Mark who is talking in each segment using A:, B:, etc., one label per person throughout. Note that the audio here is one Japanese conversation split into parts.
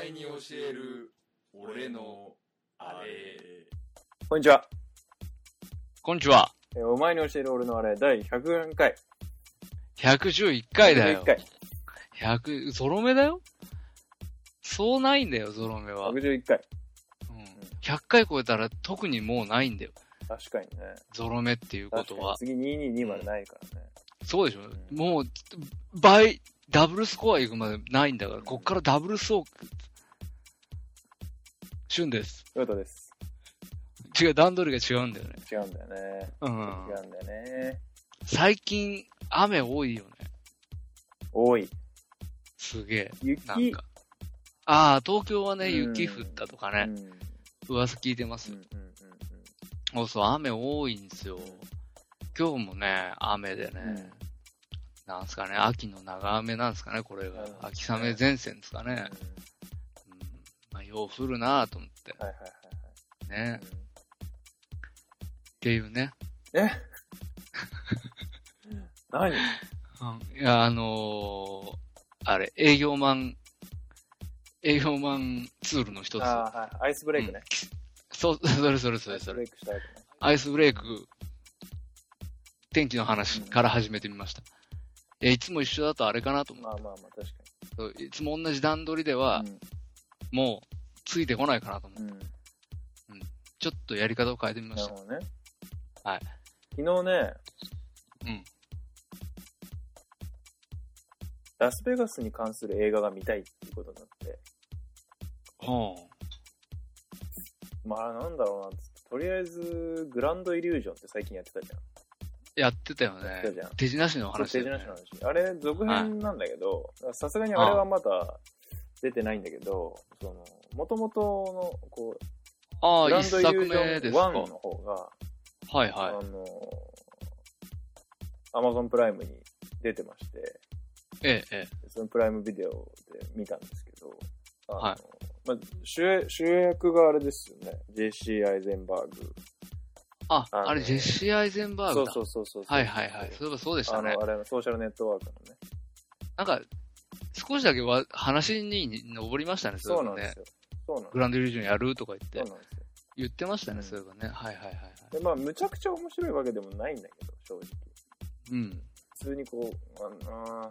A: える俺のあれ
B: こんにちは。
C: こんにちは。
B: えーお前に教える俺のあれ、第104回。
C: 111回だ
B: 111
C: よ。
B: 回。
C: 100、ゾロ目だよそうないんだよ、ゾロ目は。うん、
B: 111回。
C: 100回超えたら特にもうないんだよ。
B: 確かにね。
C: ゾロ目っていうこ
B: 確
C: と
B: かに
C: は。
B: 次222までないからね。
C: そうでしょ、
B: うん
C: もう、倍、ダブルスコア行くまでないんだから、こっからダブルスを、旬です。
B: ヨタです。
C: 違う、段取りが違うんだよね。
B: 違うんだよね。
C: うん
B: 違。うんだよね。
C: 最近、雨多いよね。
B: 多い。
C: すげえ。
B: 雪。
C: なんか。ああ、東京はね、
B: うん
C: 雪降ったとか
B: う
C: ね、
B: んうん
C: 噂聞いてます
B: うんう。ん
C: そうそう、雨多いんですよ。今日もね、雨でね、
B: うん
C: なんすかね、秋の長雨なんですかね、これが
B: なるほ。どね
C: 秋雨前線ですか
B: うん。
C: ね。うん。まあ、よう降るなぁと思って
B: はいはいはいは
C: ね
B: い。。
C: っていうね。
B: え何
C: うん、いや、あのーあれ、営業マン、営業マンツールの一つ。
B: あーはい。アイスブレイクね。
C: そう、それそれそ
B: アイ
C: れ
B: ス
C: そ
B: ブレ
C: れ。
B: イクしたいとね。
C: アイスブレイク、天気の話から始めてみました。いや、いつも一緒だとあれかなと思
B: まあまあまあ、確
C: う。いつも同じ段取りでは
B: か、に。
C: もう、ついてこないかなと思う。
B: うん。うん。
C: ちょっとやり方を変えてみま
B: な
C: し
B: る
C: た。
B: ほどね。
C: はい。
B: 昨日ね、
C: うん。
B: ラスベガスに関する映画が見たいっていうことになって、
C: ほ
B: まあなんだろうなっつって、とりあえず、グランドイリュージョンって最近やってたじゃん。
C: う。やってたよ
B: やっ
C: ね
B: てたじゃん。
C: 手品師の
B: そう
C: 話だ
B: 手
C: よね、
B: 品師の話。あれ、続編なんだけど、さすがにあれはまだ出てないんだけど、その、もともとの、こう、
C: あ
B: グラ
C: あ、一
B: ンドイリ
C: 作
B: ュ
C: 目
B: ージョ
C: で
B: ン
C: すか。
B: 1
C: は
B: の方が、
C: いは
B: あの、アマゾンプライムに出てまして、
C: い。ええ、ええ。
B: そのプライムビデオで見たんですけど、あの
C: はい
B: まあ、主演主役があれですよね。JC アイゼンバーグ。
C: あ、
B: あの
C: あれ、ジェシー・アイゼンバーグ
B: そう
C: だ。
B: そうそうそう。
C: はいはいはい。そういえばそうでした
B: あ
C: ね
B: の、。あれのソーシャルネットワークのね。
C: なんか、少しだけわ話に上りましたね、いえ
B: そう
C: ば
B: なんですよ。そうなんです
C: グランドイリュージョンやるとか言っ
B: そう
C: て、
B: なんですよ。
C: 言ってましたね、
B: うん
C: そういえばね。はいはいはいはい。
B: で、まあ、むちゃくちゃ面白いわけでもないんだけど、正直。
C: うん。
B: 普通にこう、ああー、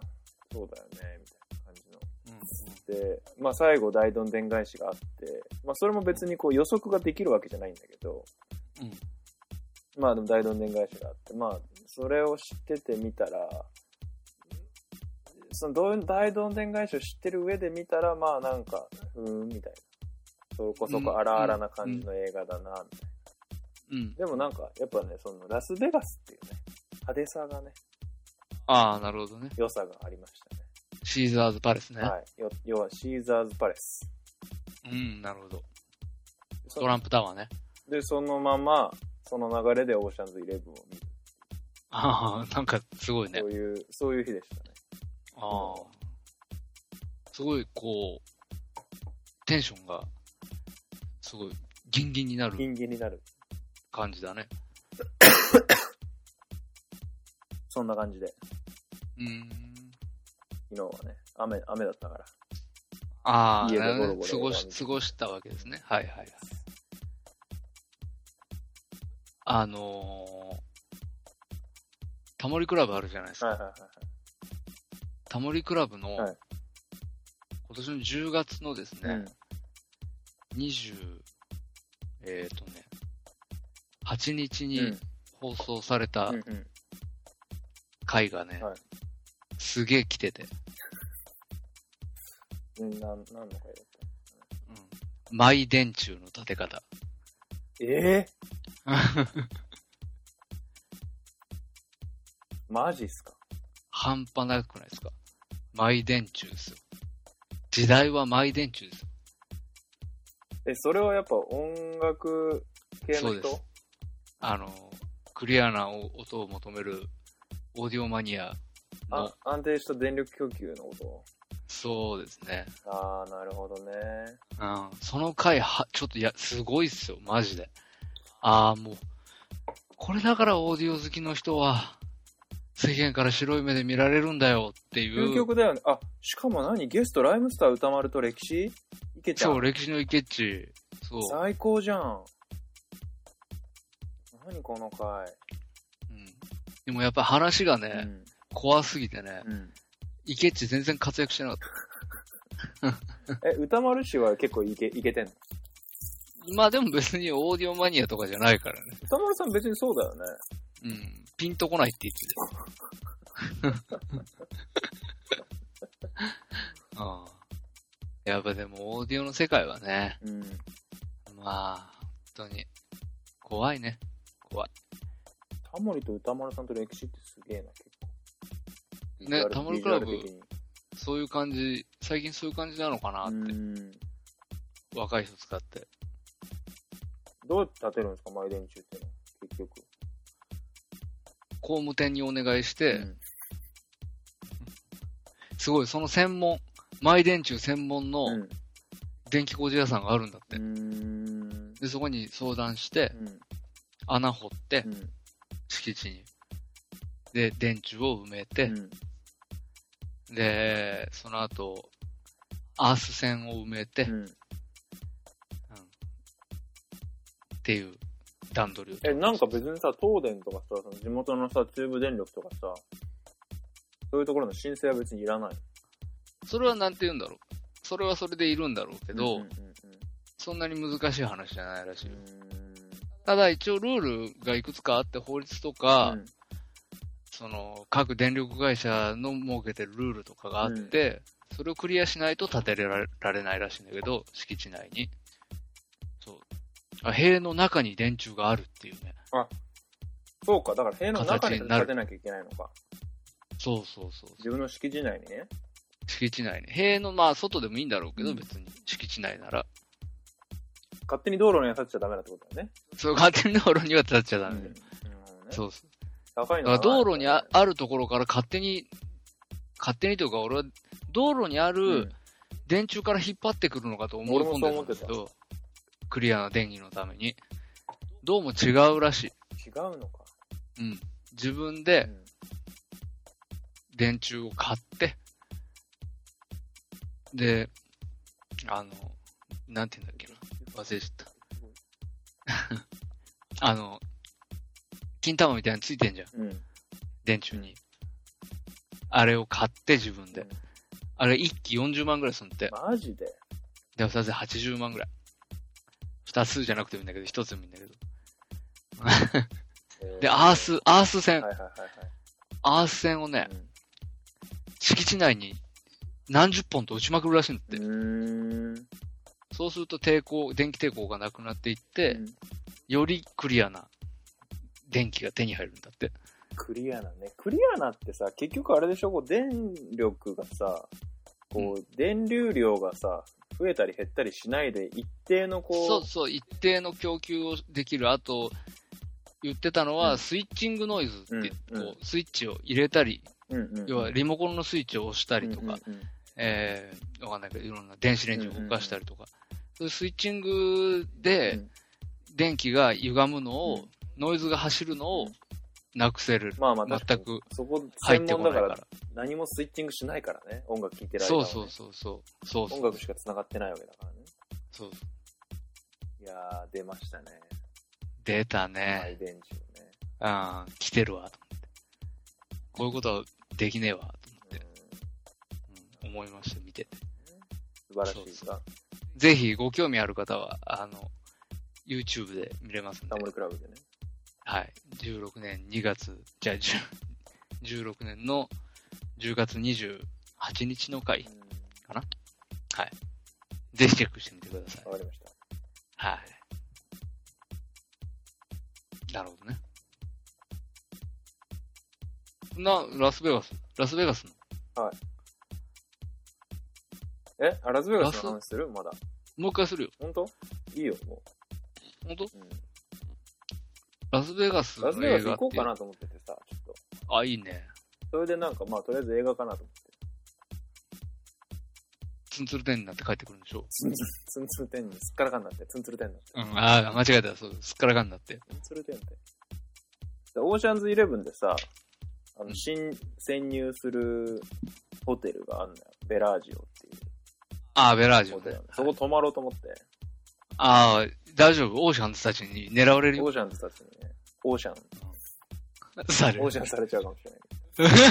B: そうだよね、みたいな感じの。
C: うん
B: で、まあ、最後、大どんでん返しがあって、まあ、それも別にこう予測ができるわけじゃないんだけど、
C: うん
B: まあ、でも大どんでん返しがあって、まあ、それを知っててみたら、そのどういう大どんでん返しを知ってる上で見たら、まあ、なんか、ふーん、みたいな。そこそこ荒々な感じの映画だな、みたいな。
C: うん。
B: でもなんか、やっぱね、そのラスベガスっていうね、派手さがね、
C: ああ、なるほどね。
B: 良さがありましたね。
C: シーザーズ・パレスね。
B: はい。よ要はシーザーズパレス。
C: うん、なるほど。
B: そ
C: トランプタワーね。
B: で、そのまま、その流れでオーシャンズイレブンを見る。
C: ああ、なんかすごいね
B: そ。ういう、そういう日でしたね。
C: ああ。すごい、こう、テンションが、すごい、ギンギンにな
B: ギ
C: る
B: ンギンになる。
C: 感じだね。
B: そんな感じで、
C: うーん。
B: 昨日はね、雨、雨だったから。
C: ああ、
B: 家で
C: なるほど
B: ゴロゴロ
C: 過ごし
B: 選ん、で
C: 過ごしたわけですね。はいはいはい。あのー、タモリクラブあるじゃないですか。
B: はいはいはいはい。
C: タモリクラブの、
B: はい
C: 今年の10月のですね、20、えっ、とね、8日
B: うん。
C: に放送された
B: うんうん。
C: 回がね、
B: はい
C: すげえ来てて、
B: うん。なん、なんの回だった
C: うん、マイ電柱の立 て方。
B: ええマジっすか
C: 半端なくないですかマイ電柱ですよ。時代はマイ電柱ですよ。
B: え、それはやっぱ音楽系の
C: そうで
B: 人
C: すあの、クリアな音を求めるオーディオマニアの
B: あ、安定した電力供給のこ
C: そうですね。
B: とああ、なるほどね。
C: うん。その回は、ちょっといや、すごいっすよ、マジで。ああ、もう、これだからオーディオ好きの人は、世間から白い目で見られるんだよってい
B: 究
C: う。
B: 極だよね。あ、しかも何ゲスト、ライムスター歌丸と歴史いけちゃ
C: そう、
B: う。
C: 歴史のイケッチ。そう。
B: 最高じゃん。何この回。
C: うん、でもやっぱ話が
B: う
C: ね、
B: ん。
C: 怖すぎてね、
B: うん、
C: イケッチ全然活躍してなかった。
B: え、歌丸氏は結構いけ、いけてんの
C: まあでも別にオーディオマニアとかじゃないからね。
B: 歌丸さん別にそうだよね。
C: うん。ピンとこないって言って た。ああ。やっぱでもオーディオの世界はね、
B: うん。
C: まあ、本当に、怖いね。怖い。
B: タモリと歌丸さんと歴史ってすげえな、結構。
C: ね、タモリクラブ
B: ビジュアル的に
C: そういう感じ、最近そういう感じなのかなって、
B: うん。
C: 若い人使って。
B: どうやって立てるんですか、前電柱っていうのは。結局。
C: 工務店にお願いして、
B: うん
C: すごい、その専門、前電柱専
B: う
C: 門の
B: ん
C: 電気工事屋さんがあるんだって。
B: うーん。
C: で、そこに相談して、穴掘って
B: う、ん。
C: 敷地に。で、電柱を埋めて、
B: うん。
C: で、その後、アース線を埋めて、
B: うん。
C: っていう段取りを。
B: え、なんか別にさ、東電とかさ、その地元のさ、中部電力とかさ、そういうところの申請は別にいらない。
C: それはなんて言うんだろう。それはそれでいるんだろうけど、
B: うんうん
C: そんなに難しい話じゃないらしいよ。
B: うん
C: ただ一応ルールがいくつかあって、法律とか、
B: うん
C: その、各電力会社の設けてるルールとかがあって、それをクリアしないと建てられられないらしいんだけど、敷地内に。そう。あ塀の中に電柱があるっていうね。
B: そうか、だから塀の中に
C: 形になる
B: 建てなきゃいけないのか。
C: そうそうそう。
B: 自分の敷地内にね。
C: 敷地内に。塀の、まあ、外でもいいんだろうけど、
B: うん
C: 別に。敷地内なら。
B: 勝手に道路には立っちゃダメだってことだよね。
C: そう、勝手に道路には建っちゃダメだよ。
B: そう。
C: そうそう。
B: 高い
C: だ
B: の
C: から道路にあ
B: る
C: あるところから勝手に、勝手にというか、俺は道路にある電柱から引っ張ってくるのかと思い込んでたんだけ
B: 俺もそう
C: ど、クリアな電気のために。どうも違うらしい。
B: 違うのか。
C: うん。自分
B: う
C: で
B: ん
C: 電柱を買って、で、あの、なんて言うんだっけな。忘れちゃった。あの、金玉みたいなのついてんじゃん。
B: うん。
C: 電柱に。あれを買って自分で。あれ1機40万ぐらいすんって。
B: マジで
C: で、二つで80万ぐらい。二つじゃなくてもいいんだけど、一つでもいいんだけど。で、アース、アース
B: はい
C: 線
B: は、いはい
C: アース線を
B: は
C: ね
B: い。、うん
C: 敷地内に何十本と打ちまくるらしいんだって。
B: うーん。
C: そうすると抵抗、電気抵抗がなくなっていって
B: うん、
C: よりクリアな電気が手に入るんだって。
B: クリアなね。クリアなってさ、結局あれでしょ、こう、電力がさ、こう、電流量がさ、増えたり減ったりしないで、一定のこう、
C: そうそう、一定の供給をできる。あと、言ってたの
B: う
C: は、
B: ん
C: スイッチングノイズって言って、
B: うんうん
C: こうスイッチを入れたり、
B: うんうんうん、
C: 要はリモコンのスイッチを押した
B: た
C: りとか、
B: うんうんうん
C: えー、わかんないけど、いろんな電子レンジを動かしたりとか、そういうスイッチングで電気が歪むのを、
B: うん
C: ノイズが走るのをなくせる。
B: まあまあ確かに、
C: 全く
B: そこ、
C: 入っ
B: 専
C: て
B: 門
C: こな
B: だ
C: い
B: か
C: から
B: ら、。何もスイッチングしないからね、音楽聴いてる間
C: そ
B: は
C: う
B: ね
C: そうそうそう。そうそう
B: 音楽しか繋がってないわけだからね。
C: そう。
B: いやー、出ましたね。
C: 出た
B: マ
C: ね。
B: イ電柱ね。
C: あー来てるわ、と思って。こういうことはできねえわ、と
B: うん
C: うん思いました、見てて。
B: 素晴らしいですか
C: ぜひ、ご興味ある方は、あの、YouTube で見れますんで
B: タモ。リクラブでね。
C: はい。16年2月、じゃあ、10 16年の10月28日の回、
B: うん
C: ぜひチェックしてみてください。
B: わかりました。
C: はい。なるほどね。な、ラスベガス。ラスベガスの。
B: えあラズベガスの話するまだ。
C: もう一回するよ。
B: 本当いいよ、も
C: 本当
B: う。うん
C: ラスベガスの
B: ラ
C: 映
B: スベ
C: 画
B: ガス行こうか
C: っ
B: なと思っててさ、ちょっと。
C: ていう。あ、いいね。
B: それでなんか、まあ、とりあえず映画かなと思って。
C: ツンツルテンになって帰ってくるんでしょ
B: ツンツル、ツンツルテンにすっからかんなって、ツンツルテンになって。
C: うん、ああ、間違えた。そう、すっからかんだって。
B: ツンツルテンって。でオーシャンズイレブンでさ、あ
C: う
B: の、
C: ん
B: 新、潜入するホテルがあるんだよ。ベラージオっていう。
C: あ、アベラージ
B: そう
C: ュ
B: だ
C: ね
B: よね。。そこ止まろうと思って。
C: ああ、大丈夫オーシャンズたちに狙われる
B: オー
C: よ。
B: シャンズたちにね。オーシャン、
C: される
B: オーシャンされちゃうかもしれ な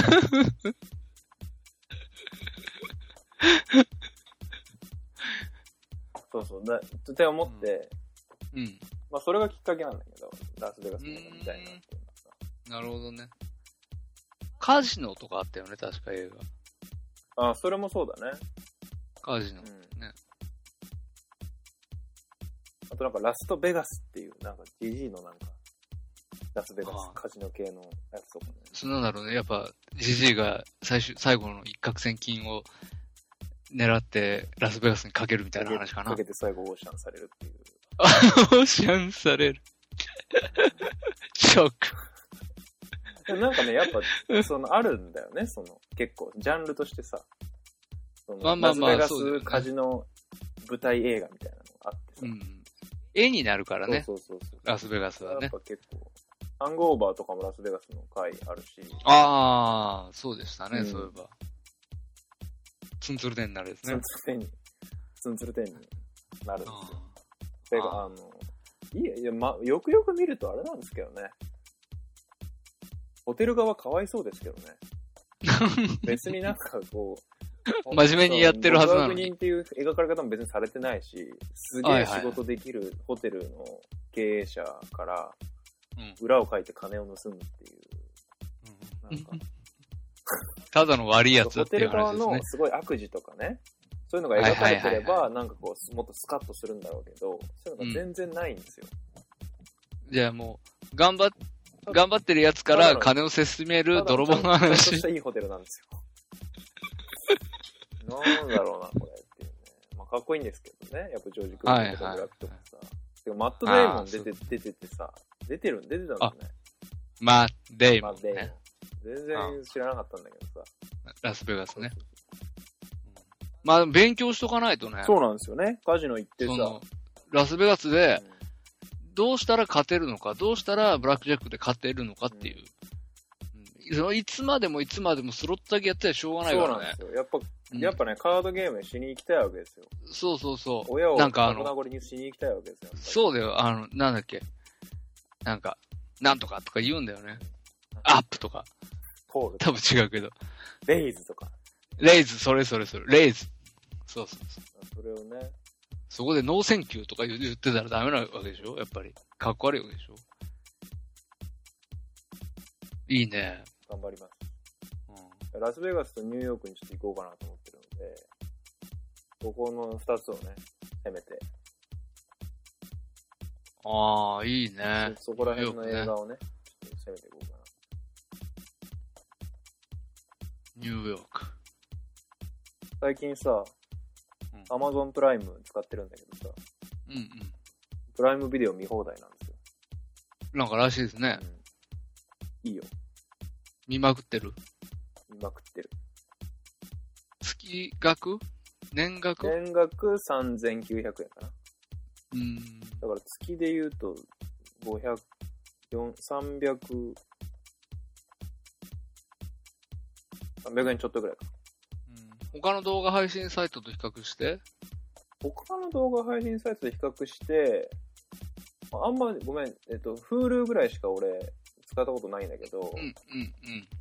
B: い。そうそう。だって思って、
C: うん。
B: まあそれがきっかけなんだけど、ラスベガスに行きたいなっていうのはさ。
C: なるほどね。カジノとかあったよね、確か映
B: ああ、それもそうだね。
C: 画。カジノ
B: う。ん。
C: ね
B: あとなんかラストベガスっていう、なんか GG のなんか、ラスベガス
C: ああ
B: カジノ系のやつとかね。
C: そんなんだろうね。やっぱ、ジジイが最終、最後の一攫千金を狙ってラスベガスにかけるみたいな話かな。
B: かけて最後オーシャンされるっていう。
C: オー シャンされる。ショック。
B: でもなんかね、やっ ぱ、その、あるんだよね、その、結構、ジャンルとしてさ。その
C: まあまあまあ
B: ラス
C: そうだ
B: ベ
C: よ
B: ガ
C: ね
B: スカジノ舞台映画みたいなのがあってさ。
C: うん。絵になるからね、
B: そうそうそうそう。
C: ラスベガスは
B: や
C: ね
B: っ。ぱ結構、ハングオーバーとかもラスベガスの回あるし。
C: ああ、そうでしたね、
B: うん
C: そういえば。ツンツルテンになるです
B: ツ
C: ね
B: ン。ツルテンに、ツンツルテンになるんですよ。てか、
C: あ
B: あの、いや、いや、ま、よくよく見るとあれなんですけどね。ホテル側かわいそうですけ どね。別になんかこ う、
C: 真面目にやってるはずなのに
B: 500人っていう描かれ方も別にされてないし、すげ
C: はい
B: え
C: はい
B: 仕事できるホテルの経営者から
C: うん、
B: 裏をかいて金を盗むっていう、
C: う
B: なん
C: ん
B: か、
C: ただの悪いやつ
B: ホ
C: っ
B: テ
C: てい
B: ル
C: う
B: 側
C: 話ですね
B: の。すごい悪事とかね、そういうのが描かれて
C: はい
B: れ
C: はいはい
B: ば、なんかこう、もっとスカッとするんだろうけど、そういうのが全然ないんですよ。
C: じゃあもう、頑張っ、頑張ってるやつから金をせしめる泥棒の
B: ただちょっと
C: 話
B: し。たいいホテルなんですよ。 なんだろうな、これっていうね。まあ、かっこいいんですけどね。やっぱジョージ・クルーニーとかブラックとかさ。てかマット・デイモン出て
C: あ
B: 出ててさ、出てるん出てたんだよね。
C: まあ、デイ
B: マッ
C: モン
B: ト・デイモン
C: ね。。
B: 全然知らなかったんだけど
C: ラスベガス
B: さ。
C: ね。まあ、勉強しとかないとね。
B: そうなんですよね。カジノ行ってさ
C: そ。の、ラスベガスで、
B: うん
C: どうしたら勝てるのか、どうしたらブラックジャックで勝てるのかっていう。うんそのいつまでもいつまでもスロットだけやってたらしょうがない
B: そ
C: か
B: うな
C: ら
B: んで
C: ね。
B: すよ。やっぱ、
C: うん
B: やっぱね、カードゲームにしに行きたいわけですよ。
C: そうそうそう。
B: 親を
C: なんかあ
B: 粉
C: の、
B: 々にしに行きたいわけですよ。
C: そうだよ、あの、なんだっけ。なんか、なんとかとか言うんだよね。アップとか。
B: コールとか
C: 多分違うけど。
B: レイズとか。
C: レイズ、それそれそれ。レイズ。そうそうそ
B: そ
C: う。
B: れをね、
C: そこでノーセンキューとか言う言ってたらダメなわけでしょやっぱり。かっこ悪いわけでしょいいね。
B: 頑張ります。
C: うん
B: ラスベガスとニューヨークにちょっと行こうかなと思ってるので、ここの2つをね、攻めて、
C: ああ、いいね。
B: そそこら辺の
C: ニューヨークね
B: 映画をね、ちょっと攻めていこうかな。
C: ニューヨーク。
B: 最近さ、
C: うん
B: アマゾンプライム使ってるんだけどさ、
C: うんうん。
B: プライムビデオ見放題なんですよ。
C: なんからしいですね。
B: うん、いいよ。
C: 見まくってる。
B: 見まくってる。
C: 月額年額、
B: 年額3900円かな。
C: うん。
B: だから月で言うと、500、4 300、300円ちょっとぐらいか。
C: うん他の動画配信サイトと比較して、
B: 他の動画配信サイトで比較して、まああんま、ごめん、えっと、Hulu ぐらいしか俺、使ったことないんだけど、
C: うんうんうん。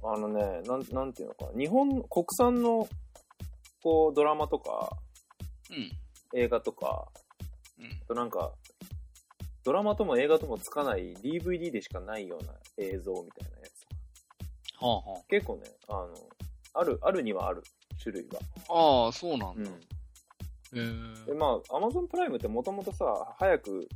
B: あのね、なん、なんていうのか、日本、国産の、こう、ドラマとか、
C: うん
B: 映画とか、
C: うん
B: あとなんか、ドラマとも映画ともつかない DVD でしかないような映像みたいなやつとか。
C: はあは
B: 結構ね、あの、ある、あるにはある、種類は。
C: あ。ああ、そうなん
B: う
C: だ。
B: ん。
C: へえ
B: で、まあ、Amazon プライムってもともとさ、早く、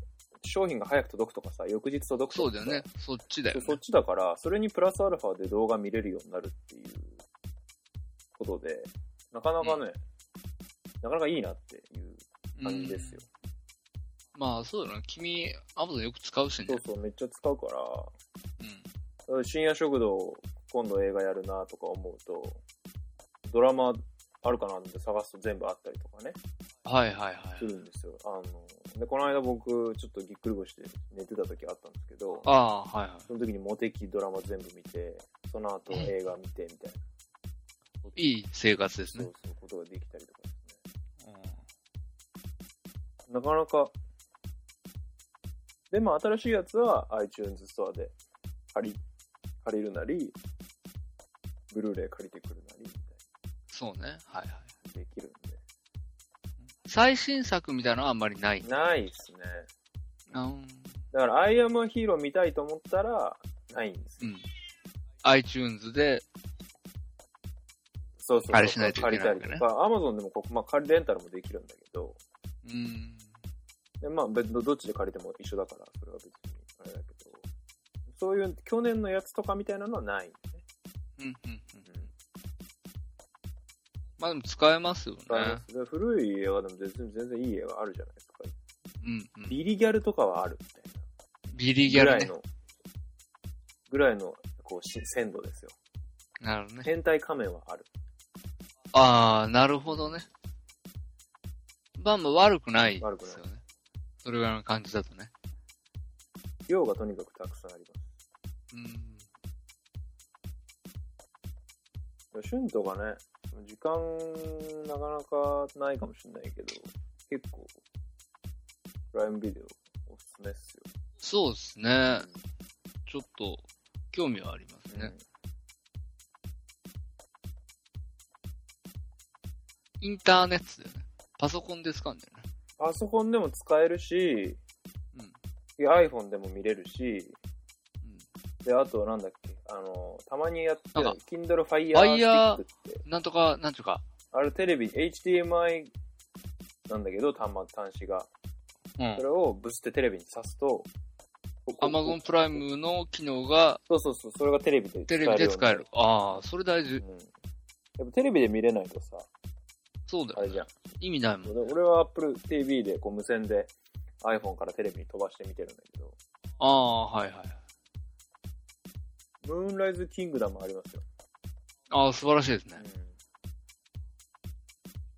B: 商品が早く届くとかさ、翌日届くと
C: そ
B: か
C: うだよね。そっちだよ、
B: そっ
C: ね。
B: ちだから、それにプラスアルファで動画見れるようになるっていうことで、なかなかね、なかなかいいなっていう感じですよ。
C: うんまあ、そうだよね。君、アマゾンよく使うしね。
B: そうそう、めっちゃ使うから、
C: うん
B: 深夜食堂、今度映画やるなとか思うと、ドラマあるかなって探すと全部あったりとかね、
C: はいはいはい。
B: するんですよ。あの、で、この間僕、ちょっとぎっくり腰で寝てた時あったんですけど、
C: ああー、はいは
B: その時にモテキドラマ全部見て、その後映画見てみたいな。
C: い。いい生活です
B: そう
C: ね。
B: そう、ことができたりとかですね。
C: うん
B: なかなか。で、まあ、新しいやつは iTunes ストアで借り、借りるなり、ブルーレイ借りてくるなり、みたい
C: そうね。はいはい。
B: な。できるんで。
C: 最新作みたいなのはあんまりない。
B: ないっすね。
C: うん。
B: だから、アイアムヒーロー見たいと思ったら、ないんです
C: う
B: よ。
C: ん。iTunes で、
B: そうそうそう。
C: あれしないとい
B: 借
C: けない
B: り
C: わ
B: た
C: けね
B: りとか、アマゾンでもここ、まあ、借りレンタルもできるんだけど、
C: うん。
B: でまあ別どどっちで借りても一緒だから、それは別にあれだけど、そういう去年のやつとかみたいなのはない、ね。
C: うん、うん、うん。まあでも使えますよね。
B: ありますで古い映画でも全然全然いい映画あるじゃないですか。
C: うん、うん。
B: ビリギャルとかはあるみたいな。
C: ビリギャ
B: ぐ
C: ル
B: らい
C: ね。
B: の、ぐらいのこうし鮮度ですよ。
C: なるほどね。
B: 変態仮面はある。
C: ああ、なるほどね。まあまあ悪くない
B: 悪く
C: で
B: ない
C: すよね。それぐらいの感じだとね。
B: 量がとにかくたくさんありま
C: うん。
B: す。シュンとかね、時間なかなかないかもしれないけど、結構、プライムビデオおすすめっすよ。
C: そうですね。ちょっと、興味はありますね。インターネットでね。パソコンで使うんだよね。
B: パソコンでも使えるし、
C: うん
B: いや iPhone でも見れるし、
C: うん。
B: で、あと、なんだっけ、あの、たまにやってる
C: なんか、
B: Kindle Fire Stick
C: Fire
B: って、
C: なんとか、なんとか。
B: あれテレビ、HDMI なんだけど、端末、端子が。
C: うん
B: そ。れをブスってテレビに挿すと、
C: アマゾンプライムの機能が
B: そうそうそう、それがテレビで使
C: テ
B: える
C: レ
B: よう
C: ビ
B: に
C: で使える。。ああ、それ大事。
B: うん。やっぱテレビで見れないとさ、
C: そうだ
B: あ
C: よ、
B: れ
C: ね
B: じ。ゃん。
C: 意味ないもん。
B: 俺俺は Apple TV でこう無線で iPhone からテレビに飛ばして見てるんだけど、
C: ああ、はいはい。
B: ムーンライズキングダムありますよ。
C: ああ、素晴らしいですね。
B: う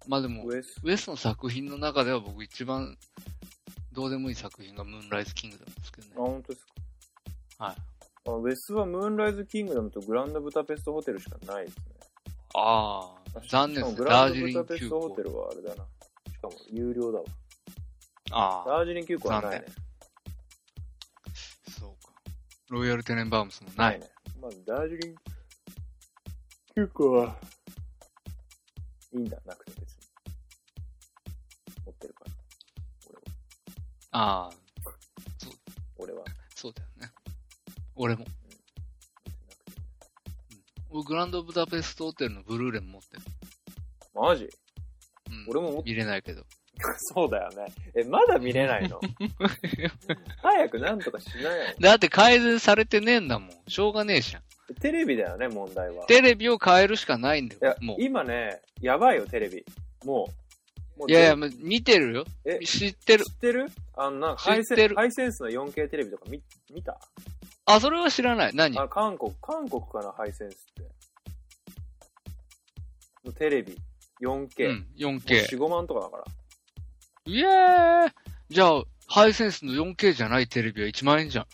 C: まあで
B: ん
C: も、
B: ウエス
C: ウエスの作品の中では僕一番どうでもいい作品がムーンライズキングダムですけど
B: あ、
C: ね。
B: 本当ですか。
C: はい。
B: あウェスはムーンライズキングダムとグランドブタペストホテルしかないですね。
C: ああ、残念
B: し
C: で
B: かも
C: すね。
B: グ
C: ダ
B: ラ
C: ー
B: ン
C: ジ
B: ドブ
C: リン
B: タペ
C: 急
B: ストホ
C: 行
B: テ。ルはあれだな。しかも有料だわ。
C: ああ、
B: ダージリン急行はないね。
C: そうか。ロイヤルテネンバウムスもない。
B: ね。まずダージリン急行は、いいんだ、なくて別に。持ってるから。
C: ああ、
B: 俺は。
C: そうだよね。俺
B: 俺はな
C: も。
B: くて
C: 俺グランドブダペストホテルのブルーレイも持ってる。
B: マ ジ
C: うん、
B: 俺も持って
C: 見れないけど。
B: そうだよね。え、まだ見れないの早くなんとかしない
C: だって改善されてねえんだもん。しょうがねえじゃん。
B: のテレビだよね、問題は。
C: テレビを変えるしかないんだ
B: いや
C: よ、もう。い
B: 今ね、やばいよ、テレビ。もう。もう
C: やいや、
B: 全部
C: まあ見てるよ。
B: え、知っ
C: 知ってる。
B: てるあの、なんかハイセ
C: 知って
B: ン
C: る
B: ハイセンスの 4K テレビとか見見た
C: あ、それは知らない。何
B: あ、韓国、韓国かな、ハイセンスって。のテレビ、4K。
C: う
B: も
C: ん、
B: う
C: 4K。
B: 4、5万とかだから。
C: イエーイじゃあ、ハイセンスの 4K じゃないテレビは1万円じゃん。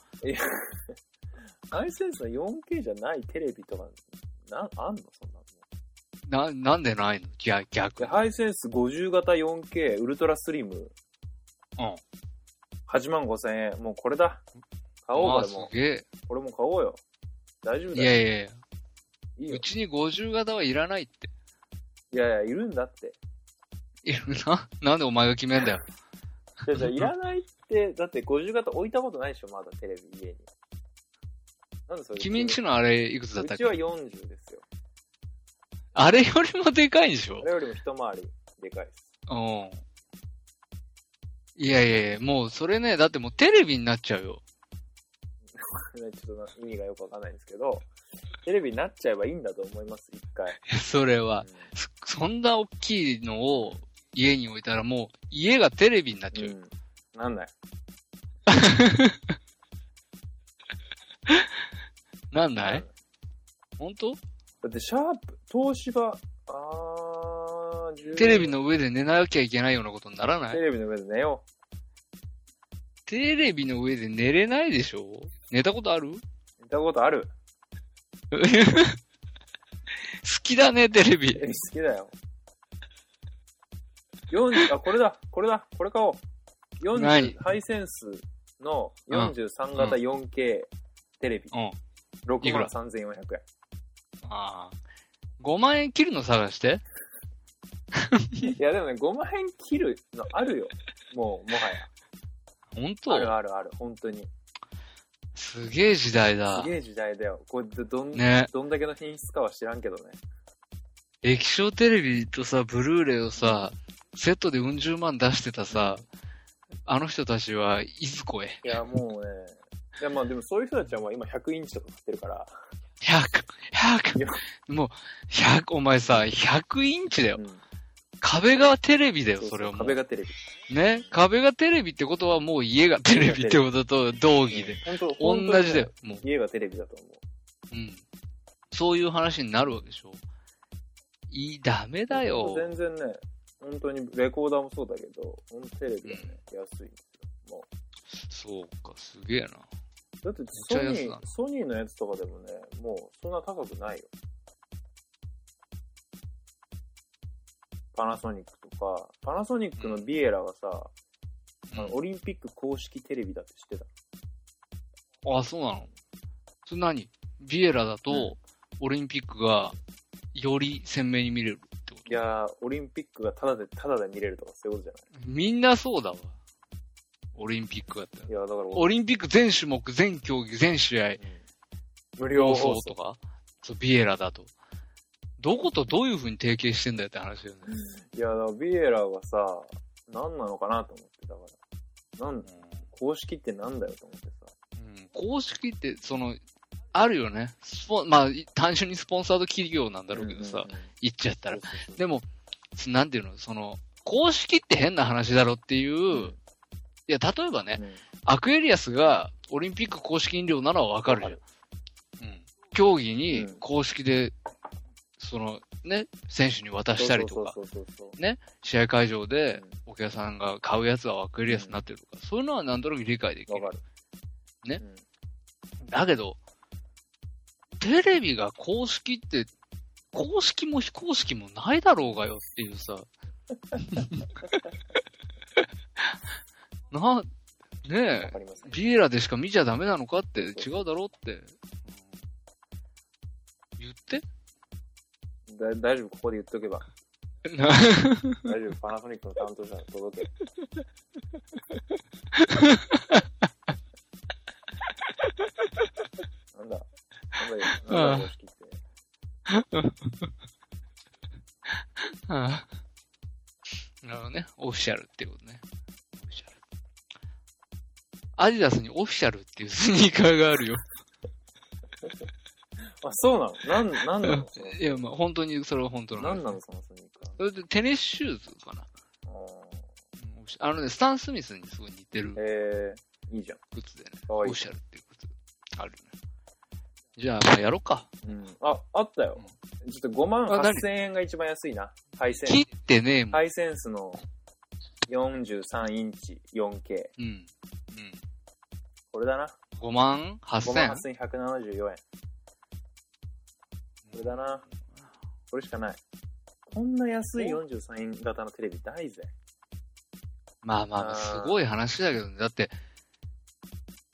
B: ハイセンスの 4K じゃないテレビとか、な、あんのそんなの。
C: な、なんでないのいや、逆
B: で、
C: に。
B: ハイセンス50型 4K、ウルトラスリム、
C: うん。
B: 8万5千円。もうこれだ。買おう、
C: まあ、
B: 俺
C: す
B: も。
C: げえ。
B: 俺も買おうよ。大丈夫
C: い
B: だよ。
C: やいやい
B: いい
C: や、
B: よ
C: う。ちに50型はいらないって。
B: いやいや、いるんだって。
C: いや、な、なんでお前が決めんだよ。
B: じゃじゃいらないって、だって50型置いたことないでしょ、まだテレビ家に。なんでそれ
C: 君んち
B: う
C: のあれ、いくつだったっ
B: ち
C: け
B: は40ですよ。
C: あれよりもでかいんでしょ
B: あれよりも一回りでかいです。
C: うん。いやいやいや、もうそれね、だってもうテレビになっちゃうよ。
B: ねちょっとな意味がよくわかんないんですけど、テレビになっちゃえばいいんだと思います、一回。
C: それは。
B: う
C: そそんな大きいのを家に置いたらもう家がテレビになっち
B: ん
C: ゃうよ。
B: うん。なんない。
C: なんない
B: だ
C: 本当
B: って、シャープ、東芝、あー、10
C: テレビ。の上で寝なきゃいけないようなことにならな
B: テ
C: い
B: レビの上で寝よ
C: テレビの上で寝れないでしょ寝たこと ある
B: う。寝たことある。
C: 好きだね、テレビ
B: テ。レビ好きだよ。40、あ、これだ、これだ、これ買おう。 40
C: 何
B: ハイセンスの
C: うん
B: 43型 4K テレビ、
C: うん。い
B: 6
C: く
B: 万
C: ら
B: 3400円。
C: ああ。5万円切るの探して。
B: いや、でもね、5万円切るのあるよ。もう、もはや。
C: 本
B: ある
C: 当
B: あるある、本当に。
C: すげえ時代だ
B: す。げえ時代だよ。これど、どん、
C: ね。
B: どんだけの品質かは知らんけどね。
C: 液晶テレビとさ、ブルーレイをさ、セットでうん十万出してたさ、あの人たちはいずこへ。
B: いや、もうね。いや、まあでもそういう人たちはもう今100インチとか買ってるから。
C: 100、
B: いや
C: 100、もう、100、お前さ、100インチだよ
B: う。ん。
C: 壁がテレビだよ、
B: うう
C: それはも
B: 壁
C: う。
B: がテレビ。
C: ね。壁がテレビってことはもう家がテレビってことと同義で。
B: 本当
C: 同
B: 本当にね
C: じだよ、もう。
B: 家がテレビだと思う。
C: うん。そういう話になるわけでしょ。いい、ダメだよ。
B: 全然ね、本当にレコーダーもそうだけど、本当テレビはね、安いんですよ。も
C: そうか、すげえな。
B: う。だってソ
C: めっちゃ
B: ニ
C: 安い
B: ー
C: な、
B: ソニーのやつとかでもね、もうそんな高くないよ。パナソニックとか、パナソニックのビエラがさ、
C: うん
B: あのオリンピック公式テレビだって知ってた。
C: あ、そうなのそれ何ビエラだ
B: う
C: と、オリンピックが、より鮮明に見れるってこ
B: いやー、オリンピックがタダで、タダで見れるとかそういうことじ
C: とみんなそうだわ。オリンピックだったら
B: ゃない。いやー、だから
C: オリンピック全種目、全競技、全試合、
B: うん無料放
C: 放送
B: 送
C: と。か、そう、ビエラだと。どことどういう風に提携してんだよって話だよね。
B: いやー、だからビエラがさ、何なのかなと思って、だから。なん公式ってなんだよと思ってさ。
C: うん公式って、その、あるよね。スポンまあ、い単純にスポンサード企業なんだろうけどさ、
B: うんうんうん
C: 言っちゃったら。
B: そうそうそう
C: でも、つなんていうの、その、公式って変な話だろっていう、
B: うん
C: いや、例えばね、
B: うん
C: アクエリアスがオリンピック公式飲料ならわかるじゃん。うん。競技に
B: うん
C: 公式で、その、ね、選手に渡したりとか、
B: そうそうそうそう
C: 試合会場で
B: うん
C: お客さんが買うやつはアクエリアスになってるとか、そういうのはなんとなく理解でき
B: わ
C: る。
B: かる。
C: ね
B: うん
C: だけど、テレビが公式って、公式も非公式もないだろうがよっていう さ。な、
B: わ
C: ね
B: かります
C: え、。ビエラでしか見ちゃダメなのかって、違うだろうって。うん言 って
B: だ大丈夫、ここで言っとけば。
C: な
B: 大丈夫、パナソニックの担当者に届 け。なんだなんだよ、なんだ公式って。
C: ああなるほどね。オフィシャルってことね。オフィシャル。アディダスにオフィシャルっていうスニーカーがあるよ。
B: あ、そうなのなん、なんなのその
C: いや、まあ本当にそれは本当の話
B: なんなのそのスニーカー
C: それでテニスシューズかな。。
B: あ
C: あのね、スタン・スミスにすごい似てる
B: ーえー、いいじゃん。
C: 靴でね。
B: か
C: オ
B: わい
C: フ
B: い
C: ィ。シャルっていう靴。あるね。じゃあ、まあやろうか。
B: うん。あ、あったよ。ちょっと5万
C: あ何
B: 8000円が一番安いな。ハイセンス
C: 切ってねえもん。
B: ハイセンスの43インチ 4K。
C: うん。うん。
B: これだな。
C: 5万
B: 5万
C: 8
B: 8174円。これだな。これしかない。こんな安い43インチ型のテレビないぜ。
C: まあまあま
B: あ
C: あ、す
B: ー
C: ごい話だけどね。だって、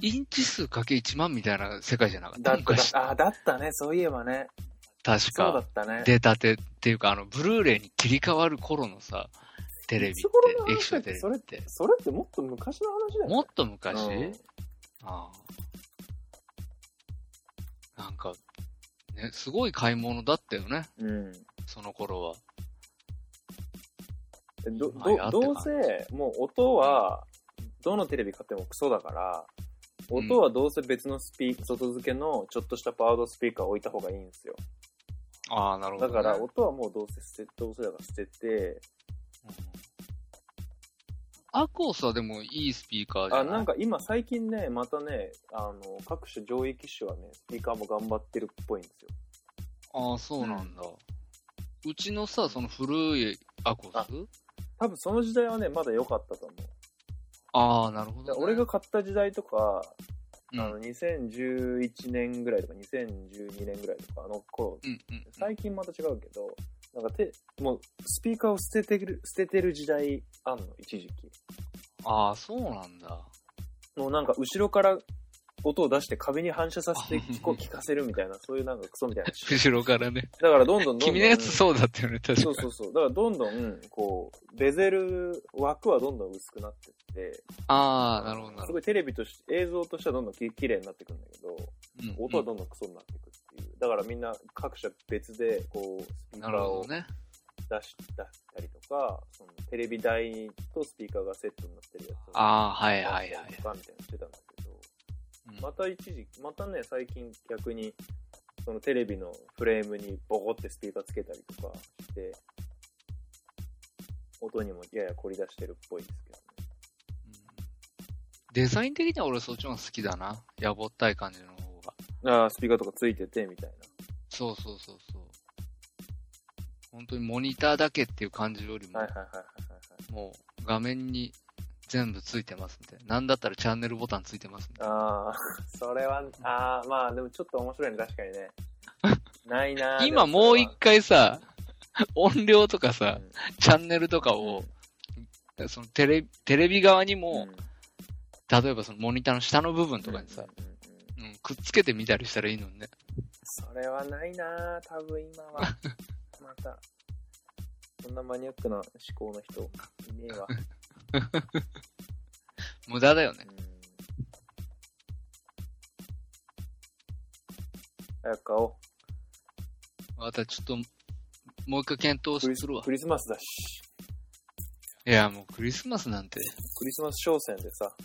C: インチ数かけ1万みたいな世界じゃなかっ
B: だ
C: た。
B: った、だ
C: 昔、
B: あ、だったね。そういえばね。
C: 確
B: そうだっ
C: か、
B: たね。
C: 出たてっていうか、あの、ブルーレイに切り替わる頃のさ、テレビ
B: い
C: っ、
B: つ頃の話だってけ
C: 液晶テレビって。
B: それってもっと昔の話だよね。
C: もっと昔、
B: うん
C: ああ。なんか、ね、すごい買い物だったよね、
B: うん。
C: その頃は。
B: でど、
C: まあや
B: ど、
C: って
B: どう
C: 感じ
B: せ、もう音は、どのテレビ買ってもクソだから、音はどうせ別のスピー外付けのちょっとしたパワードスピーカー置いた方がいいんですよ。
C: ああ、なるほど、
B: だ
C: ね。
B: から
C: うん
B: 音はもうどうせ捨て、どうせだから捨てて、
C: アクオスはでもいいスピーカーじゃ
B: あ、
C: ない
B: なんか今最近ね、またね、あの、各種上位機種はね、スピーカーも頑張ってるっぽいんですよ。
C: ああ、そうなんだ。うちのさ、その古いアクオス
B: あ多分その時代はね、まだ良かったと思う。
C: ああ、なるほ
B: だ
C: ど、
B: か
C: ね。
B: ら俺が、買った時代とか、
C: うん、
B: あの、2011年ぐらいとか2012年ぐらいとか、あの頃
C: うん、うん。
B: 最近また違うけど、なんかて、もう、スピーカーを捨ててる、捨ててる時代あんの、一時期。
C: ああ、そうなんだ。
B: もうなんか後ろから音を出して壁に反射させて聞こ聞かせるみたいな、そういうなんかクソみたい な。
C: 後ろからね。
B: だからどんどんどんどん。
C: 君のやつそうだったよね、確か
B: そう
C: に。
B: そうそう。だからどんどん、こう、ベゼル、枠はどんどん薄くなってって、
C: ああ、なるほど、な
B: す
C: るほ
B: ごいテレビとして、映像としてはどんどんき綺麗になってくんだけど、
C: ど。うん
B: 音はどんどんクソになってくっていう。だからみんな各社別で、こう、スピー
C: な
B: カ
C: る
B: ー
C: ほ
B: を
C: どね。
B: 出し出したりとか、そのテレビ台とスピーカーがセットになってるやつを
C: ああ、はいはいは
B: 出したり
C: い
B: と。かみたいなのしてたんだけど、
C: うん
B: また一時期、またね、最近逆に、そのテレビのフレームにボコってスピーカーつけたりとかして、音にもやや凝り出してるっぽいですけどね。
C: デザイン的には俺そっちの方が好きだな。やぼったい感じの方が。
B: ああ、スピーカーとかついてて、みたい
C: そうそうそうそう。本当にモニターだけっていう感じよりも、
B: な。はいはいはいはいはい
C: もう画面に全部ついてますみたいな。なんだったらチャンネルボタンついてますみたいな。
B: はい。ああ、 それは、ああ、まあでもちょっと面白いね、確かに ね。ないなー
C: 今もう一、回さ、音量とか
B: でも
C: さ、
B: そ
C: チャンネルとか
B: れは
C: を、そのテレテレビ側に
B: うん
C: も、
B: ん
C: 例えばそのモニターの下の部分とかにさ、
B: うんうんうんうん
C: うんくっつけてみたりしたらいいのにね。
B: それはないなぁ、多分今 は。また。そんなマニアックな思考の人、いねえわ。う
C: 無駄だよね。
B: ん早く買おう。
C: またちょっと、もう一回検討
B: クリス
C: するわ。
B: クリスマスだし。
C: いや、もうクリスマスなんて、
B: クリスマス商戦でさ、ク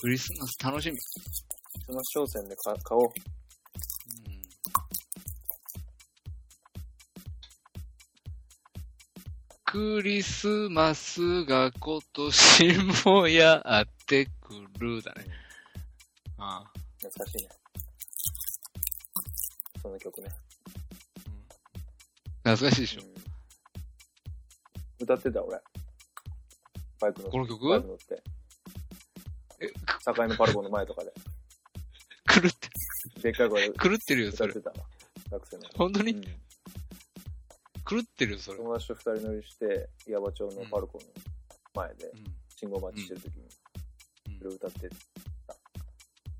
C: クリスマス楽しみ。
B: リスマス商戦で買買おう。
C: うんクリスマスが今年もやってくるだね。ああ
B: 懐かしいね。その曲ね。
C: 懐かしいでしょ
B: う。ん歌ってた俺。バイクの。
C: この曲
B: バイク乗って。
C: え、く
B: 境のパルコの前とかで。
C: 狂って、
B: でっかい声で
C: 狂ってるよ、
B: 歌
C: そ
B: っ
C: れ。
B: てたわ。学生の頃。
C: 本当に
B: うん
C: 狂ってるよ、それ。
B: 友達と二人乗りして、矢場町のパルコの前で
C: うん
B: 信号待ちしてる時に、
C: うん
B: それを歌ってた。ク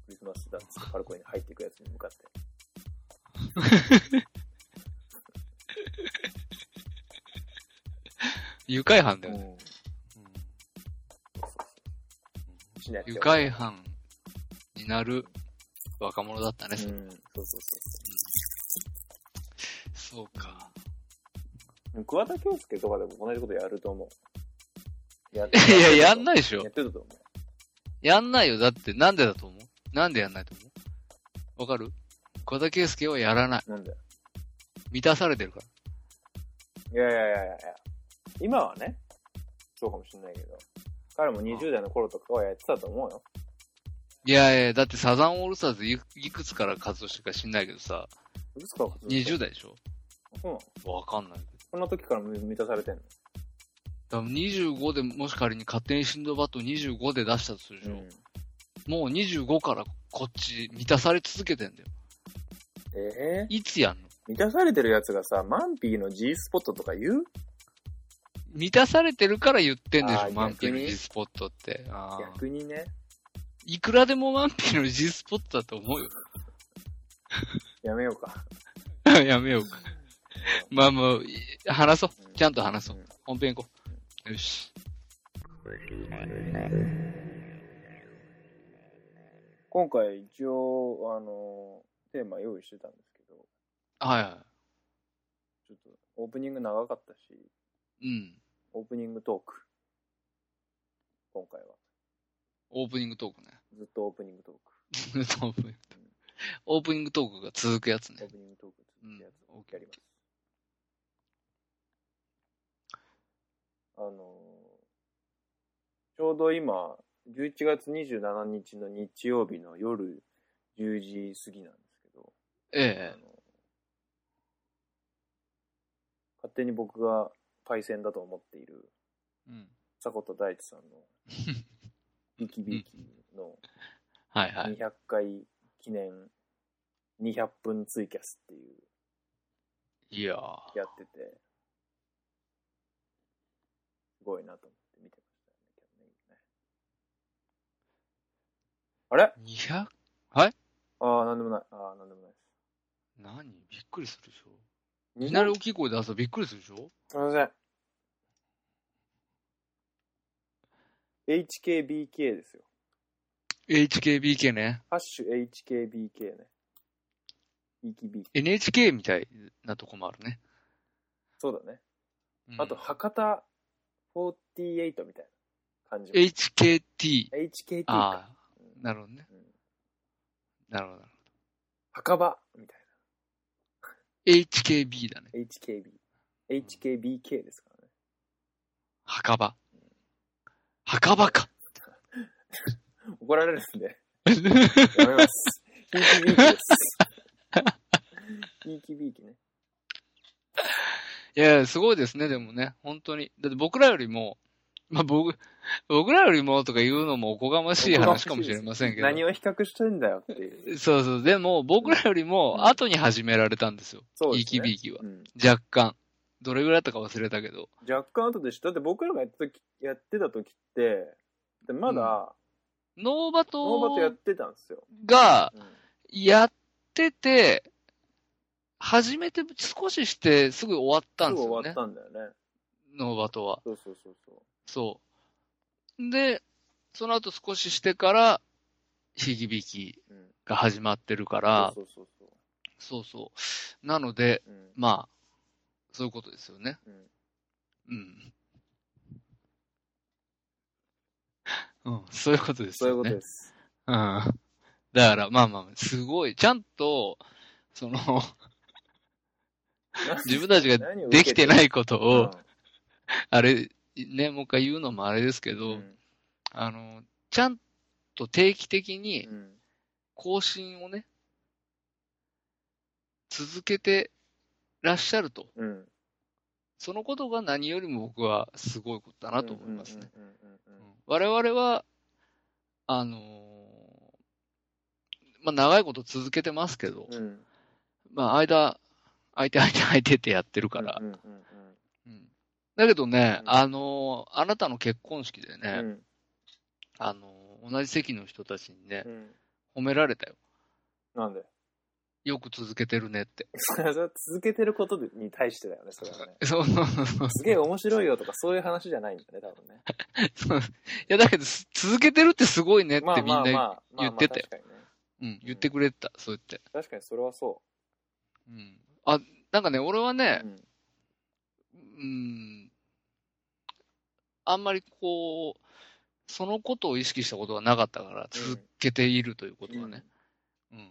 B: リスマスだっつってパルコに入っていくやつに向かって。
C: 愉快犯だよ
B: そう
C: ね。
B: そうそう。し
C: 愉快犯になる若者だった
B: う
C: ね、
B: ん、
C: そ
B: そ
C: れ
B: うそうそう。
C: そうか。
B: でも桑田佳祐とかでも同じことやると思う。や
C: いや、やんな
B: い
C: いでしょ
B: やっ。てたと思
C: やんないよ。だって、なんでだと思うなんでやんないと思うわかる小田圭介はやらない。
B: う。なんだよ。
C: 満たされてるから。
B: いやいやいやいやいや。今はね、そうかもしれないけど、彼も20代の頃とかはやってたと思うよ。
C: いやいや、だってサザンオールスターズいいくつから活動してるか知んないけどさ、
B: うつかは普通に
C: 20代でしょ
B: そうなの
C: わかんないけど。
B: こんな時から満たされてんの
C: 多分25で、もし仮に勝手にシンドバッド25で出したとするでしょ、
B: うん
C: もう25からこっち満たされ続けてんだよ。
B: ええ
C: いつやんの
B: 満たされてるやつがさ、マンピーの G スポットとか言う
C: 満たされてるから言ってんでし
B: あ
C: ょ
B: ー
C: マンピーの
B: 逆に
C: G スポットって。あー
B: 逆にね。
C: いくらでもマンピーの G スポットだと思うよ。
B: やめようか。
C: やめようか。まあまあ、話そう。ちゃんと話そう。
B: う
C: 本編行こう。よし。
B: 今回一応、あの、テーマ用意してたんですけど、
C: はいは
B: ちょっとオープニング長かったし、
C: い。うん。
B: オープニングトーク。今回は。
C: オープニングトークね。
B: ずっとオープニングトーク。
C: オープニングトークオープニングトークが続くやつ
B: オー
C: ね。
B: プニングトーク
C: う
B: 続
C: ん
B: くやつ、
C: OK
B: やります。あの、ちょうど今、11月27日の日曜日の夜10時過ぎなんですけど、あ
C: え
B: の勝手に僕がパイセンだと思っている
C: え。うん。
B: 迫田大地さん のビキビキの
C: はいはい。
B: 200回記念200分ツイキャスっていう
C: いやー。
B: やってて、すごいなと思って見てましたね。あれ
C: 200?
B: ああ、なんでもない。ああ、なんでもないです。
C: 何びっくりするでしょ。
B: 二
C: いきなり大きい声出すとびっくりするでしょ
B: すみません。HKBK ですよ。
C: ?HKBK ね。
B: ハッシュ HKBK ね。ビキビキ。
C: NHK みたいなとこもあるね。
B: そうだね。
C: うん
B: あと、博多48みたいな感じも。
C: HKT。
B: HKT か。
C: ああ、なるほどね
B: うん。
C: なるほど。
B: 墓場みたい
C: HKB だね。
B: な。HKB。HKBK ですからね。
C: 墓場。墓場 か。
B: 怒られるんで。やめます。ビキビキです。ビキビキね。
C: いや、すごいですね、でもね、本当に。だって僕らよりも、まあ、僕、僕らよりもとか言うのもおこがましい話かもしれませんけど。
B: 何を比較してんだよっていう。
C: そうそう。でも、僕らよりも後に始められたんですよ。
B: そうで
C: イ
B: すね。
C: キビキは。
B: うん
C: 若干。どれぐらいだったか忘れたけど。
B: 若干後でしょだって僕らがやった時やってた時って、でまだ、
C: ノーバ
B: ノーバトやっ
C: ト
B: てたんですよ。
C: が
B: うん
C: やってて、始めて少ししてすぐ終わったんです
B: すぐ終わ
C: よね
B: っ。たんだよね。
C: ノーバトは。
B: そうそうそうそう。
C: そう。で、その後少ししてから、響き
B: うん、
C: が始まってるから、
B: そうそうそうそ
C: そうそう。なので、
B: う。うん
C: まあ、そういうことですよね。
B: うん
C: うん。うん、そういうことです
B: そうい
C: よ
B: うこ
C: ね。
B: とです。
C: うん。だから、まあまあ、すごい。ちゃんと、その、自分たちができてないいことを、あれ、ね、もう一回言うのもあれですけ
B: う
C: ど、
B: ん
C: あの、ちゃんと定期的に
B: うん
C: 更新をね、続けてらっしゃると。
B: うん
C: そのことが何よりも僕はすごいことだなと思いますね。
B: うんうんうんうん
C: 我々は、あのーまあ、長いこと続けてますけど、
B: うんうん。
C: まあ、間、相手相手相手ってやってるから
B: う、んうんうん
C: うんだけどね、
B: うん
C: あのーあなたの結婚式でね、
B: うん
C: あのー同じ席の人たちにね
B: う、ん
C: 褒められたよ。
B: なんで
C: よく続けてるねって。
B: それは続けてることに対してだよね、それはね。
C: そうそうそうそう。
B: すげえ面白いよとかそういう話じゃないんだね、多分ね。
C: そういや、だけど、す続けてるってすごいねってみんな、
B: あ
C: 言ってたよ
B: まあまあ確かにね。
C: うん、言ってくれた、そう言って。
B: 確かにそれはそ
C: うん。あ、なんかね、俺は
B: う。
C: ね
B: う、ん
C: うん、あんまりこう、そのことを意識したことがなかったから、続けているということはね。うん。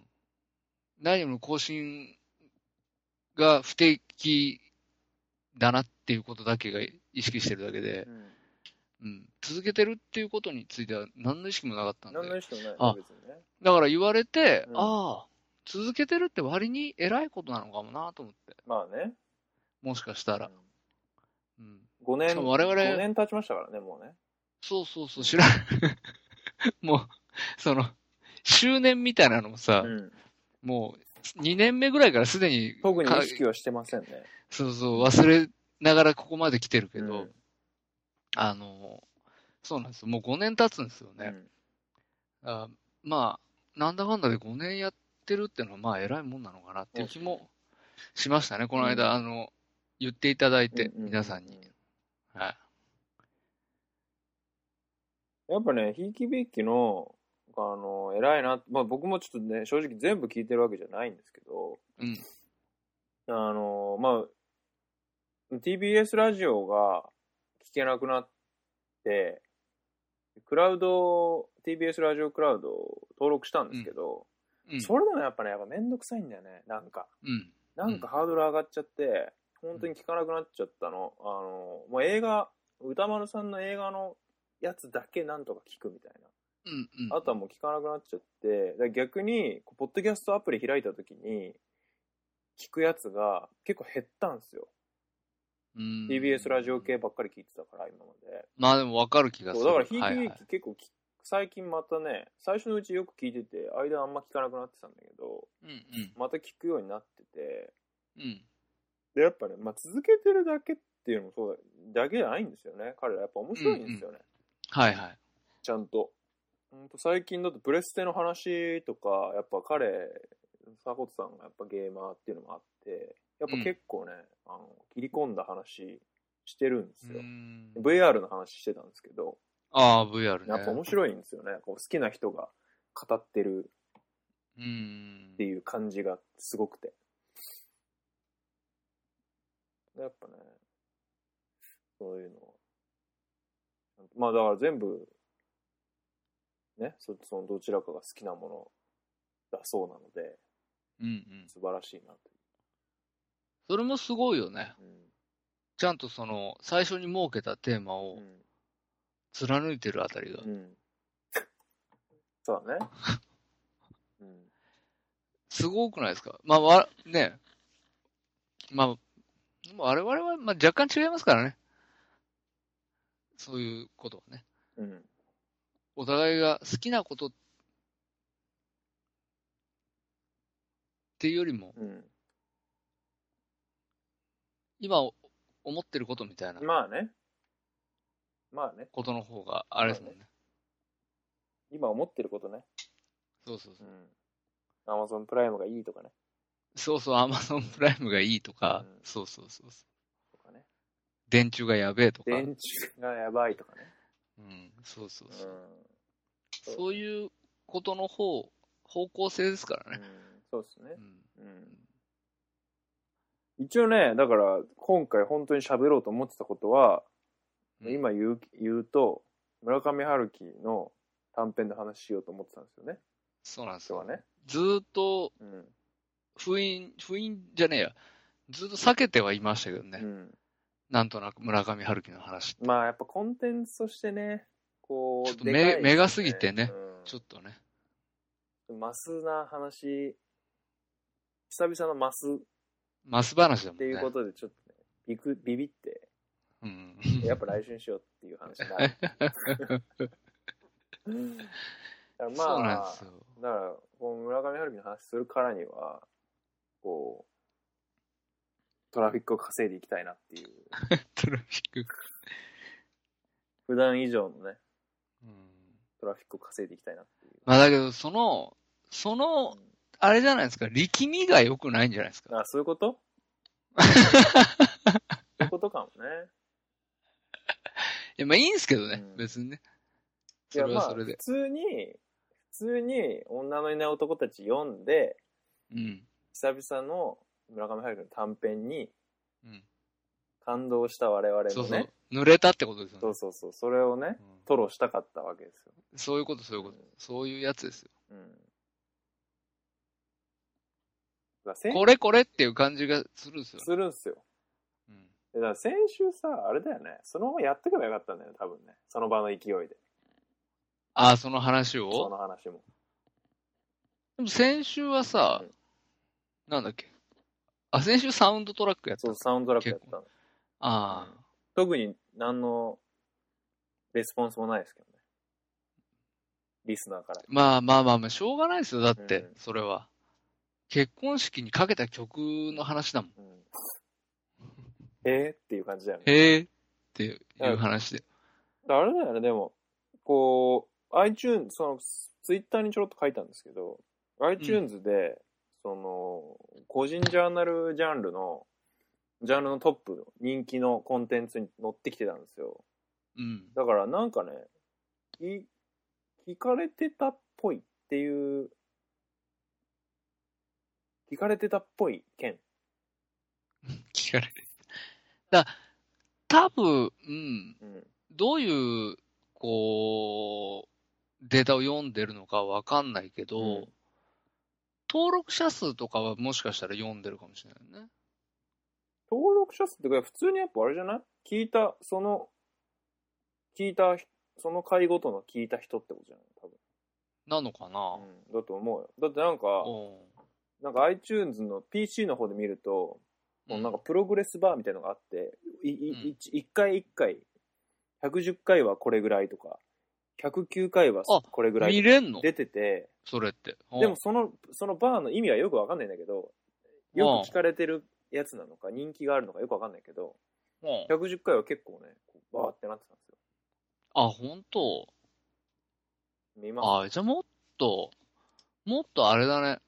C: 何よりも更新が不定期だなっていうことだけが意識してるだけで
B: う、ん
C: うん。続けてるっていうことについては何の意識もなかったんで。
B: 何の意識もない
C: あ
B: ね、別にね。
C: だから言われて、
B: うん
C: ああ、続けてるって割に偉いことなのかもなと思って。
B: まあね。
C: もしかしたら。うん。
B: 5年、
C: そう我々
B: 5年経ちましたからね、もうね。
C: そうそうそう、知らん。 もう、その、周年みたいなのもさ、
B: うん。
C: もう、2年目ぐらいからすでに、
B: 特に
C: か
B: 意識はしてませんね。
C: そうそう、忘れながらここまで来てるけど、
B: うん
C: あの、そうなんですよ。もう5年経つんですよね。あまあ、なんだかんだで5年やってるってのは、まあ、偉いもんなのかなっていう気もしましたね。この間、あの、言っていただいて、
B: うん
C: 皆さんに。。はい。
B: やっぱね、ひいきびいきの、あの、偉いな、まあ僕もちょっとね、正直全部聞いてるわけじゃないんですけど、
C: うん。
B: あの、まあ、TBS ラジオが聞けなくなって、クラウド、TBS ラジオクラウドを登録したんですけど、
C: うん。
B: それでもやっぱね、やっぱめんどくさいんだよね、なんか。
C: うん。
B: なんかハードル上がっちゃって、本当に聞かなくなっちゃったの。あの、もう映画、歌丸さんの映画のやつだけなんとか聞くみたい
C: うん。うん
B: な。あとはもう聞かなくなっちゃって、だから逆に、こうポッドキャストアプリ開いた時に、聞くやつが結構減ったんですよ。
C: うん、
B: TBS ラジオ系ばっかり聞いてたから、今まで。
C: まあでも分かる気がす
B: そう
C: る。
B: だから、ひいき
C: はい
B: ひ
C: はい
B: き結構き最近またね、最初のうちよく聞いてて、間あんま聞かなくなってたんだけど、
C: いうん
B: また聞くようになってて、
C: うん。うん。
B: で、やっぱね、まあ、続けてるだけっていうのもそうだ、だけじゃないんですよね。彼らやっぱ面白いんですよね。
C: はいはい。
B: ちゃんと。うんと最近だとプレステの話とか、やっぱ彼、佐藤さんがやっぱゲーマーっていうのもあって、やっぱ結構ね、あの切り込んだ話してるんですよ。VR の話してたんですけど、
C: ああ、VR ね。
B: やっぱ面白いんですよね。こう好きな人が語ってる
C: うん
B: って。いう感じがすごくて。やっぱね、そういうのはまあだから全部、ね、そそのどちらかが好きなものだそうなので、
C: うんうん。
B: 素晴らしいなと
C: それもすごいよね。
B: いう。
C: ちゃんとその、最初に設けたテーマ
B: う
C: を
B: ん。
C: 貫いてるあたりが
B: うん。、うん、そうだね。うん。
C: すごくないですかまあ、わ、ね。まあ、もう我々は、まあ、若干違いますからね。そういうことはね。
B: うん。
C: お互いが好きなことっていうよりも、
B: うん。
C: 今お思ってることみたいな
B: まあね。まあね。
C: ことの方が、あれですもんね。
B: 今思ってることね。
C: そうそうそうう。
B: ん。アマゾンプライムがいいとかね。
C: そうそう、アマゾンプライムがいいとか
B: うん、
C: そうそうそうそう。
B: とかね。
C: 電柱がやべえとか、
B: 電柱がやばいとかね。
C: うん、そうそう
B: うん。
C: そう。そういうことの方、方向性ですから
B: う
C: ね
B: ん。そうですね
C: う。ん。
B: うん。一応ね、だから、今回本当に喋ろうと思ってたことは、
C: うん
B: 今言う言うと、村上春樹の短編の話しようと思ってたんですよね。
C: そうなんです
B: 今
C: よ
B: 日。はね。
C: ずーっと
B: うん。
C: 封印、封印じゃねえや。ずーっと避けてはいましたけどね。
B: うん。
C: なんとなく村上春樹の話って。
B: まあ、やっぱコンテンツとしてね、こう、
C: ちょっとめ
B: でかいです
C: 目が過ぎてね
B: うん
C: ちょっとね。
B: マスな話、久々のマスっ
C: マス話だもん
B: て
C: ね。
B: いうことで、ちょっとね、ビクビビって、
C: うん。
B: やっぱ来週にしようっていう話になる。 だからま
C: そうなん
B: あ
C: です、よ。
B: だから、こう村上春樹の話するからには、こう、トラフィックを稼いでいきたいなっていう、
C: トラフィック。
B: 普段以上のね、
C: うん。
B: トラフィックを稼いでいきたいなっていう。
C: まあだけど、その、その、あれじゃないですか、力みが良くないんじゃないで すか。
B: あ、そういうことそういうことかもね。
C: いや、まあいいんですけどね、
B: うん
C: 別にね。
B: い
C: そ
B: や
C: れ
B: ま
C: は
B: あ
C: それ
B: 普
C: で。
B: 通に普通に女のいない男たち読んで
C: うん。
B: 久々の村上春樹の短編に
C: うん。
B: 感動した我々のね
C: そ
B: そうう
C: そう。濡れたってことですよ
B: そ
C: ね
B: う。そうそれをね
C: うん
B: 吐露したかったわけですよ、
C: そういうこと、そういうこと。そういうやつですよ。
B: うん、だから先
C: これこれっていう感じがするんですよね。
B: するんすよ
C: うん
B: だから先週さあれだよねそのままやっとけばよかったんだよね多分ねその場の勢いで
C: ああ、その話
B: そ
C: を
B: の話も
C: でも先週はさ
B: うん、
C: なんだっけ。あ、先週サウンドトラックやった
B: そう。サウンドトラックやったの
C: ああ。
B: 特に何のレスポンスもないですけどねリスナーから
C: まあまあまあまあ、しょうがないですよ。だって、
B: うん
C: それは。結婚式にかけた曲の話だもん。
B: うんえーっていう感じだよね。
C: へえっていう話で。
B: あれだよね、でも、こう、iTunes、その、Twitter にちょろっと書いたんですけど、iTunes で、その、個人ジャーナルジャンルの、ジャンルのトップの人気のコンテンツに乗ってきてたんですよ。
C: うん。
B: だからなんかね、聞聞かれてたっぽいっていう、聞かれてたっぽい件。
C: 聞かれて。だ多分、うん。
B: うん。
C: どういう、こう、データを読んでるのかわかんないけど、
B: うん
C: 登録者数とかはもしかしたら読んでるかもしれないね。
B: 登録者数ってか普通にやっぱあれじゃない聞いたその聞いたひその回ごとの聞いた人ってことじゃない多
C: なのかな、
B: 分、うん、だと思うよだってなんか
C: お
B: なんか iTunes の PC の方で見るともうなんかプログレスバーみたいなのがあっていい
C: うん
B: い一回一回110回はこれぐらいとか109回は
C: あ
B: これぐら
C: 見
B: い
C: れんの
B: 出てて
C: それって。おう
B: でもそのそのバーの意味はよくわかんないんだけどよく聞かれてるやつなのか人気があるのかよくわかんないけど
C: おう
B: 110回は結構ね、こうバーってなってたんですよ。
C: あ、本当
B: 見ます。
C: ああ、じゃあもっと、もっとあれだね。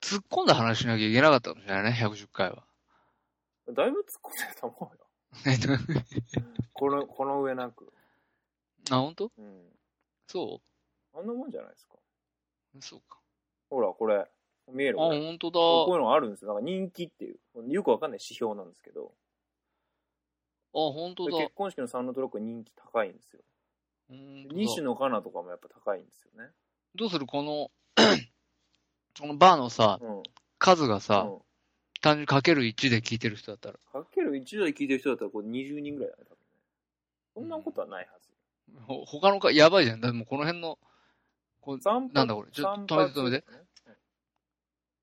C: 突っ込んだ話しなきゃいけなかったかもしれないね、110回は。
B: だいぶ突っ込んでたと思うよ。この、この上なく。
C: あ、本当？
B: うん。
C: そ
B: あんなもんじゃないですか。
C: うそうか。
B: ほら、これ。見え
C: あ、
B: るこれ
C: 本当だ。
B: こういうのがあるんですよ。なんか人気っていう。よくわかんない指標なんですけど。
C: あ、本当だ。
B: 結婚式のサウンドトラック人気高いんですよ。
C: 本当だ
B: 二種のカナとかもやっぱ高いんですよね。
C: どうするこの、 このバーのさ、
B: うん。
C: 数がさ、
B: うん
C: 単純にかける1で聞いてる人だったら、
B: かける1台聞いてる人だったらこれ20人ぐらいだね、多分ね。そんなことはないはず。
C: ほ他のか、やばいじゃん。だってもうこの辺の、こう
B: 散
C: なんだこれちょっと止めて止めて。
B: 散髪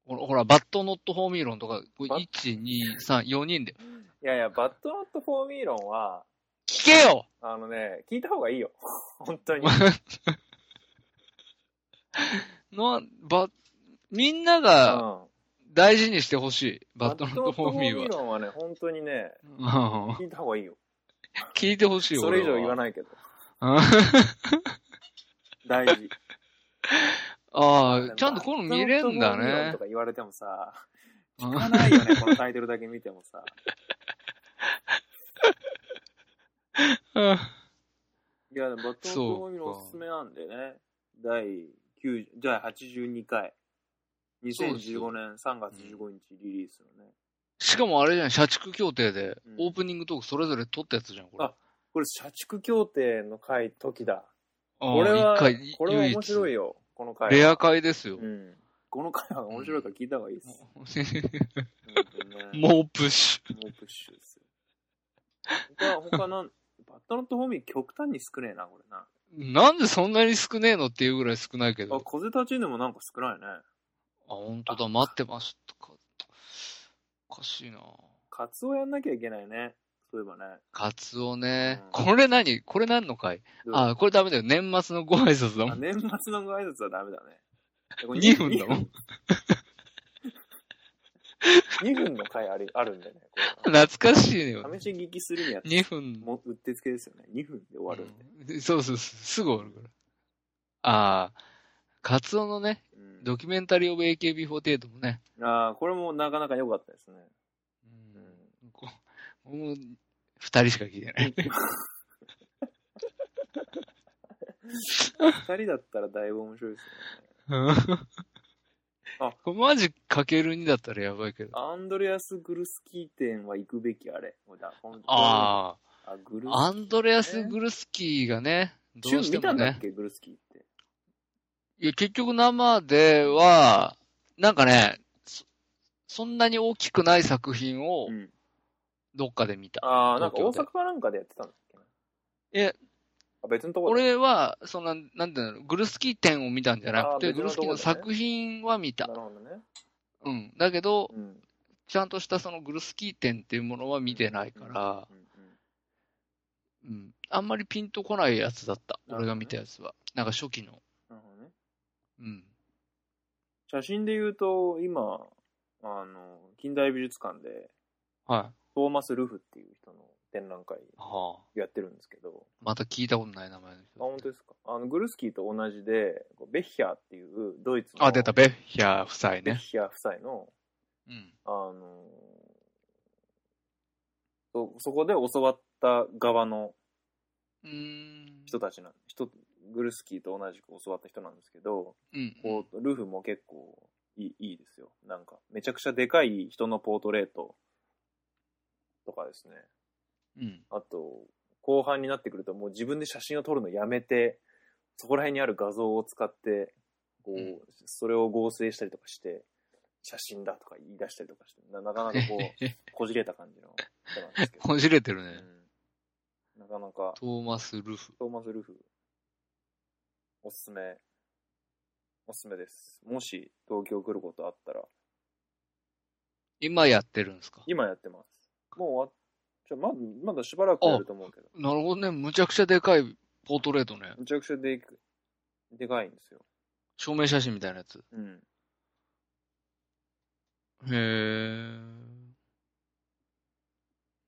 C: ほら、ほらバットノットホーミーロンとか、これ
B: バッ
C: 1、2、3、4人で。
B: いやいや、バッドノットフォーミーロンは、
C: 聞けよ
B: あのね、聞いた方がいいよ。 本当に。
C: な、ば、みんなが
B: うん
C: 大事にしてほしい。
B: バ
C: バットノットホーミー
B: ッド
C: は
B: ノットフォーミー。ロンはね、本当にね、
C: うん
B: 聞いた方がいいよ。
C: 聞いてほしい
B: それ以上言わ
C: い。
B: ないけど。
C: うん
B: 大事。
C: あ あ、ちゃんとこの見
B: バッ
C: れんだ
B: ドノットフォーミーロン
C: ね
B: と。か言われても さ、
C: うん
B: 聞かないよね、このタイトルだけ見てもさ。
C: うん
B: いや、バッドノットフォーミーロンおすすめなんでね。第9、第82回。2015年3月15日リリースのね。
C: しかもあれじゃん、社畜協定で
B: うん、
C: オープニングトークそれぞれ撮ったやつじゃん、これ
B: あ。これ、社畜協定の回、時だ。
C: あー
B: これは
C: 一回、
B: これは面白い
C: 唯
B: よ、この回
C: 一
B: は。
C: レア会ですよ
B: う。ん。この回は面白いから聞いた方がいいです。本当にね
C: もうプッシュ。
B: 猛プッシュですよ。他、他なん、バッタノットホーミー極端に少ねえな、これな。
C: なんでそんなに少ねえのっていうぐらい少ないけど。
B: あ、
C: あ、
B: 風立ちぬもなんか少ないね。
C: 本当だ、待ってましたか。おかしいな
B: カツオやんなきゃいけないね。そういえばね。
C: カツオね
B: う。ん
C: これ何これ何の回
B: どう
C: あ、これダメだよ。年末のご挨拶だも
B: あ
C: ん。
B: 年末のご挨拶はダメだね。
C: 2分だもん。
B: 2分の回ありあるんでね。こ
C: 懐かしいよ。
B: れ試し聞きするには
C: 2分。
B: もううってつけですよね。2分で終わるんで。
C: うんそうそうそう、すぐ終わるから。ああ、カツオのね、
B: うん
C: ドキュメンタリーオブ AKB48 もね、
B: ああ、これもなかなか良かったですね。
C: うん、こもう二人しか聞いてない。
B: 2人だったらだいぶ面白いですよね。あ
C: これマジかける2だったらやばいけど。
B: アンドレアス・グルスキー店は行くべきあれ。ほらほん
C: あ
B: あ、グルスキー
C: あ、アンドレアス・グルスキーがね、どう
B: チュ
C: し
B: ー
C: て
B: 見た
C: も
B: んだっ
C: ね、
B: け、グルスキーって。
C: いや結局生では、なんかね、そそんなに大きくない作品を
B: うん。
C: どっかで見た。
B: ああ、なんか大
C: 東京
B: 阪かなんかでやってたんだっけな。
C: え
B: あ、別のところで。
C: 俺は、そんな、なんていうの、グルスキー展を見たんじゃなく
B: あ
C: て、
B: ー別
C: グ
B: のと
C: ルス
B: こ
C: キーの作品は見た
B: な。るほどね。
C: うん。だけど、
B: うん。
C: ちゃんとしたそのグルスキー展っていうものは見てないから、
B: うんうん
C: うん。あんまりピンとこないやつだった。
B: なるほどね
C: 俺が見たやつは。なんか初期の。
B: なるほどね。
C: うん。
B: 写真で言うと、今、あの、近代美術館で、
C: はい。
B: トーマス・ルフっていう人の展覧会
C: はあ。
B: やってるんですけど、
C: また聞いたことない名前の
B: あ、
C: 人。
B: 本当ですか。あの、グルスキーと同じで、こうベッヒャーっていうドイツの、
C: あ、出た、ベッヒャー夫妻
B: ベッ
C: ね。
B: ヒャー夫妻の、
C: うん。
B: あのそ、そこで教わった側の
C: うーん。
B: 人たちなん、人、グルスキーと同じく教わった人なんですけど、
C: うん。
B: こう、ルフも結構いいいいですよ。なんか、めちゃくちゃでかい人のポートレートとかですね。
C: うん。
B: あと、後半になってくるともう自分で写真を撮るのやめて、そこら辺にある画像を使って、こう、
C: うん
B: それを合成したりとかして、写真だとか言い出したりとかして、ななかなかこう、こじれた感じの人なんですけど。
C: こじれてる
B: う
C: ね。
B: んなかなか、
C: トーマス・ルフ。
B: トーマス・ルフ、おすすめ、おすすめです。もし東京来ることあったら、
C: 今やってるんですか
B: 今やってます。もう終わっちょ、ま、まだしばらくやると思うけど、
C: なるほどね。むちゃくちゃでかいポートレートね。
B: めちゃくちゃでくでかいんですよ。
C: 証明写真みたいなやつ。
B: うん。
C: へえ。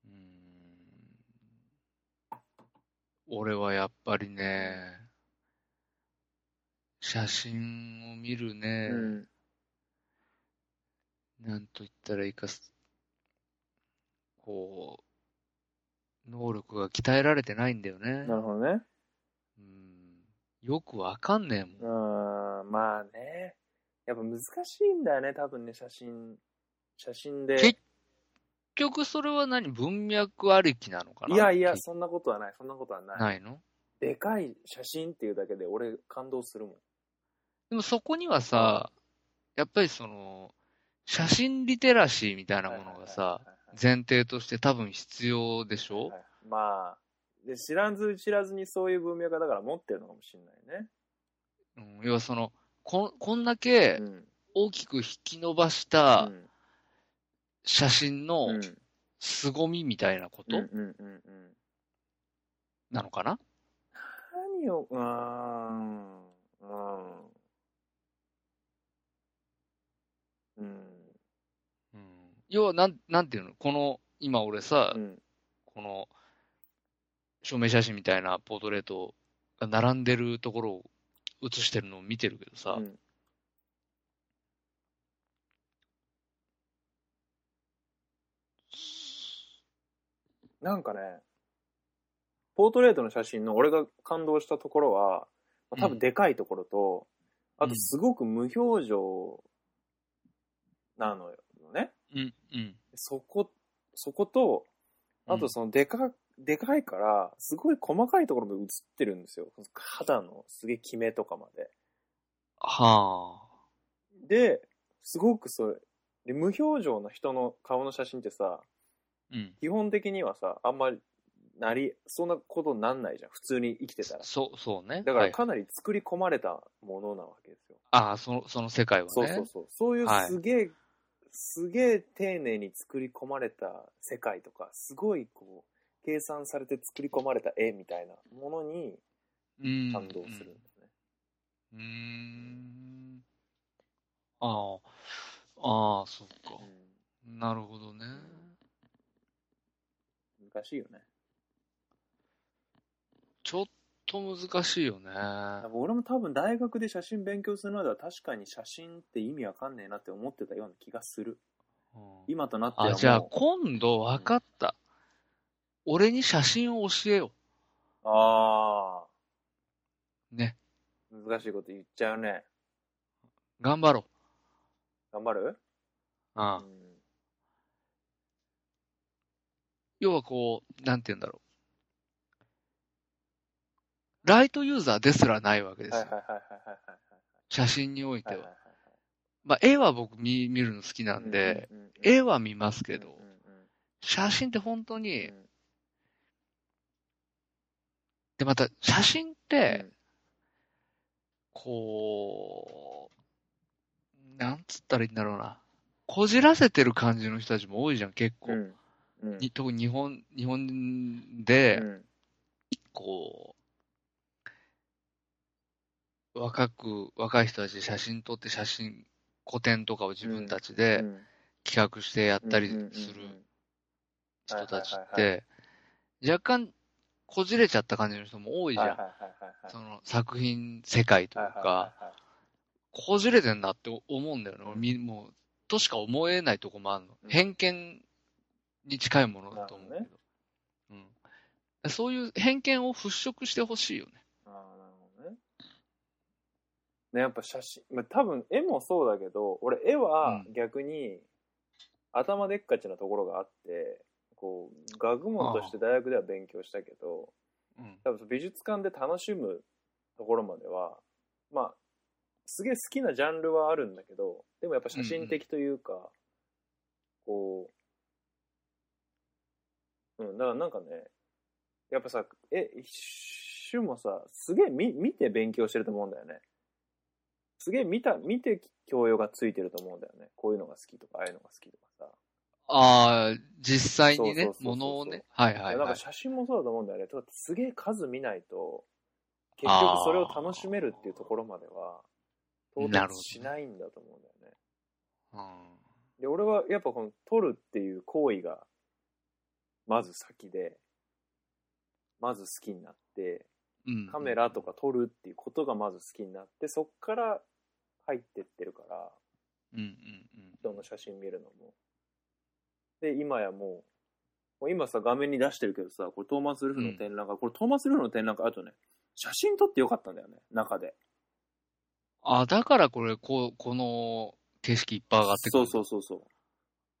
C: うーん俺はやっぱりね、写真を見る
B: う
C: ね。
B: ん。
C: なんと言ったらいいか、すこう、能力が鍛えられてないんだよね。
B: なるほどね。
C: うん、よくわかんねえ
B: う
C: もん。
B: ん、まあね。やっぱ難しいんだよね、多分ね、写真。写真で。
C: 結結局それは何文脈ありきなのかな
B: い
C: い
B: やいや、そんなことはない、そんなことはない。
C: ないの
B: でかい写真っていうだけで俺感動するもん。
C: でもそこにはさ、やっぱりその、写真リテラシーみたいなものがさ、前提として多分必要でし
B: はいはい
C: ょ
B: はいはい、まあ、で知らず知らずにそういう文脈がだから持ってるのかもしれないね。
C: うん、要はその、こん、こんだけ
B: うん。
C: 大きく引き伸ばし
B: う
C: た
B: ん
C: 写真の
B: うん
C: 凄みみたいなこと
B: うんうんうんうん
C: なのかな、
B: 何を、うーん、うん。うん。
C: 要はなん、なんていうのこの、今俺さ、
B: うん。
C: この、証明写真みたいなポートレートが並んでるところを写してるのを見てるけどさ、
B: うんなんかね、ポートレートの写真の俺が感動したところは、まあ多
C: う
B: 分
C: ん
B: でかいところと、あ
C: う
B: と
C: ん
B: すごく無表情なのよね。
C: うん、うん。
B: そこ、そこと、あとそのでか、でかいから、すごい細かいところも映ってるんですよ。肌のすげえキメとかまで。
C: は
B: で、すごくそれ、で、無表情の人の顔の写真ってさ、
C: あ。うん。
B: 基本的にはさ、あんまりなり、そんなことになんないじゃん。普通に生きてたら。
C: そう、そうね。
B: だか
C: は
B: ら
C: い、
B: かなり作り込まれたものなわけですよ。
C: ああ、その、その世界はね。
B: そうそうそう。そういう
C: はい
B: すげえ、すげえ丁寧に作り込まれた世界とか、すごいこう、計算されて作り込まれた絵みたいなものに
C: うん。
B: 感動するんだよね。
C: うーん。ああ。ああ、そっか。なるほどね。
B: うん難しいよね。
C: ちょっと難しいよね。
B: 俺も多分大学で写真勉強するまでは確かに写真って意味わかんねえなって思ってたような気がする。
C: うん
B: 今となってはもう。
C: あ、じゃあ今度分かった。俺に写真を教えよ
B: あ
C: う。ね。
B: ー難しいこと言っちゃうね。
C: 頑張ろ
B: 頑張る
C: う。うん。要はこう、なんて言うんだろう。ライトユーザーですらないわけ
B: う
C: で
B: ん
C: す
B: はい
C: よ
B: はい。はいはいはいはい。
C: 写真において
B: はい
C: は。
B: はいはい
C: まあ、絵は僕見見るの好きなんで、
B: うんうんうんうん、
C: 絵は見ますけど、
B: うんうんうん
C: 写真って本当に、
B: うん
C: で、また写真って、
B: うん
C: こう、なんつったらいいんだろうな。こじらせてる感じの人たちも多いじゃん、結構。
B: うんうん
C: に特に日本、日本で、
B: うん
C: こう、若く、若い人たちで写真撮って写真、個展とかを自分たち
B: う
C: で
B: ん
C: 企画してやったり
B: うんうんうん
C: する人たちっ
B: はいは
C: て、若干こじれちゃった感じの人も多いじ
B: はい
C: ゃ
B: はい
C: ん。
B: はいはい
C: その作品世界という
B: は
C: か、こじれてんなって思うんだよね。俺みもう、としか思えないとこもあるの
B: う。ん
C: 偏見に近いものだと思うけど。
B: なる
C: うん。そういう偏見を払拭してほしいよね。
B: いはいはいはいあーなるほどねねやっぱ写真、まあ、多分絵もそうだけど俺絵は
C: う
B: 逆に頭でっかちなところがあってこう学問として大学では勉強したけど
C: うん。
B: 多分美術館で楽しむところまではまあすげえ好きなジャンルはあるんだけどでもやっぱ写真的というか、こううんだからなんかねやっぱさえ一瞬もさすげえ見見て勉強してると思うんだよねすげえ見た見て教養がついてると思うんだよねこういうのが好きとかああいうのが好きとかさ
C: ああ、実際にね
B: そう、そうそうそう
C: ものをね。はいは
B: な
C: い
B: ん
C: は
B: か
C: い。
B: 写真もそうだと思うんだよね。ただすげえ数見ないと、結局それを楽しめるっていうところまでは、到
C: なるほ
B: 達し
C: ど
B: ないんだと思うんだよね。
C: うん
B: で、俺はやっぱこの撮るっていう行為が、まず先で、まず好きになって、
C: うん。
B: カメラとか撮るっていうことがまず好きになって、そっから入ってってるから、
C: うんうんうん。
B: 人の写真見るのも。で、今やもう、もう今さ、画面に出してるけどさ、これトーマス・ルフの展覧会、これトーマス・ルフの展覧会、あとね、写真撮ってよかったんだよね、中で。
C: あ、だからこれ、こう、この景色いっぱい上がってく
B: そう
C: る。
B: そうそうそう。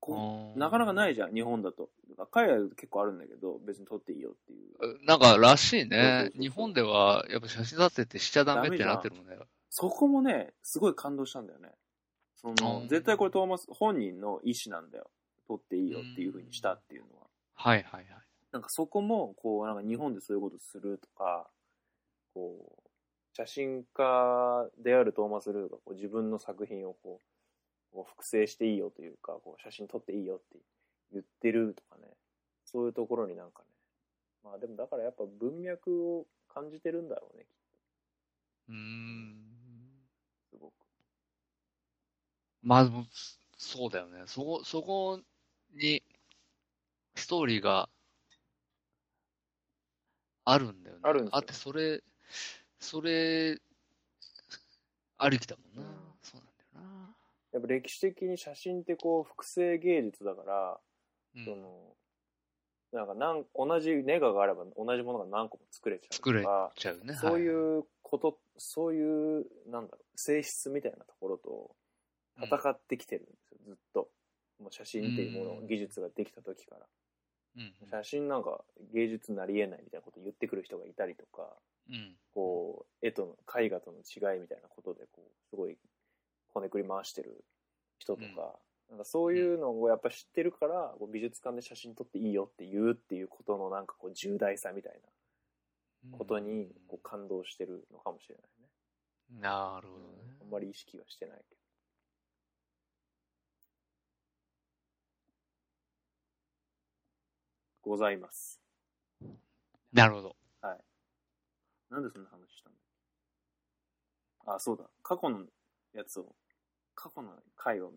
B: こう
C: う。
B: なかなかないいじゃん、日本だと。海外だと結構あるんだけど、別に撮っていいよっていう。
C: なんか、らしい
B: そうそう
C: ね
B: そう。そう
C: 日本では、やっぱ写真立てってしちゃダメってなってるもんね。
B: そこもね、すごい感動したんだよね。その
C: うん
B: 絶対これトーマス本人の意思なんだよ。撮っていいよっていう風にしたっていうのは。
C: はいはいはい。
B: なんかそこも、こう、なんか日本でそういうことするとか、こう、写真家であるトーマス・ルーがこう自分の作品をこう、こう複製していいよというか、こう写真撮っていいよって言ってるとかね、そういうところになんかね、まあでもだからやっぱ文脈を感じてるんだろうね、
C: うーん。
B: すごく。
C: まあ、でもそうだよね。そこ、そこに、ストーリーが、あるんだよね。
B: あるんですよ
C: あって、それ、それ、ありきだもんな。
B: うん
C: そうなんだよな。
B: やっぱ歴史的に写真ってこう複製芸術だから、
C: うん
B: その、なんかなん同じネガがあれば同じものが何個も作れちゃうとか。
C: 作れちゃうね。
B: そう
C: は
B: いうこと、そういう、なんだろう、性質みたいなところと
C: い
B: 戦ってきてるんですよ、ずっと。もう写真っていうものを、
C: うん
B: 技術ができた時から。
C: うんうん
B: 写真なんか芸術なり得ないみたいなこと言ってくる人がいたりとか、
C: うん
B: こう、絵との、絵画との違いみたいなことで、こう、すごい、こねくり回してる人とか、なんかそういうのをやっぱ知ってるから、こう美術館で写真撮っていいよって言うっていうことのなんかこう重大さみたいなことにこう感動してるのかもしれないね。
C: なるほどね。
B: あんまり意識はしてないけど。ございます。
C: なるほど。
B: なんでそんな話したのあ、そうだ。過去のやつを、過去の回を、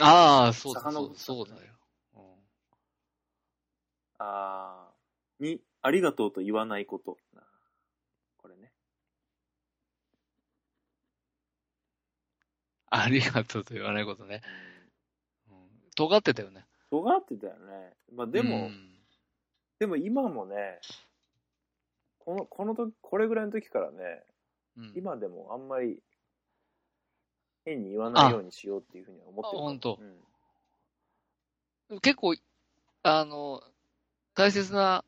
C: ああ、そうだ、
B: 遡
C: そ
B: っ
C: う
B: た
C: だそうだよ。うん
B: あーに、ありがとうと言わないこと。これね。
C: ありがとうと言わないことね。うん尖ってたよね。
B: 尖ってたよね。まあでも、
C: うん
B: でも今もね、この、この時、これぐらいの時からね、
C: うん
B: 今でもあんまり変に言わないようにしようっていうふうには思ってる
C: あ本当
B: うん
C: 結構、あの、大切な、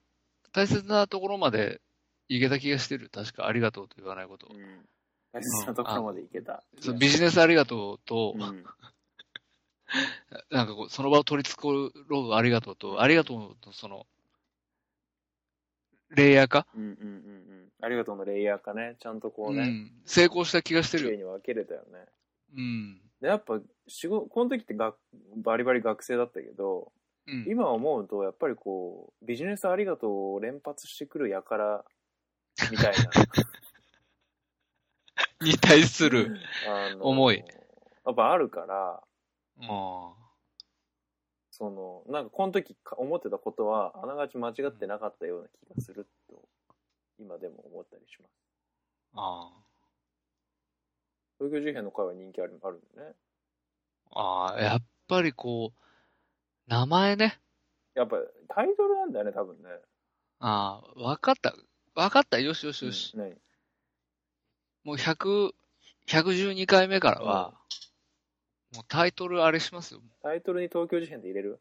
C: 大切なところまでいけた気がしてる。確か、ありがとうと言わないこと。
B: うん大切なところまでいけた。
C: そうビジネスありがとうと、
B: うん
C: なんかこう、その場を取り繕うありがとうと、ありがとうとその、レイヤー化、
B: うんうんうんうん。ありがとうのレイヤーかね、ちゃんとこう
C: う
B: ね、
C: ん。成功した気がして
B: 綺麗
C: る。
B: に分けれたよね。
C: うん。
B: で、やっぱ、仕事、この時ってがバリバリ学生だったけど、
C: うん。
B: 今思うと、やっぱりこう、ビジネスありがとうを連発してくるやから、みたいな。
C: に対する。
B: あの
C: 重い。
B: やっぱあるから、
C: あ
B: その、なんかこの時か思ってたことは、あながち間違ってなかったような気がすると、今でも思ったりします。
C: あ。
B: 東京事変の会は人気あるあるんでね。
C: ああ。やっぱりこう、名前ね。
B: やっぱタイトルなんだよね、多分ね。
C: ああ。わかった。わかった。よしよしよし。
B: うんね
C: もう100、112回目からは、もうタイトルあれしますよ。
B: タイトルに東京事変で入れる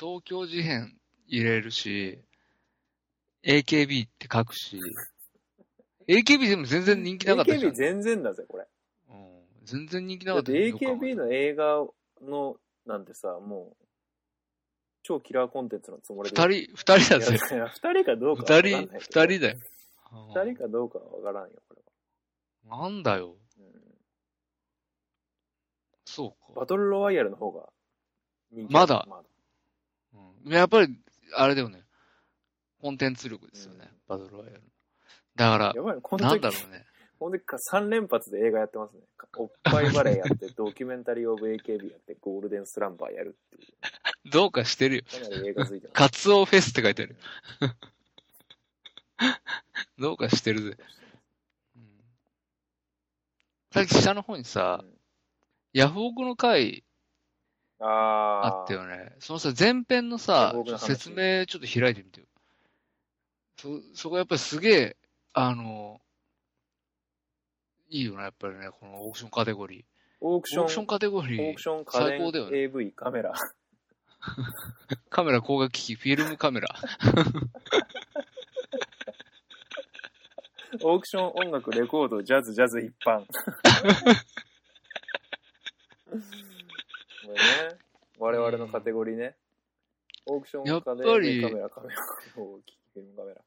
C: 東京事変入れるし、AKB って書くし、AKB でも全然人気なかったじゃ
B: ?AKB
C: ん。
B: 全然だぜ、これ。
C: うん、全然人気
B: だ
C: なか
B: っ
C: ってたよよく考え
B: AKB の映画の、なんてさ、もう、超キラーコンテンツのつもり
C: たら
B: で。
C: 二人、二人だ
B: い
C: ぜ。
B: やいや二人かどう
C: 二
B: かはわかんない
C: 人、
B: けど。
C: 二人だよ。
B: 二人かどうかはわからんよ、これ
C: うんなんだよ。
B: は。うん
C: そう
B: バ
C: か。
B: トルロワイヤルの方が人気
C: まだ
B: まだ。
C: うん、やっぱり、あれだよね。コンテンツ力ですよね。バトルロワイヤル。だから、
B: やばいね、この
C: なん
B: 時
C: だろうね。
B: この時か3連発で映画やってますね。おっぱいバレーやって、ドキュメンタリーオブ AKB やって、ゴールデンスランバーやるっていう。
C: どうかしてるよ。
B: かなり映画ついてます。
C: カツオフェスって書いてある。どうかしてるぜ。うんさっき下の方にさ、
B: うん
C: ヤフオクの回
B: あ
C: あっ
B: ー
C: たよね。そのさ、前編の
B: ヤ
C: さ
B: フオク、の話
C: 説明ちょっと開いてみてよ。そ、そこやっぱりすげえ、あの、いいよな、やっぱりね、このオークションカテゴリー。
B: オークション、オ
C: オークションカテゴリー
B: ーク、ション家
C: 最高だよ
B: 電、
C: ね
B: AV、カメラ。
C: カメラ、光学機器、フィルムカメラ。
B: オークション、音楽、レコード、ジャズ、ジャズ一般。 これね、我々のカテゴリーね。オークション、
C: やっぱ
B: 家
C: り
B: 電、AV カメラ、カ メラ、大きいフィルムカメラ。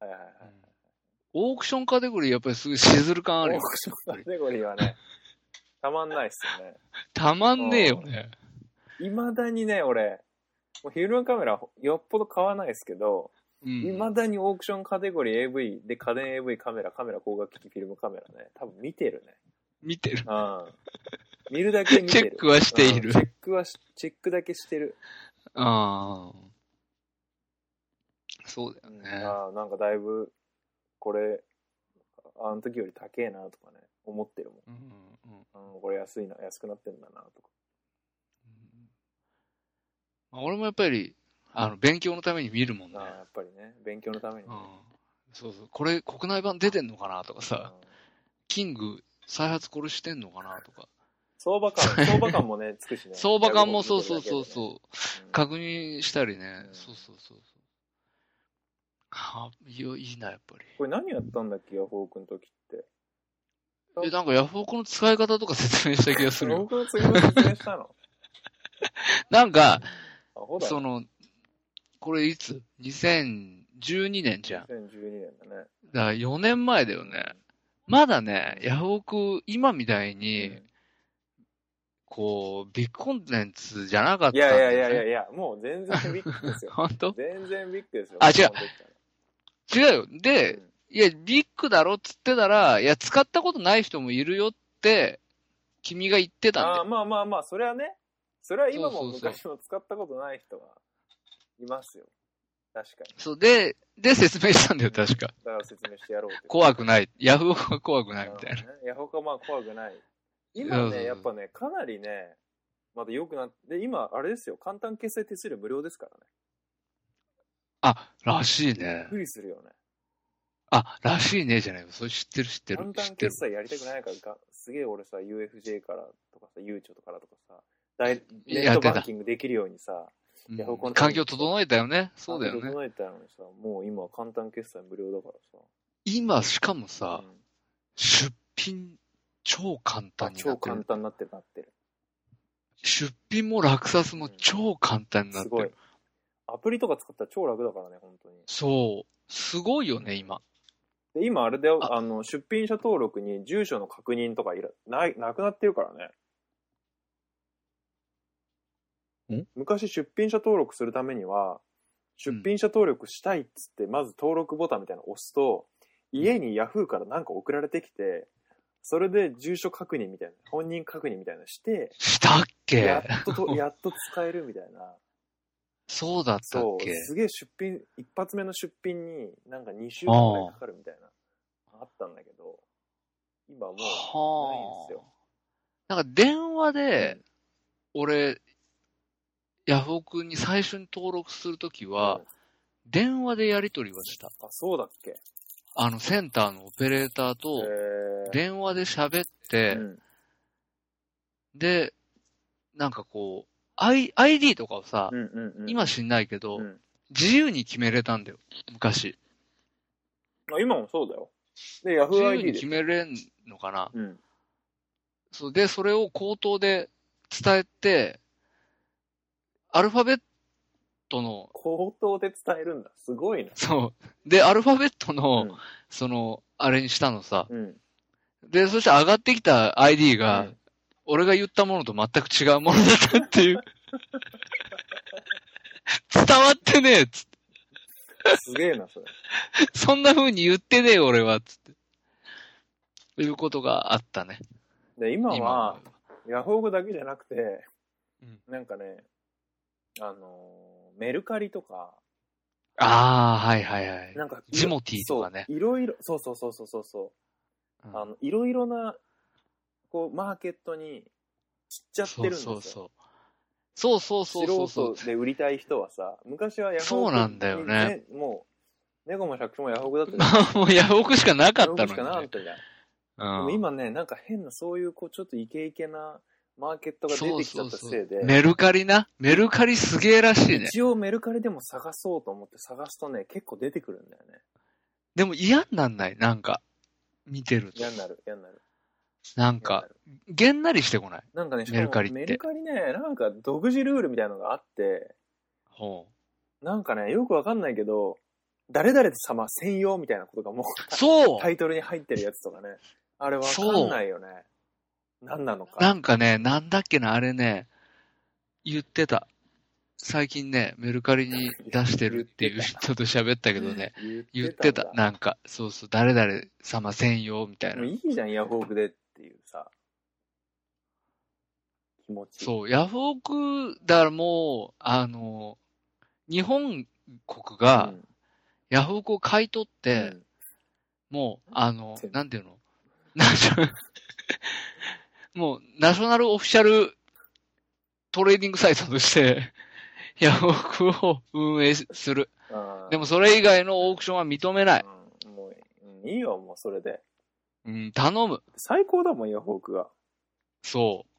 B: はいはいはい。
C: オークションカテゴリー、やっぱりすごいシズル感ある
B: オー
C: よ。
B: クションカテゴリーはね、たまんないっすよね。
C: たまんねえよね。
B: いまだにね、俺、もうフィルムカメラよっぽど買わないですけど、
C: う
B: い
C: ん。
B: まだにオークションカテゴリー AV で家電 AV カメラ、カメラ光学機器、フィルムカメラね、多分見てるね。
C: 見てる。
B: うん。見るだけ見て
C: チ
B: る
C: ェッ。クはしている
B: うん。チェックはし、チェックだけしてる。
C: ああ。そうだよね。
B: ああ、なんかだいぶ、これ、あの時より高えなとかね、思ってるも
C: うんうん
B: ん。うん、これ安いな、安くなってんだなとか。
C: まあ俺もやっぱり、あの、勉強のために見るもんね
B: あ。あ、やっぱりね、勉強のために
C: う
B: ね。
C: ん。そうそう。これ、国内版出てんのかなとか
B: うん
C: さ、キング、再発殺してんのかなとか。
B: 相場 感、相場感もね、つくしね。
C: 相場感もそうそうそう
B: う
C: そう。
B: ん。
C: 確認したりね。
B: うん
C: そうそうそうそう。はあ、いや、いいな、やっぱり。
B: これ何やったんだっけ、ヤフオクの時って。
C: え、なんかヤフオクの使い方とか説明した気がする
B: ヤフオ
C: よ。
B: クの次の説明 したの
C: なん
B: ア
C: か、
B: ホだ。
C: その、これいつ ?2012 年じゃん。
B: 2012年だね。
C: だから4年前だよね。まだね、ヤフオク、今みたいうに、
B: ん
C: こう、ビッグコンテンツじゃなかったん
B: い
C: だ
B: や
C: よ、ね。
B: いやいやいやいや、もう全然ビッグですよ。
C: 本当
B: 全然ビッグですよ。
C: あ違う
B: この時から
C: 違うよ。で、
B: うん
C: いや、ビッグだろっつってたら、いや、使ったことない人もいるよって、君が言ってたんだ
B: あー
C: よ。
B: まあまあまあ、それはね、それは今も
C: そうそう
B: 昔も使ったことない人はいますよ。確かに。
C: そう、で、で説明したんだよ、確か。
B: だから説明してやろうって。
C: 怖くない。ヤフオクは怖くないみたいな。
B: な。いや、他まあ怖くない。今
C: そうそう
B: ね、やっぱね、かなりね、まだ良くなって、で今、あれですよ、簡単決済手数料無料ですからね。
C: あ、らしい
B: び
C: ね
B: っ。くりするよね。
C: あ、らしいね、じゃないよ。それ知ってる、知って
B: 簡
C: る、知
B: 単
C: ってる
B: 決。済やりたくないからが、すげえ俺さ、UFJ からとかさ、ゆうちょとからとかさ、ダイネ
C: や
B: ッ
C: っ
B: ト
C: てた
B: バンキングできるようにさ、
C: うん
B: ヤフオクの
C: 環境整えたよね。そうだよね。
B: 整えたのにさ、もう今は簡単決済無料だから
C: 今、しかも
B: さ
C: さ、、
B: うん
C: 出品超簡単にな
B: 超
C: って
B: 簡
C: る。
B: 単になってるなってる。
C: 出品も落札も超簡単になっ
B: す
C: て
B: ごい
C: る。。
B: アプリとか使ったら超楽だからね、本当に。
C: そう。すごいよね、今。
B: で、今あれだよ、
C: あ
B: あの、出品者登録に住所の確認とかいらない、なくなってるからね。
C: ん
B: 昔出品者登録するためには、出品者登録したいっつって、まず登録ボタンみたいなのを押すと、家に Yahoo からなんか送られてきて、それで住所確認みたいな、本人確認みたいなのして、
C: したっ
B: や
C: け
B: っとと、やっと使えるみたいな。
C: そうだったっ
B: そう、
C: け
B: すげえ出品、一発目の出品になんか2週間ぐらいかかるみたいな、あったんだけど、今もう、ないんです
C: は
B: よ
C: あ。なんか電話で、俺、ヤフオクに最初に登録するときは、
B: うん
C: 電話でやり取りはした。
B: あ、そうだっけ
C: あの、センターのオペレーターと、
B: え
C: 電話で喋って、で、なんかこう、I、ID とかをさ、今知んないけど、
B: うん
C: 自由に決めれたんだよ、昔。
B: あ今もそうだよ。で、
C: 自由
B: YahooID
C: に
B: で
C: 決。めれんのかな。
B: うん。
C: そうで、それを口頭で伝えて、アルファベットの、
B: 口頭で伝えるんだ。すごいな。
C: そう。で、アルファベットの、
B: うん
C: その、あれにしたのさ。
B: うん。
C: で、そして上がってきた ID が、
B: うん
C: 俺が言ったものと全く違うものだったっていう。 伝わってねえつって
B: すげえな、それ。
C: そんな風に言ってねえ俺は、つって。いうことがあったね。
B: で、今
C: 今
B: は、ヤフオクだけじゃなくて、
C: うん
B: なんかね、あのーメルカリとか、
C: ああ、はいはいはい。
B: なんか、
C: ジモティーとかね
B: そういろいろ、そうそうそうそうそうそう。
C: うん
B: あの、いろいろな、こう、マーケットに散っちゃってるんですよ。
C: そうそうそう。そうそうそうそう
B: 素人で売りたい人はさ、昔はヤフオク
C: そうなんだよね。
B: もう、猫も百姓もヤフオクだったじゃん
C: ま あ、もうヤフオクしかなかった
B: ヤフオクしかな
C: の
B: か
C: に、
B: っ
C: ね。
B: たじゃん。
C: う
B: で
C: ん
B: も今ね、なんか変な、そういう、こう、ちょっとイケイケなマーケットが出てきちゃったせいで、
C: メルカリな。メルカリすげえらしいね。
B: 一応メルカリでも探そうと思って探すとね、結構出てくるんだよね。
C: でも嫌になんないなんか、見てると。
B: 嫌になる、嫌になる。
C: な
B: 嫌
C: ん
B: にな、
C: か
B: る
C: げんなりしてこない。
B: なんかね、し
C: メ
B: か
C: ルカリっ
B: も
C: て
B: メルカリね、なんか独自ルールみたいなのがあって、
C: ほ
B: なんかね、よくわかんないけど、誰々様専用みたいなことがも
C: う。そう
B: うタイトルに入ってるやつとかね。あれわかんないよね。何なのか。
C: なんかね、なんだっけな、あれね、言ってた。最近ね、メルカリに出してるっていう
B: 言って
C: 人と喋ったけどね、言ってた。
B: んだ
C: なんか、そうそう、誰々様専用みたい
B: もう
C: な。
B: いいじゃん、ヤフオクでっていうさ。気持ち。
C: そう、ヤフオク、だからもう、あの、日本国が
B: ん
C: ヤフオクを買い取っ
B: う
C: て、
B: ん
C: もう、あの
B: 全、部
C: なんていうの ナショもう、ナショナルオフィシャルトレーディングサイトとして、ヤフオクを運営する。
B: あー
C: でも、それ以外のオークションは認めない。
B: うんもう、うんいいよ、もうそれで。
C: うん、頼む。
B: 最高だもん、ヤフオクが。
C: そう。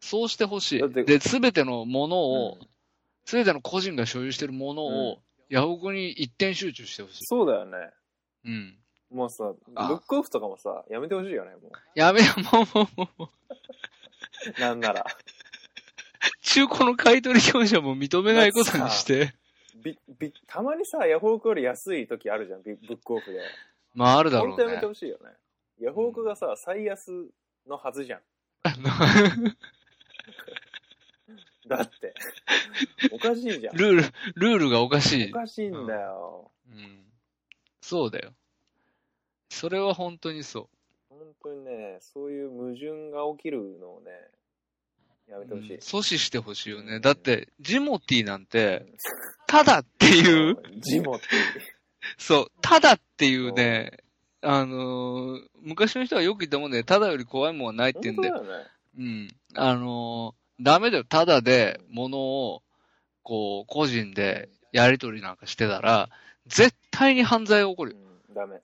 C: そうしてほし
B: だっ
C: い。
B: て
C: で、すべてのものを
B: うん、
C: すべての個人が所有しているもの
B: うん
C: を、ヤフオクに一点集中してほしい。
B: そうだよね。
C: うん。
B: もうさ、ブ
C: あー
B: ックオフとかもさ、やめてほしいよね、も
C: やめよ、もう、 もう、もう、
B: う。なんなら。
C: 中古の買い取り業者も認めないことにして。
B: びびたまにさ、ヤフオクより安い時あるじゃん、ビブックオフで。
C: まあ、あるだ
B: 本
C: ろ
B: 当や
C: う
B: め
C: ね
B: て。ほしいよね。ヤフオクがさ、最安のはずじゃん。
C: あの
B: だって。おかしいじゃん。
C: ルール、ルールがおかし
B: お
C: い。
B: かしいんだよ。
C: うん。そうだよ。それは本当にそ
B: 本当にね、そういう矛盾が起きるのをね、やめ
C: う。
B: てほ
C: うん
B: しい。
C: 阻止してほしいよ
B: う
C: ね。
B: ん
C: だって、ジモティーなんて、ただっていう、
B: ジモって。
C: そう、ただっていうね、あのー昔の人はよく言ったもんね、ただより怖いもんはないって言
B: 本
C: うん
B: 当だ
C: で、
B: よね。
C: うん。あのーダメだよ、ただで物を、こう、個人でやり取りなんかしてたら、絶対に犯罪が起こるよ。
B: うん、ダメ。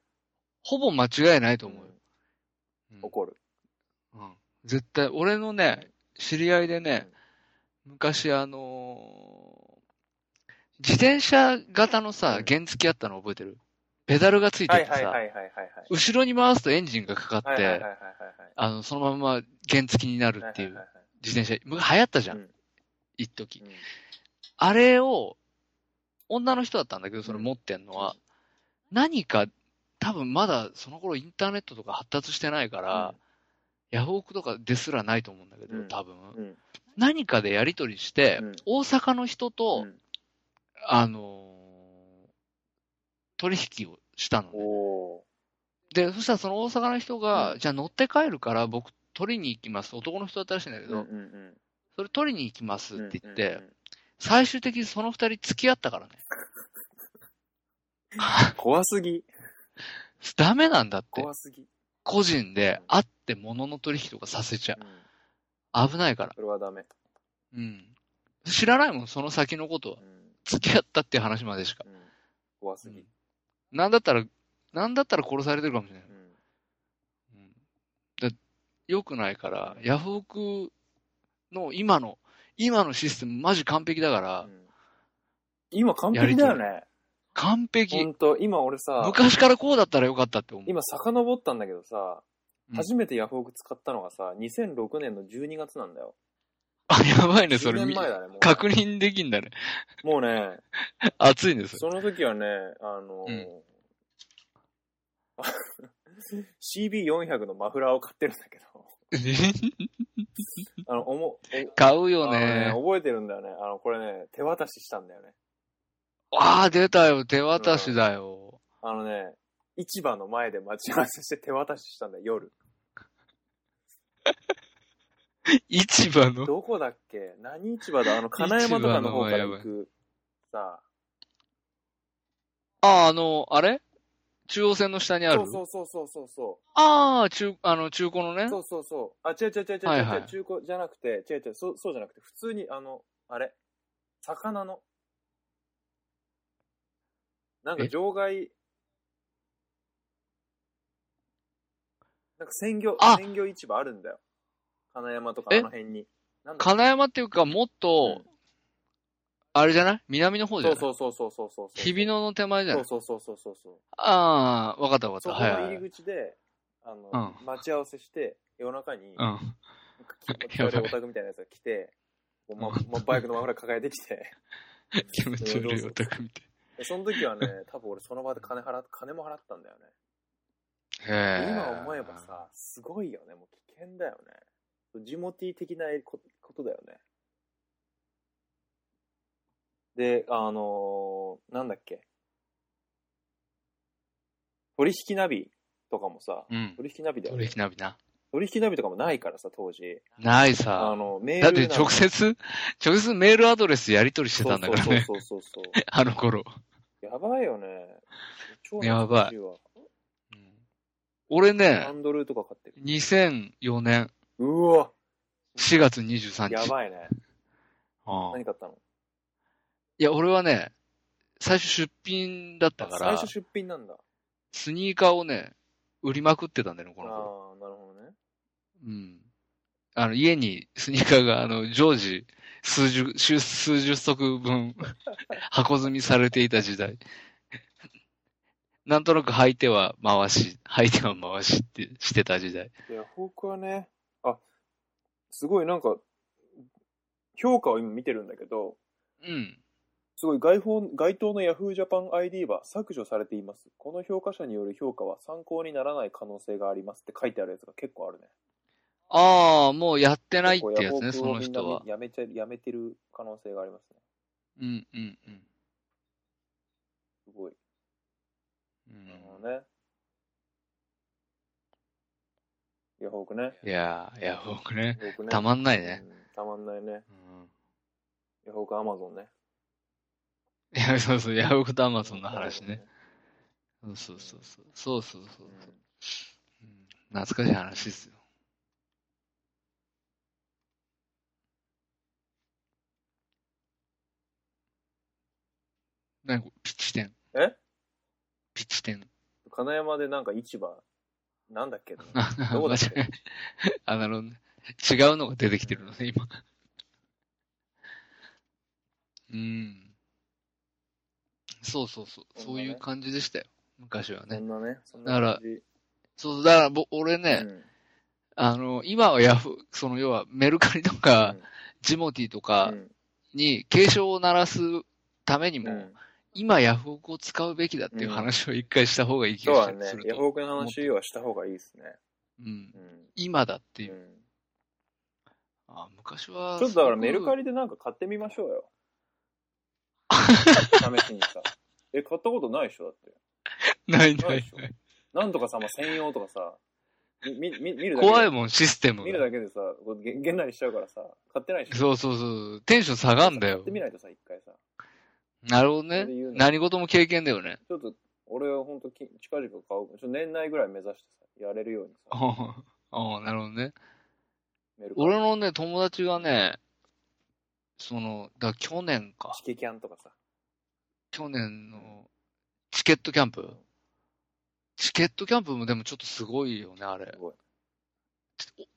C: ほぼ間違いないと思うよ。うん
B: 怒る。
C: うん絶対、俺のね、知り合いでね、昔あのー自転車型のさ
B: う、ん
C: 原付あったの覚えてるペダルがついて
B: は
C: て
B: い
C: さ、
B: はいはいはいはいはい。
C: 後ろに回すとエンジンがかかっ
B: はいはいはいはい
C: て、
B: はい
C: あの、そのまま原付になる
B: はい。
C: っていう
B: ははは
C: 自転車、昔流行ったじゃ
B: うんん、
C: 一時
B: い。
C: あれを、女の人だったんだけど、それ持ってんの
B: う
C: は、何か、多分まだその頃インターネットとか発達してないから、ヤフオクとかですらないと思うんだけど、
B: うん
C: 多分。
B: うんうん
C: 何かでやり取りして、
B: うん
C: 大阪の人と、
B: うん
C: あのー取引をしたのね、
B: おー。
C: で、そしたらその大阪の人が、
B: うん
C: じゃあ乗って帰るから僕取りに行きます。男の人だったらしいんだけど、
B: うんうんうん
C: それ取りに行きますって言って、
B: うんうんうん
C: 最終的にその二人付き合ったからね。
B: 怖すぎ
C: ダメなんだって
B: 怖。すぎ、
C: 個人で会って物の取引とかさせちゃ
B: うん、
C: う。危ないから。
B: それはダメ、
C: うん。知らないもん、その先のことは
B: う。ん
C: 付き合ったっていう話までしか。
B: うん、怖すぎ、
C: うんなんだったら、なんだったら殺されてるかもしれない。
B: うん
C: うん、だ良くないから、ヤフオクの今の、今のシステムマジ完璧だから
B: う、ん今完璧だよね
C: 完璧。
B: 本当今俺さ
C: 昔からこうだったらよかったって思う。
B: 今遡ったんだけどさ
C: うん
B: 初めてヤフオク使ったのがさ2006年の12月なんだよ
C: あ、やばいね、そ
B: 10
C: れ。
B: 年
C: み
B: 前だねもう
C: 確認できんだね。
B: もうね
C: 熱いんですよ。
B: その時はねあのー
C: うん
B: CB400 のマフラーを買ってるんだけどあのおも
C: 買うよ
B: あのね
C: ね。
B: 覚えてるんだよねあのこれね手渡ししたんだよね
C: ああ、出たよ、手渡しだよ。
B: あのね、市場の前で待ち合わせして手渡ししたんだよ、夜。
C: 市場の。
B: どこだっけ何市場だあの、金山とかの方から行く、さ、
C: あ、あの、あれ中央線の下にある
B: そうそうそうそうそう。
C: ああ、中、あの、中古のね。
B: そうそうそう。あ、違う違う違う違う違う、
C: はいはい
B: 中古じゃなくて、違う違う、そうそうじゃなくて、普通に、あの、あれ、魚の。なんか
C: え
B: 場外、なんか鮮魚、
C: あ
B: 鮮魚市場あるんだよ。金山とかあ
C: え
B: の辺に。なんだ
C: 金山っていうか、もっと、
B: う
C: あれじゃない南の方じゃ
B: そ
C: な
B: う
C: い
B: そうそうそうそうそう。
C: 日比野の手前じゃ
B: そ
C: な
B: う
C: い
B: そうそうそうそうそう。
C: ああ、わかったわか
B: そ
C: っ
B: こ
C: た。
B: の
C: はいはい。
B: 入
C: うん。
B: り口で、あの、待ち合わせして、夜中に、
C: あ
B: 気持ち悪いオタクみたいなやつが来て、こうま、ま、バイクのマフラー抱えてきて。
C: 気持ち悪いオタクみたい。
B: で その時はね、多分俺その場で金払っ、金も払ったんだよね。
C: へえ。
B: 今思えばさ、すごいよね。もう危険だよね。ジモティ的なこことだよね。で、あのーなんだっけ。取引ナビとかもさ、
C: うん。
B: 取引ナビだよ
C: 取
B: ね
C: 引。ナビな。
B: 取引ナビとかもないからさ、当時。
C: ない
B: あ
C: さ。
B: の、メ
C: だ
B: ー
C: っ
B: ルな
C: て
B: ん
C: 直接、直接メールアドレスやり取りしてたんだからね。
B: そうそうそうそうそう。
C: あの頃。
B: やばいよね。超
C: やばい
B: 懐かしわ
C: 俺
B: ハ
C: ね、
B: ンドルとか買ってる。
C: 2004年
B: うわ
C: 4月23日。
B: やばいね。
C: ああ
B: 何買ったの
C: いや、俺はね、最初出品だったか
B: 最
C: ら
B: 初、出品なんだ。
C: スニーカーをね、売りまくってたんだよね、
B: あ
C: こ
B: あ
C: の頃。
B: ー、なるほどね。
C: うん。あの、家にスニーカーが、あの、常時、数十、数数十足分、 箱積みされていた時代。なんとなく履いては回し、履いては回しってしてた時代。
B: ヤフオクはね、あ、すごいなんか、評価を今見てるんだけど、
C: うん。
B: すごい外方該当の Yahoo Japan ID は削除されています。この評価者による評価は参考にならない可能性がありますって書いてあるやつが結構あるね。
C: ああ、もうやってないっ
B: 結構
C: てやつね、
B: ヤフオ
C: そ
B: クを
C: の人は
B: みん。なやめちゃ、やめてる可能性がありますね。
C: うん、うん、うん。
B: すごい。
C: うん
B: なるほどね。ヤフオクね。
C: いやー、ヤフオクね。
B: ヤフオクね
C: たまんないね。
B: うんたまんないね。
C: うん
B: ヤフオクアマゾンね。。
C: いや、そうそう、ヤフオクとアマゾンの話ね。。そうそうそうそう。そうそうそううんうん懐かしい話ですよ。何これピッチ店。
B: え
C: ピッチ店。
B: 金山でなんか市場、なんだっけなどこだ
C: 間
B: っ
C: 違
B: け
C: えあ、なるほどね。違うのが出てきてるのね、今。うん。そうそうそう。
B: そん
C: そ
B: な
C: う
B: ね
C: いう感じでしたよ。昔は
B: そ
C: ね。
B: んなね。そん
C: だ
B: な
C: から
B: 感じ。
C: そう、だから僕、俺ね、
B: うん
C: あの、今はヤフー、その要はメルカリとか、ジモティと
B: うん
C: か
B: うん
C: に警鐘を鳴らすためにも、
B: うん
C: 今ヤフオクを使うべきだっていう話を一回した方がいい気
B: そうだ
C: がす
B: ね
C: る。
B: ヤ
C: と。
B: フオクの話はした方がいいですね。
C: うん
B: う。ん
C: 今だって
B: う
C: いう。
B: ん
C: あ昔は。
B: ちょっとだからメルカリ
C: リ。
B: でなんか買ってみましょう よ。試しにさ。え、買ったことないでしょだって。
C: ない
B: な
C: ないい
B: でしょ
C: ない。
B: なんとかさ、まあ、専用とかさ、み、み、見るだけで。
C: 怖いもん、システム
B: 見る
C: が。
B: だけでさ、こうげげんなりしちゃうからさ、買ってないでしょ。
C: そうそうそう。テンション下がんだ
B: 買
C: よ
B: って。みないとさ、一回さ。
C: なるほど
B: そ
C: ね
B: れで言う。の
C: 何事も経験だよね。
B: ちょっと、俺はほんとき、近々買う。ちょっと年内ぐらい目指してさ、やれるようにさ、
C: ああ、なるほどね。
B: メルカリ
C: 俺のね、友達がね、その、だから去年か。
B: チケキャンとかさ。
C: 去年のチケットキャンプチケットキャンプもでもちょっとすごいよね、あれ
B: す。ごい。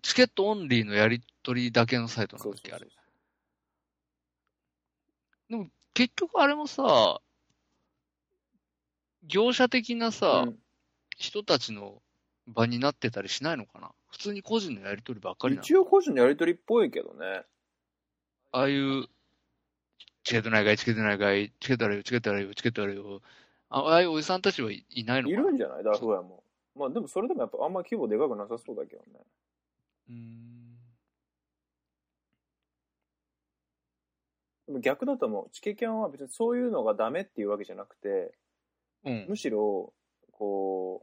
C: チケットオンリーのやり取りだけのサイトなんだっけ、あれ。結局あれもさ、業者的なさ、
B: うん
C: 人たちの場になってたりしないのかな普通に個人のやり取りばっかりなの
B: 一応個人のやりとりっぽいけどね。
C: ああいう、チケットないかい、チケットないかい、チケットあるよ、チケットあるよ、チケットあるよ。あああいうおじさんたちはいいないの
B: い
C: かな
B: るんじゃないダフ屋も。まあでもそれでもやっぱあんま規模でかくなさそうだけどね。
C: うーん。
B: でも逆だと思う。チケキャンは別にそういうのがダメっていうわけじゃなくて、
C: うん。
B: むしろ、こ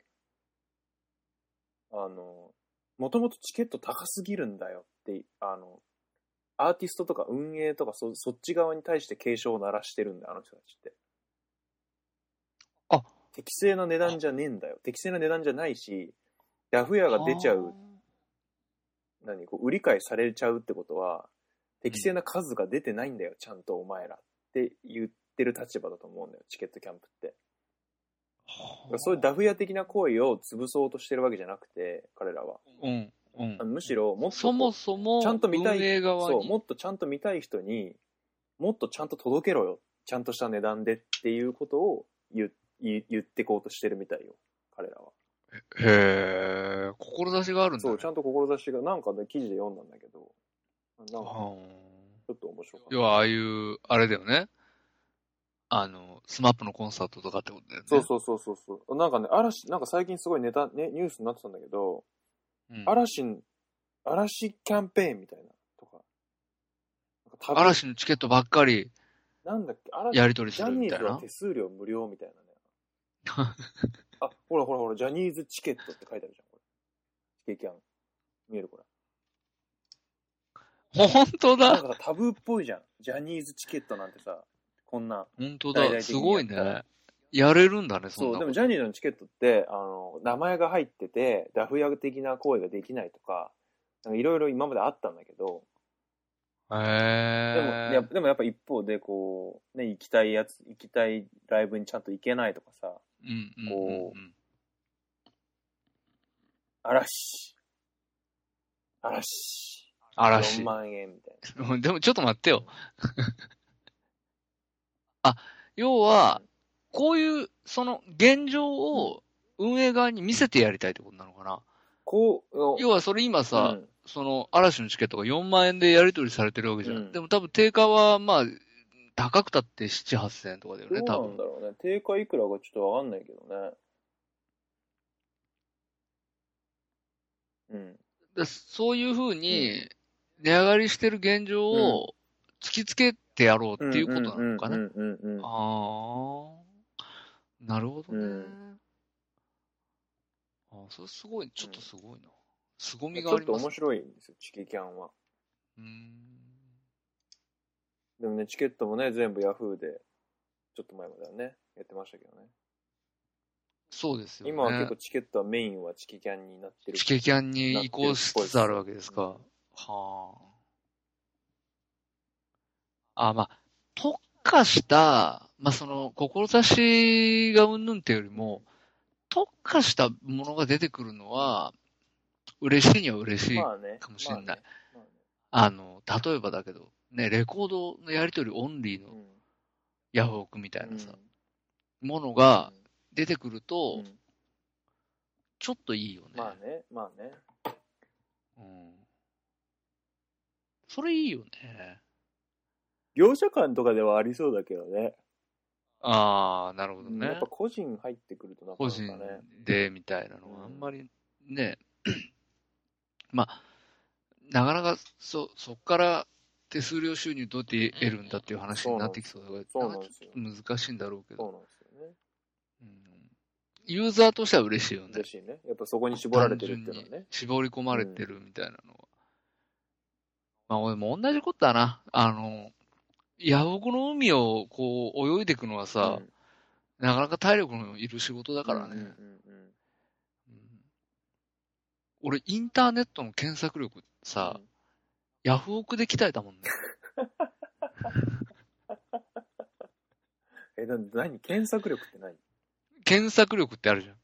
B: う、あの、もともとチケット高すぎるんだよって、あの、アーティストとか運営とかそそっち側に対して警鐘を鳴らしてるんだよ、あの人たちって。
C: あ、
B: 適正な値段じゃねえんだよ。適正な値段じゃないし、ダフ屋が出ちゃう、何、こう売り買いされちゃうってことは、適正な数が出てないんだよ、ちゃんとお前らって言ってる立場だと思うんだよ、チケットキャンプって。だからそういうダフ屋的な行為を潰そうとしてるわけじゃなくて、彼らは。
C: うん、うん
B: あ。むしろ、もっとこう
C: そもそも、
B: ちゃんと見たい
C: 運営側
B: そう、
C: に
B: もっとちゃんと見たい人に、もっとちゃんと届けろよ。ちゃんとした値段でっていうことを言言言ってこうとしてるみたいよ。彼らは。
C: へえ、志があるんだ、ね。
B: そう、ちゃんと志が、なんかね、記事で読んだんだけど、なんか
C: うん
B: ちょっと面白かった。
C: 要は、ああいう、あれだよね。あの、スマップのコンサートとかってことだよね。
B: そうそうそうそうそう。なんかね、嵐、なんか最近すごいネタ、ね、ニュースになってたんだけど、
C: うん
B: 嵐ん、嵐キャンペーンみたいな、とか。なんか旅
C: 嵐のチケットばっかり
B: なんだっけ、嵐
C: やり取り
B: ジ
C: す
B: ャ
C: るみ
B: ニ
C: た
B: ー
C: い
B: ズは
C: な。
B: 手数料無料みたいなね。あ、ほらほらほら、ジャニーズチケットって書いてあるじゃん、これ。チケキャン。見えるこれ。
C: 本当
B: なん
C: だ
B: かタブーっぽいじゃん。ジャニーズチケットなんてさ、こんな。
C: 本当
B: 大々
C: だ。
B: 的
C: す
B: に
C: ごい
B: やった
C: ね。やれるんだね、そん
B: そう、
C: な
B: で
C: こ
B: も
C: と。
B: ジャニーズのチケットって、あの、名前が入ってて、ダフ屋的な行為ができないとか、なんかいろいろ今まであったんだけど、でも
C: へ
B: やっぱでもやっぱ一方で、こう、ね、行きたいやつ、行きたいライブにちゃんと行けないとかさ、
C: え。うんうんうん
B: こ
C: うん。
B: 嵐。嵐。
C: 嵐
B: 4。万円みたいな。
C: うんでもちょっと待ってよ。 あ、要は、こういう、その、現状を運営側に見せてやりたいってことなのかな。
B: こう、
C: 要はそれ今さ、
B: うん
C: その、嵐のチケットが4万円でやり取りされてるわけじゃん。
B: うん
C: でも多分定価は、まあ、高くたって7、8000円とかだよね、多
B: どうなん
C: 分
B: だ。ろうね。定価いくらかちょっとわかんないけどね。うん。
C: でそういうふうに、値上がりしてる現状を突きつけてやろうっていうことなのかな。
B: うんうんうんうんうん。
C: ああ、なるほどね。
B: うん
C: あそれすごい、ちょっとすごいな。凄み
B: ち
C: があ
B: ょっ
C: り
B: と
C: ます、
B: 面白いんですよ、チキキャンは。
C: うーん。
B: でもね、チケットもね、全部ヤフーで、ちょっと前まではね、やってましたけどね。
C: そうですよね。
B: 今は結構チケットはメインはチキキャンになってる。
C: チケキャンに移行しつつあるわけです
B: なっ
C: か。はあ。あ、まあ、特化した、まあその、志がうんぬんっていうよりも、特化したものが出てくるのは、嬉しいには嬉しい。
B: まあね。
C: かもしれない
B: まあねまあね
C: あの、例えばだけど、ね、レコードのやり取りオンリー
B: う
C: の
B: ん
C: ヤフオクみたいなさ、
B: うん
C: ものが出てくると、
B: うん
C: ちょっといいよね。
B: まあね、まあね。
C: うん。それいいよね。
B: 業者間とかではありそうだけどね。
C: ああ、なるほど
B: やっ
C: ね
B: ぱ。個人入ってくるとなか
C: 個
B: な
C: 人
B: かね。
C: でみたいなの
B: うん
C: はあんまりね、 まあ、なかなかそ、そっから手数料収入どうやって得るんだっていう話になってきそうだから、
B: そう
C: な
B: なんん
C: か
B: で
C: ち
B: すよ。
C: ょっと難しいんだろうけ
B: そう
C: ど、
B: なんですよね。
C: うん、ユーザーとしては嬉しいよね
B: 嬉。しいね。やっぱそこに絞られてるっていうのは
C: 単純
B: ね
C: に。絞り込まれてるみたいなのは。まあ、俺も同じことだな。あの、ヤフオクの海をこう泳いでいくのはさ、
B: うん
C: なかなか体力のいる仕事だからね。
B: うんうんうんうん
C: うん俺、インターネットの検索力さ、
B: うん
C: ヤフオクで鍛えたもんね。
B: え、な、何検索力って何
C: 検索力ってあるじゃん。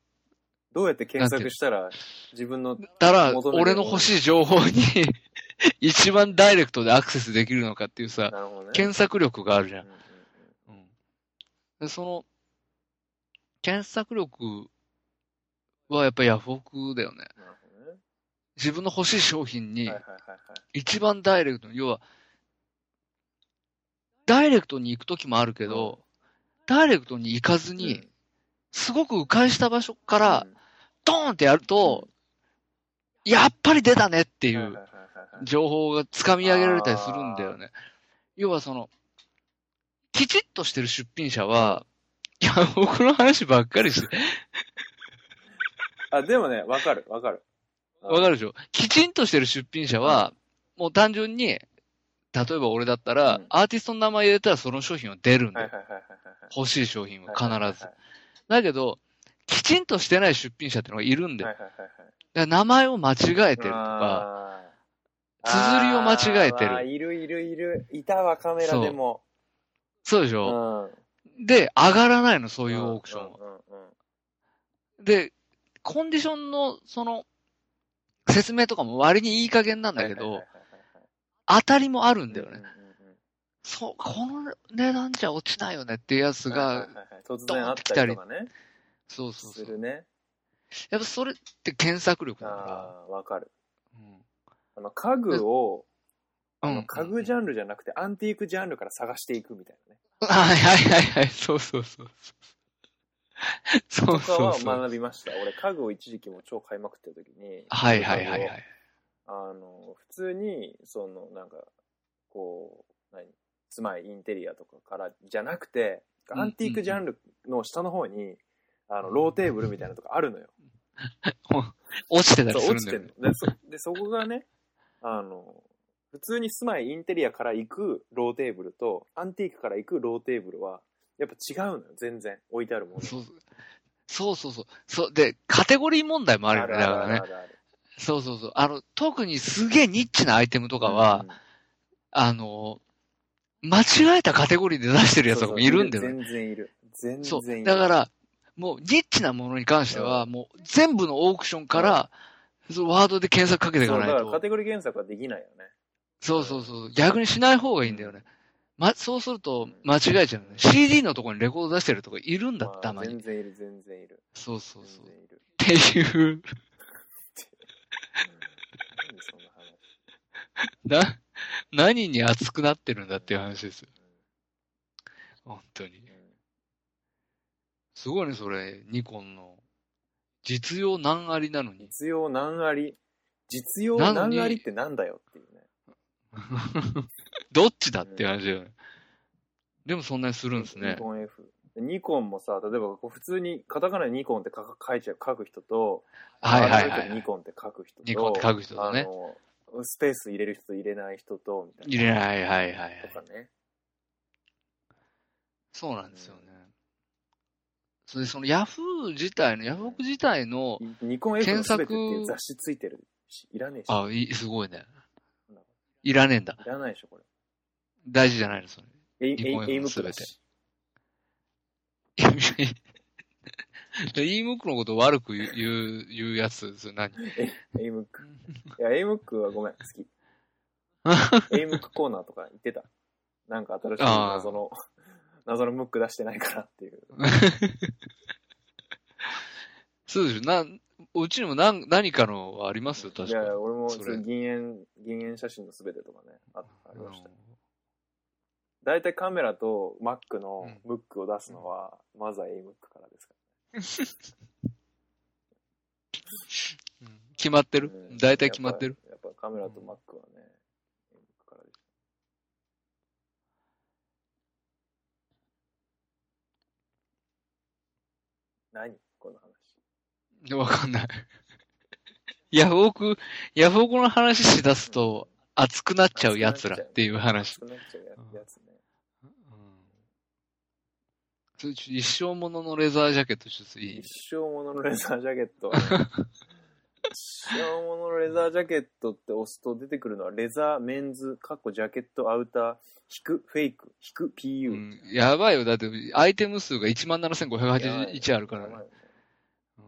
B: どうやって検索したら自分の、
C: たら、
B: 求める
C: 俺の欲しい情報に 一番ダイレクトでアクセスできるのかっていうさ、
B: なるほどね。
C: 検索力があるじゃん
B: う。んうん
C: うんで、その、検索力はやっぱヤフオクだよね。
B: うんなるほどね。
C: 自分の欲しい商品に
B: はいはいはいはい。
C: 一番ダイレクトに、要は、ダイレクトに行くときもあるけど、ダイレクトに行かずに、すごく迂回した場所
B: か
C: か、
B: ら
C: ドーンってやると、やっぱり出たねって
B: て
C: いう情報が掴み上げられたりするんだよね。要はその、きちっとしてる出品者は、いや、僕の話ばっかりして、
B: あ、でもね、わかるわかる。
C: わか
B: る
C: るでしょきちんとしてる出品者は、もう単純に、例えば俺だったら、
B: うん
C: アーティストの名前入れたらその商品は出るんだ
B: はい
C: よ。
B: はいはいはいはいはい。
C: 欲しい商品は必ず。だけど、きちんとしてない出品者ってのがいるんだよ。
B: はいはいはいはい。
C: だから名前を間違えてるとか、
B: あー
C: 綴りを間違えてる
B: あーいるいるいる。いたわ、カメラでも。
C: そうでし
B: う
C: ょ、
B: ん。
C: で、上がらないの、そういうオークションは。
B: うんうんうん
C: で、コンディションの、その、説明とかも割にいい加減なんだけ
B: はい
C: ど
B: はい、はい
C: 当たりもある
B: はい
C: んだよ
B: う
C: ね。
B: んうんうん
C: そう、この値段じゃ落ちないよねっていうやつ
B: はいは
C: が
B: い、はいはい突然あったりとかね。
C: そうそう
B: す
C: そう。
B: るね。
C: やっぱそれって検索力だか
B: ああ、わかる。
C: ら。
B: あの、家具を、
C: うん。
B: あの家具ジャンルじゃなくてアンティークジャンルから探していくみたいなね。
C: うんはいはいはいはい。そうそうそうそう。そう
B: とか
C: そう
B: は
C: そう。
B: 学びました。俺、家具を一時期もう超買いまくってる時に。
C: はいはいはいはい。
B: あの、普通に、その、なんか、こう、何住まいインテリアとかからじゃなくて、
C: うん
B: アンティークジャンルの下の方に、あの、ローテーブルみたいなとこあるのよ。
C: 落ちてた
B: そう、
C: りす
B: 落
C: るん
B: ち
C: だ
B: て
C: よ
B: ん
C: ね。
B: の。で、そ、で、そこがね、あの、普通に住まいインテリアから行くローテーブルと、アンティークから行くローテーブルは、やっぱ違うのよ、全然。置いてあるもの。
C: そうそうそうそう。そう。で、カテゴリー問題もあるよね。だからね
B: あ。るある
C: そうそうそう。あの、特にすげえニッチなアイテムとかは、、あの、間違えたカテゴリーで出してるやつとかもいるんだよね。
B: ね。全然いる。全
C: そ。
B: 然いうる。
C: だから、もうニッチなものに関しては、もう全部のオークションから、そのワードで検索かけてい
B: そ
C: か
B: う、
C: な
B: だ
C: い
B: からカ
C: と。
B: テゴリー検索はできないよね。
C: そうそうそう。逆にしない方がいいんだよね。ま、そうすると間違えちゃうね。CD のところにレコード出してるとかいるんだ
B: まあ、
C: たまに
B: 全。然いる、全然いる。
C: そうそう
B: 全
C: そう。
B: 然いる。
C: っていう、
B: うん何そんな話。
C: な、 何に熱くなってるんだっていう話ですよ。本当に。
B: うん
C: すごいね、それ。ニコンの。実用難ありなのに。
B: 実用何あり実用
C: なのに
B: 何ありってなんだよっていうね。
C: どっちだっていう話だよね。でもそんなにするんですね
B: ニ。コン F。ニコンもさ、例えばこう普通にカタカナでニコンって書く書いちゃう、書く人と、
C: はいはいは
B: アルファベットでニ
C: い。
B: コンって書く人と、
C: ニコンって書く人とね
B: あのスペース入れる人と入れない人と、みたいな。
C: いや、はいはいはいはい。
B: とかね。
C: そうなんですよね。それでそのヤフー自体の、ヤフオク自体の、
B: ニコン F の
C: 検
B: すべてって
C: 索
B: いう雑誌ついてるし、いらねえし。
C: あ、いすごいね。いらねえんだ。
B: いらないでしょ、これ。
C: 大事じゃないの、それ。
B: エイ
C: ニコン
B: エイエイ
C: F の
B: ム
C: す
B: ク
C: べ
B: だ
C: て
B: し。
C: イームックのこと悪く言う、言う言うやつ、それ何
B: エイムック。いや、エイムックはごめん、好き。 エイムックコーナーとか行ってた。なんか新しい
C: あー
B: 謎の、 謎のムック出してないからっていう。
C: そうでしょ。な、うちにも何何かのありますよ、確
B: いやい
C: か
B: や、俺も
C: それ
B: そう銀塩、銀塩写真のすべてとかね、ああり
C: に
B: ました。大体カメラと Mac の
C: うん
B: ムックを出すのは、まずはエイムックからですか
C: うん。決まって
B: ら
C: る
B: ね。
C: 大体決まってる
B: やっぱやっぱカメラと Mac はね、エイムックからです。何この話。
C: わかんない。ヤフオク、ヤフオクの話しだすと、熱くなっちゃう奴らっていう話。
B: 熱くなっちゃうややつね。
C: うんそれちょ一生もののレザージャケットちょっといい
B: 一生もののレザージャケット はね、一生もののレザージャケットって押すと出てくるのは、レザー、メンズ、かっこジャケット、アウター、引く、フェイク、引く、PU。
C: うん、やばいよ。だって、アイテム数が17,581あるから
B: や
C: ね
B: ばい。ね
C: うん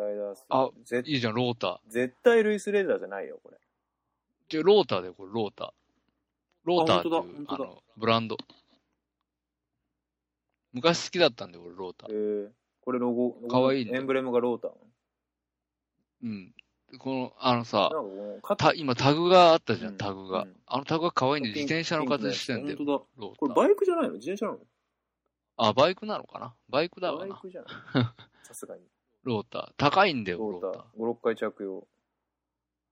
B: ライダース。
C: あ
B: ぜ、
C: いいじゃん、ローター。
B: 絶対ルイス・レザーじゃないよ、これ。
C: じゃあローターでこれ、ローター。ローターってい
B: あ
C: う
B: 本
C: あ
B: 当だ本当だ
C: のブランド。昔好きだったんで、俺、ロータ
B: え
C: ー。
B: ー、これロゴ、ロゴ
C: かわいい
B: エ
C: ね
B: ンブレムがローター。
C: うん。この、あのさ、
B: なんかこの、
C: た今タグがあったじゃ、
B: うんん
C: タグが
B: うん。
C: あのタグが可愛いんで、自転車の形してんだよ
B: 本。当だ。
C: ロ
B: これ
C: ーター。
B: バイクじゃないの自転車なの
C: あ、バイクなのかなバイクだわ
B: バイ
C: な。
B: クじゃない さすがに。
C: ローター。高いんだよ、
B: ロ
C: ロ
B: ー
C: ー
B: タ
C: タ
B: ー。5、6回着用。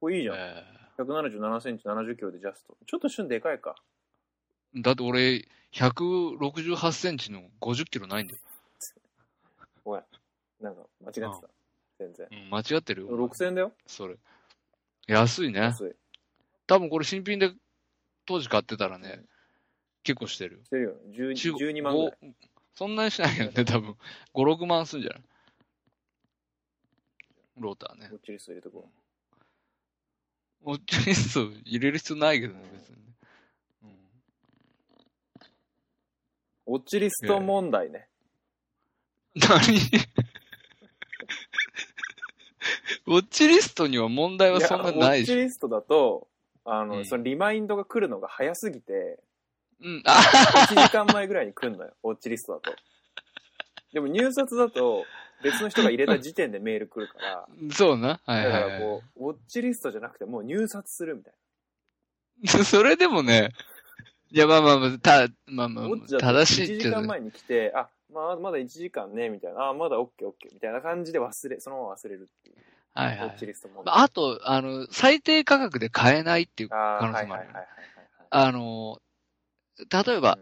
B: これいいじゃ
C: ー。
B: ん。
C: え
B: 177センチ、70キロでジャスト。ちょっと旬でかいか。
C: えだって俺、168センチの50キロないんだよ。
B: なんか、間違ってた。全然。
C: うん、間違ってるよ。
B: 6000円だよ。
C: それ。安いね。
B: 安い。
C: 多分これ新品で当時買ってたらね、結構してるよ。
B: してるよね。12, 12万ぐらい。
C: 5そんなにしないよね、多分。5、6万すんじゃないローターね
B: ぼ。っちり数入れとこ
C: もうちょいそう入れる必要ないけどね、別にね。うん
B: う。ウォッチリスト問題ね。
C: 何ウォッチリストには問題はそんなない
B: やウォッ
C: で
B: チ
C: しょ。
B: リストだと、あの、
C: うん
B: そのリマインドが来るのが早すぎて、
C: うん。あ
B: 1時間前ぐらいに来るのよ、 ウォッチリストだと。でも入札だと、別の人が入れた時点でメール来るから、
C: そうな。 はい
B: だか
C: はい、
B: ら
C: はい。
B: こう、ウォッチリストじゃなくてもう入札するみたい
C: それでもね、いや、まあまあまあ、た、まあ
B: な。
C: まあ
B: ウ
C: ま
B: ォッチ
C: あ、
B: だと
C: 正しい
B: 1
C: っ
B: 時
C: ちゃ
B: 間、前に来て、あ、まあ、まだ1時間ね、みたいな、あ、まだ OKOK、みたいな感じで忘れ、そのまま忘れるっていう。
C: はいは
B: ウォッチ
C: い。
B: リストも。
C: まあ、あと、あの、最低価格で買えないっていう
B: あー、
C: 可能
B: は
C: 性
B: い
C: も
B: は
C: あ
B: いはい
C: る
B: はい
C: よ
B: は
C: ね。
B: い。
C: あの、例えば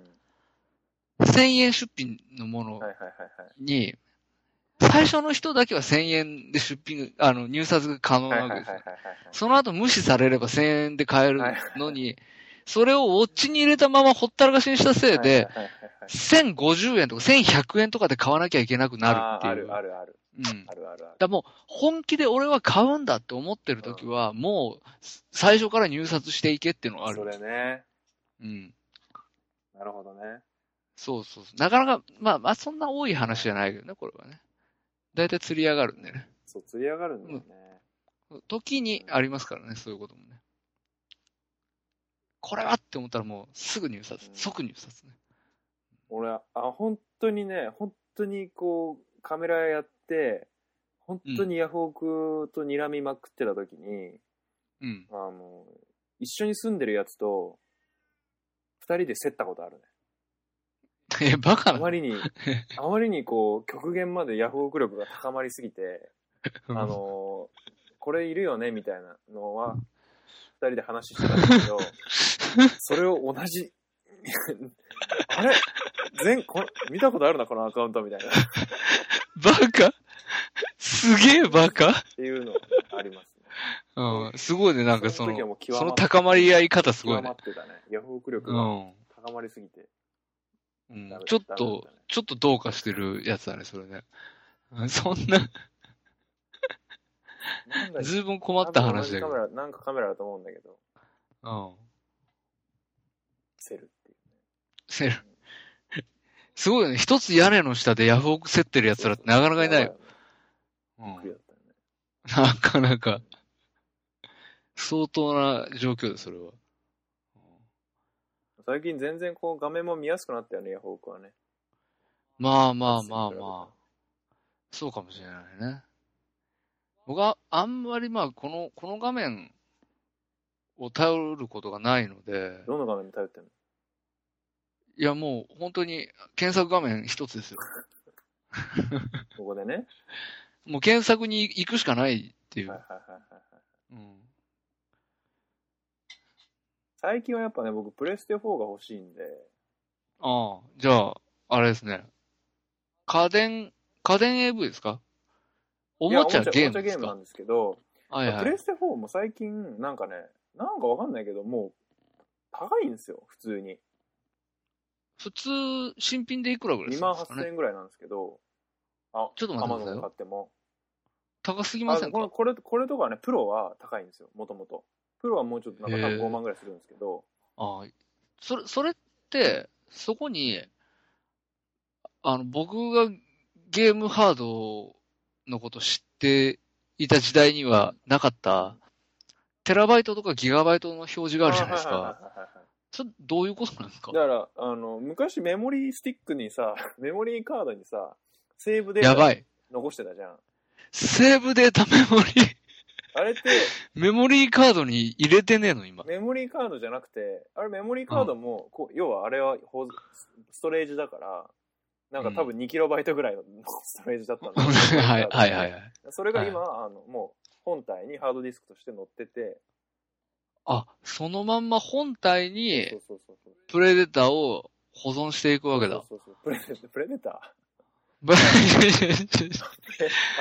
B: う、ん
C: 1000円出品のも
B: は
C: の
B: いはいはいはい。
C: に、最初の人だけは1000円で出品、あの、入札が可能
B: はい
C: な
B: はいは
C: わけ
B: い
C: です
B: はい
C: よ
B: はい。
C: その後無視されれば1000円で買えるのに、それをウォッチに入れたままほったらかしにしたせいで、
B: はいはいはいはい、
C: 1050円とか1100円とかで買わなきゃいけなくなるっていう。
B: あーあるある
C: うん。だか
B: あるあるあるある。
C: らもう本気で俺は買うんだって思ってる時は、もう最初から入札していけっていうのがあ
B: そ
C: る。
B: れね。
C: うん。
B: なるほどね。
C: そうそうそう。なかなか、まあまあそんな多い話じゃないけどね、これはね。だいたい釣り上がるんでね。
B: そう、釣り上がるんだよね。
C: 時にありますからね、そういうこともね。これはって思ったらもうすぐ入札
B: う、ん
C: 即入札ね。
B: 俺、あ、本当にね、本当にこう、カメラやって、本当にヤフオクと睨みまくってた時に、
C: うん。
B: あの、一緒に住んでるやつと、二人で競ったことあるね。
C: え、バカ
B: あ
C: な
B: まりに、あまりにこう、極限までヤフオク力が高まりすぎて、
C: うん
B: あのーこれいるよねみたいなのは、二人で話してたんだけ ど、それを同じ、 あれ全、これ見たことあるな、このアカウントみたいな。っ
C: バカ すげえバカ
B: ていうのありますね。
C: うん。すごいね、なんかそ
B: その時はも
C: の
B: う、極まっ
C: その高まり合い方すご
B: 極
C: い
B: ま
C: ね
B: っ。てたね。ヤフオク力
C: う
B: が
C: ん。
B: 高まりすぎて。
C: うん
B: ダメだ
C: ちょっ
B: ダメだっ
C: と
B: たね、
C: ちょっとどうかしてるやつだね、それね。うんそんな、
B: なんだっけ
C: ずいぶん困った話だけ
B: 多
C: ど。
B: 分同じカメラ、なんかカメラだと思うんだけど、
C: うん。
B: セルっていう。
C: せる。 すごいよね。一つ屋根の下でヤフオク競ってる奴らってなかなかいないよ。。う
B: びっくり
C: ん
B: だったよね。
C: なかなか、相当な状況で、それは。
B: 最近全然こう画面も見やすくなったよね、ヤフオクはね。
C: まあまあまあまあ。そうかもしれないね。僕はあんまりまあ、この、この画面を頼ることがないので、
B: どの画面に頼ってんの
C: いやもう本当に検索画面一つですよ。
B: ここでね。
C: もう検索に行くしかないってい。
B: はいうはいはいはいはい。
C: うん、
B: 最近はやっぱね、僕、プレステ4が欲しいんで、
C: ああ、じゃあ、あれですね。家電、家電 AV ですかおもちゃ
B: いや
C: ゲー
B: おもちゃ
C: ム
B: ゲ
C: で
B: ー
C: す
B: ムな
C: か
B: んですけど、
C: はいは
B: プレ
C: い。
B: ステ4も最近、なんかね、なんかわかんないけど、もう、高いんですよ、普通に。
C: 普通、新品でいくらぐらい
B: 2
C: する
B: 万
C: んですか
B: 8000
C: ね
B: 円ぐらいなんですけど、あ、
C: ちょっと
B: アマ
C: 待ってく
B: ゾ
C: だ
B: ンで
C: さい
B: 買
C: よ。
B: っても。
C: 高すぎま
B: あ
C: せん
B: この
C: か
B: これ、これとかはね、プロは高いんですよ、もともと。プロはもうちょっとなんか多
C: へ
B: 分
C: ー
B: 5万ぐらいするんですけど、
C: ああ、それ、それって、そこに、あの、僕がゲームハードのこと知っていた時代にはなかった、テラバイトとかギガバイトの表示があるじゃないです
B: あはいはい
C: か。
B: はいはいはい
C: それ、どういうことなんですか
B: だから、あの、昔メモリースティックにさ、 メモリーカードにさ、セーブデ
C: や
B: ー
C: ば
B: タ
C: い。
B: 残してたじゃん。
C: セーブデータメモリ ー、
B: あれって、
C: メモリーカードに入れてねえの、今。
B: メモリーカードじゃなくて、あれメモリーカードも、こう要はあれは保ストレージだから、なんか多分 2KB ぐらいのストレージだったんだけど
C: はい、はい、はい。はい。
B: それが今、あの、もう本体にハードディスクとして載ってて、
C: あ、そのまんま本体に
B: そうそうそうそう。
C: プレデターを保存していくわけだ。
B: そうそうそう。プレデプレデター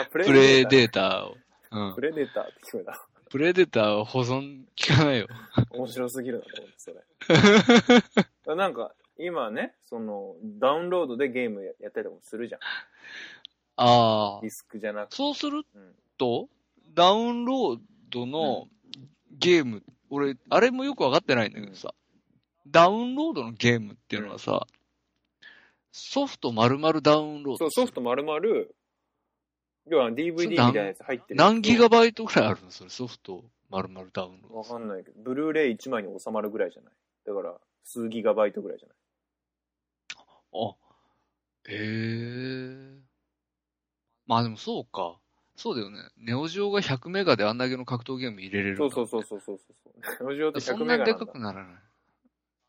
B: あ、プ
C: プレ
B: デー
C: データを。うん
B: ター。プ。レデターって聞こえた。
C: プレデターを保存聞かないよ。
B: 面白すぎるなと思って、それ。なんか、今ね、その、ダウンロードでゲームやったりとかもするじゃん。
C: あ
B: ディ
C: あ。
B: スクじゃなくて。
C: そうする
B: うん。
C: と、ダウンロードのゲーム、俺、あれもよくわかってないんだけどさ、ダウンロードのゲームっていうのはさ、ソフト丸々ダウンロー
B: そ
C: ド
B: う、。ソフト丸々、要は DVD みたいなやつ入ってる。
C: 何ギガバイトぐらいあるのそれ、ソフト丸々ダウンロ
B: わ
C: ード。
B: かんないけど、ブルーレイ1枚に収まるぐらいじゃない。だから、数ギガバイトぐらいじゃない。
C: あ、へえ。まあでもそうか。そうだよね。ネオジオが100メガであんだけの格闘ゲーム入れれるんだ
B: そう
C: も
B: ん
C: ね
B: そうそうそうそうそう。 ネオジオって
C: そ
B: 100
C: ん
B: メ
C: な
B: ガ
C: で
B: なんだ。ち
C: かくならない。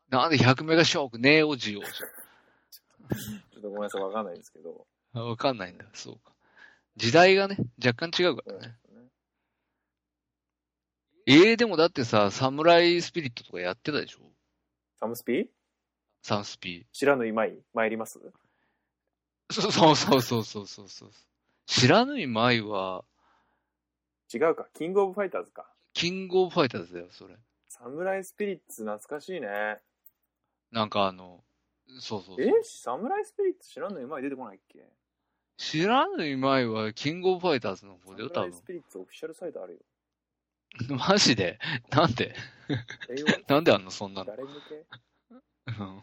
C: なんで100メガショック、ネオジ
B: ょっとごめんなさい、わかんないですけど。
C: オ。わかんないんだ。そうか。時代がね、若干違うからね。
B: うん
C: ええでもだってさ、サムライスピリットとかやってたでしょ
B: サムスピ
C: サンスピ
B: 知らぬいまい参ります
C: ー。そうそうそうそうそうそうそう。知らぬい舞は、
B: 違うか。キングオブファイターズか。
C: キングオブファイターズだよ、それ。
B: サムライスピリッツ懐かしいね。
C: なんかあの、そうそうそう
B: えサムライスピリッツ知らぬいまい出てこないっけ
C: 知らぬい舞は、キングオブファイターズの
B: サ
C: 方だよ、
B: ム
C: 多
B: ライ
C: 分
B: ス。ピリッツオフィシャルサイトあるよ。
C: マジでなんで
B: え
C: なんであんの、そんなの。
B: 誰向け
C: うん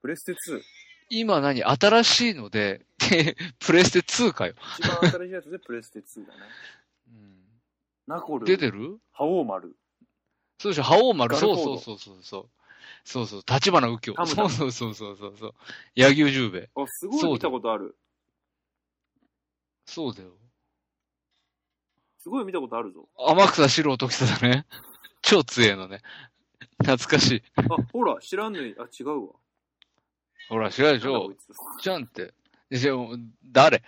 B: プレステ2。
C: 今何新しいので、 でプレステ2かよ。
B: 一番新しいやつでプレステ2だね。ナコル。
C: 出てる
B: ハオーマル。
C: そうでしょ、覇王丸。
B: ガルフ
C: そ
B: ォ
C: う
B: ー
C: そ
B: ド
C: うそうそうそう。そうそう、立花右京
B: 田。
C: そ
B: 村
C: うそうそうそうそうそう。柳生十兵衛。
B: あ、すごい見たことある。
C: そうだよ。
B: すごい見たことあるぞ。
C: 天草四郎時貞ね。超強えのね。懐かしい。
B: あ、ほら、知らんのに、あ、違うわ。
C: ほら、知らないでし
B: なんだこ
C: ょ
B: い。つ
C: ちゃんって。でしょ、誰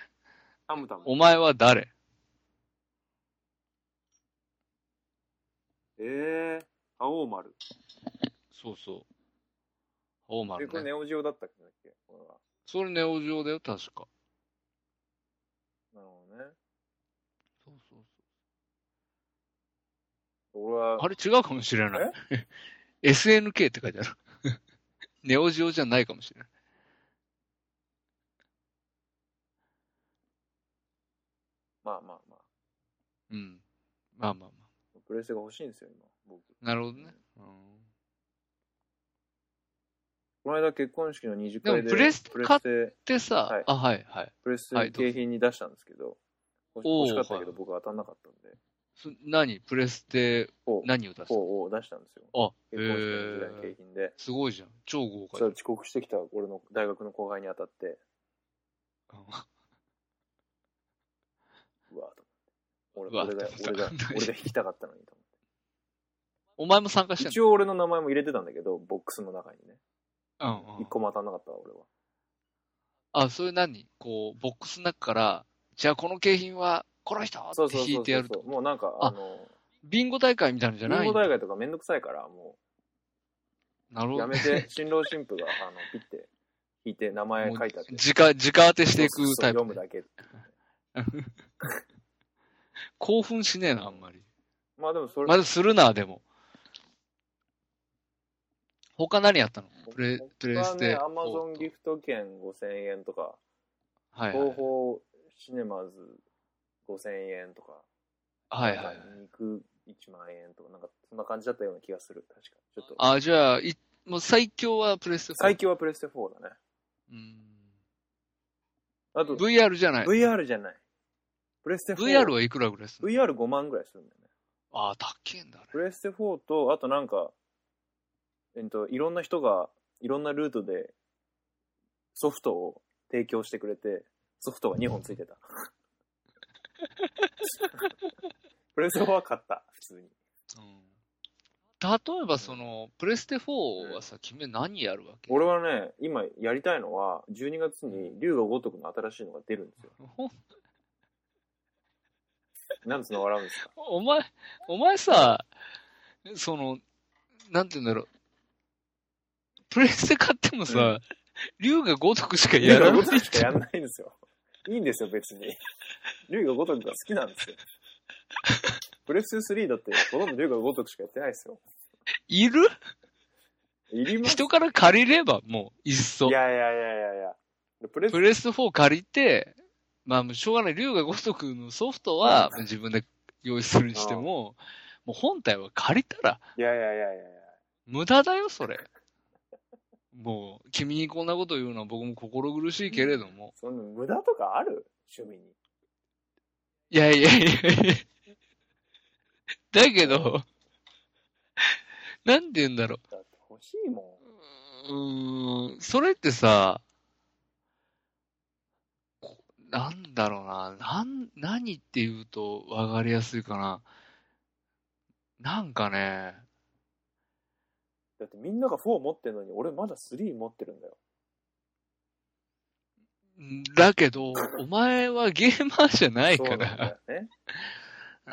B: タムタム。
C: お前は誰
B: えー、ハオーマル。
C: そうそう。王
B: え、
C: 丸
B: これ
C: ね。
B: ネオジオだったっけこれは
C: それネオジオだよ、確か。
B: なるほどね。
C: そうそう
B: 俺は、
C: あれ違うかもしれない。SNK って書いてある。 ネオジオじゃないかもしれない。
B: まあまあまあ、
C: うん。まあまあま
B: プレステが欲しいんですよ、今、僕。
C: あ。なるほどね。うん
B: この間結婚式の二次会
C: で
B: で、
C: もプレステ
B: プレステ、
C: でさ、
B: はい
C: あ、はいはい。
B: プレス
C: はい
B: テ
C: どうぞ
B: 景品に出したんですけど、欲し
C: おー
B: 欲しかったけ
C: は
B: ど
C: い
B: 僕は当たんなかったんで、
C: そ何プレステ
B: こう、
C: 何を出したの
B: こうを出したんですよ。
C: あ、へ
B: 結婚式の時代の景
C: え。
B: 品で。
C: すごいじゃん。超豪
B: そ
C: 華
B: した
C: じゃ
B: ら
C: ん
B: 遅刻してきた俺の大学の後輩に当たって、うわーと思って。
C: うわ
B: 俺俺が
C: と、思
B: 俺が
C: った、
B: 俺が弾きたかったのにと思っ。
C: お前も参加しててん
B: 一応俺の名前も入れてたんだけど、ボックスの中にね。
C: のうんう
B: 一
C: ん。
B: 個も当たんなかったわ、俺は。
C: あ、それ何こう、ボックスの中から、じゃあこの景品は、この人
B: そうそ
C: っ
B: う
C: て引
B: そ
C: いうてや
B: そ
C: ると
B: う。。もうなんか、
C: あ
B: あの、
C: ビンゴ大会みたいなのじゃ
B: ビ
C: ない
B: ンゴ大会とかめんどくさいから、も
C: なる
B: う
C: ほど
B: や
C: ね。
B: め て、新郎新婦が、あの、ピッて、引いて、名前書いてあって。
C: 直、直当てしてい
B: そうそう
C: くタイプ
B: 読む。だけ。
C: 興奮しねえな、あんまり。
B: まあでもそれ、
C: まずするな、でも。他何やったのプレプレ
B: 僕は
C: ステ。
B: ね、アマゾンギフト券5000円とか、
C: はいはい
B: 東宝シネマズ5000円とか、
C: はいはい。
B: 肉1万円とか、なんかそんな感じだったような気がする、確か。ちょっと。
C: あ、じゃあ、いもう最強はプレステ4。
B: 最強はプレステ4だね。
C: うん
B: あと、
C: VR じゃない。
B: VR じゃない。プレステ4。
C: VR はいくらぐらいする
B: VR5 万ぐらいするんだよね。
C: のああ、高えんだね。
B: プレステ4と、あとなんか、えっと、いろんな人が、いろんなルートで、ソフトを提供してくれて、ソフトが2本ついて た。プレステ4は買った、普通に。
C: うん例えば、その、プレステ4はさ、君何やるわけ
B: 俺はね、今やりたいのは、12月に竜が如くの新しいのが出るんですよ。
C: お
B: なんつうの笑うんですか
C: お前、お前さ、その、なんて言うんだろう。プレステ買っても
B: う
C: さ、竜が如くしか
B: 竜
C: や
B: が
C: らない。
B: 如くしかやんないんですよ。いいんですよ、別に。竜が如くが好きなんですよ。プレステ3だって、ほとんど竜が如くしかやってないですよ。
C: いる
B: いります
C: 人から借りれば、もう、いっそ
B: い。やいやいやいやいや。プレス
C: プレス4借りて、まあ、もうしょうがない。龍が如くのソフトは自分で用意するにしても、もう本体は借りたら、
B: いやいやいやいやいや。
C: 無駄だよ、それ。もう、君にこんなこと言うのは僕も心苦しいけれども。
B: そんな無駄とかある趣味に。
C: いやいやいやいや。だけど、なんて言うんだろ
B: だって欲しいも
C: う。うーん、それってさ、こなんだろうな、なん、何って言うと分かりやすいかな。なんかね、
B: ん。だってみんなが4持ってるのに、俺まだ3持ってるんだよ。
C: だけど、お前はゲーマーじゃない
B: そう
C: か
B: なんだ
C: ら。
B: よね。
C: う